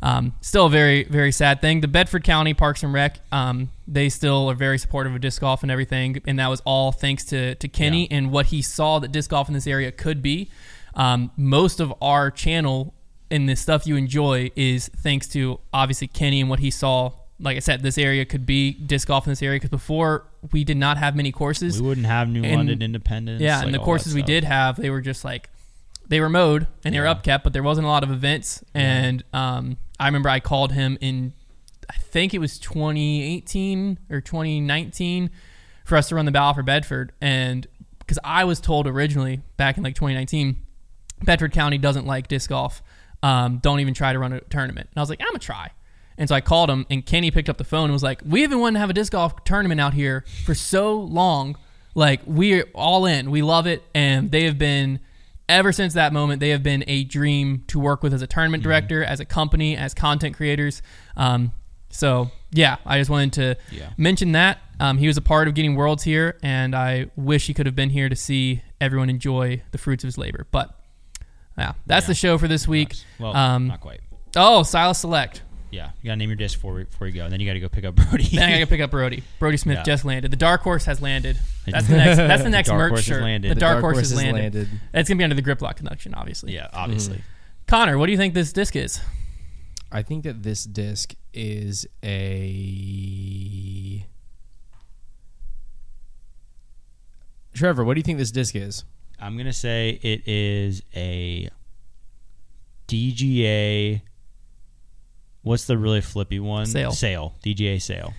Speaker 1: um, still a very very sad thing. The Bedford County Parks and Rec, um, they still are very supportive of disc golf and everything, and that was all thanks to to Kenny and what he saw that disc golf in this area could be. Um, most of our channel and the stuff you enjoy is thanks to obviously Kenny and what he saw. Like I said, this area could be disc golf in this area because before we did not have many courses.
Speaker 2: We wouldn't have New
Speaker 1: And-
Speaker 2: London Independence.
Speaker 1: Yeah,
Speaker 2: like,
Speaker 1: and the
Speaker 2: all that
Speaker 1: courses we
Speaker 2: stuff.
Speaker 1: did have, they were just like they were mowed and they were upkept, but there wasn't a lot of events. And um, I remember I called him in, I think it was 2018 or 2019, for us to run the battle for Bedford, and because I was told originally back in like 2019, Bedford County doesn't like disc golf. Um, don't even try to run a tournament. And I was like, I'm gonna try. And so I called him, and Kenny picked up the phone and was like, "We haven't wanted to have a disc golf tournament out here for so long. Like we're all in. We love it, and they have been." Ever since that moment, they have been a dream to work with as a tournament director, as a company, as content creators. Um, so, yeah, I just wanted to
Speaker 2: Yeah.
Speaker 1: mention that. Um, he was a part of getting worlds here, and I wish he could have been here to see everyone enjoy the fruits of his labor. But yeah, that's the show for this week.
Speaker 2: Well,
Speaker 1: um,
Speaker 2: not quite.
Speaker 1: oh, Silas Select.
Speaker 2: Yeah, you gotta name your disc before, we- before you go, and then you gotta go pick up Brody.
Speaker 1: Then I gotta pick up Brody. Brody Smith
Speaker 2: Yeah.
Speaker 1: just landed. The Dark Horse has landed.
Speaker 2: It
Speaker 1: That's
Speaker 2: did.
Speaker 1: the next. That's the next
Speaker 2: Dark
Speaker 1: merch
Speaker 2: Horse has
Speaker 1: shirt.
Speaker 2: landed.
Speaker 1: The
Speaker 2: The
Speaker 1: Dark,
Speaker 3: Dark
Speaker 1: Horse,
Speaker 3: Horse
Speaker 1: has
Speaker 3: has
Speaker 1: landed.
Speaker 3: landed.
Speaker 1: It's gonna be under the Griplock connection, obviously.
Speaker 2: yeah, obviously.
Speaker 1: Mm-hmm. Connor, what do you think this disc is?
Speaker 3: I think that this disc is a. Trevor, what do you think this disc is?
Speaker 2: I'm gonna say it is a DGA. What's the really flippy one?
Speaker 1: Sale.
Speaker 2: Sale. DGA sale.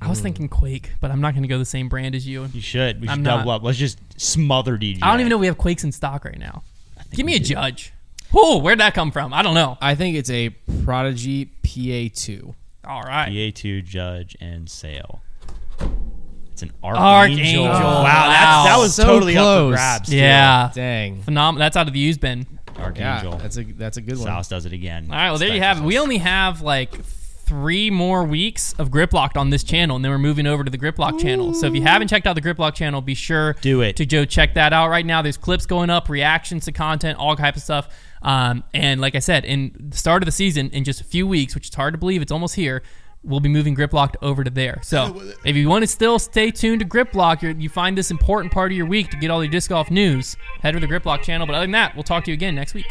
Speaker 1: I was thinking Quake, but I'm not gonna go the same brand as you.
Speaker 2: You should. We should
Speaker 1: I'm
Speaker 2: double
Speaker 1: not-
Speaker 2: up. Let's just smother DGA.
Speaker 1: I don't even know if we have Quakes in stock right now. Give me a judge. Who? Where'd that come from? I don't know.
Speaker 3: I think it's a Prodigy PA2.
Speaker 1: All right.
Speaker 2: DA2 Judge and Sale. It's an
Speaker 1: Archangel.
Speaker 2: archangel.
Speaker 1: Oh,
Speaker 2: wow,
Speaker 1: wow.
Speaker 2: That's, that was
Speaker 3: So
Speaker 2: totally up
Speaker 3: close.
Speaker 2: for grabs. too.
Speaker 1: Yeah.
Speaker 3: Dang.
Speaker 1: Phenom- that's out of the used bin.
Speaker 2: Archangel.
Speaker 3: Yeah, that's a that's a good one.
Speaker 2: Souse does it again.
Speaker 1: All right, well, there you have it. We only have like three more weeks of Grip Locked on this channel, and then we're moving over to the Grip Lock channel. So if you haven't checked out the Grip Lock channel, be sure
Speaker 2: Do it.
Speaker 1: to go check that out right now. There's clips going up, reactions to content, all type of stuff. Um, and like I said, in the start of the season, in just a few weeks, which is hard to believe, it's almost here. We'll be moving Grip Locked over to there. So if you want to still stay tuned to Grip Lock, you're, you find this important part of your week to get all your disc golf news, head over to the Grip Lock channel. But other than that, we'll talk to you again next week.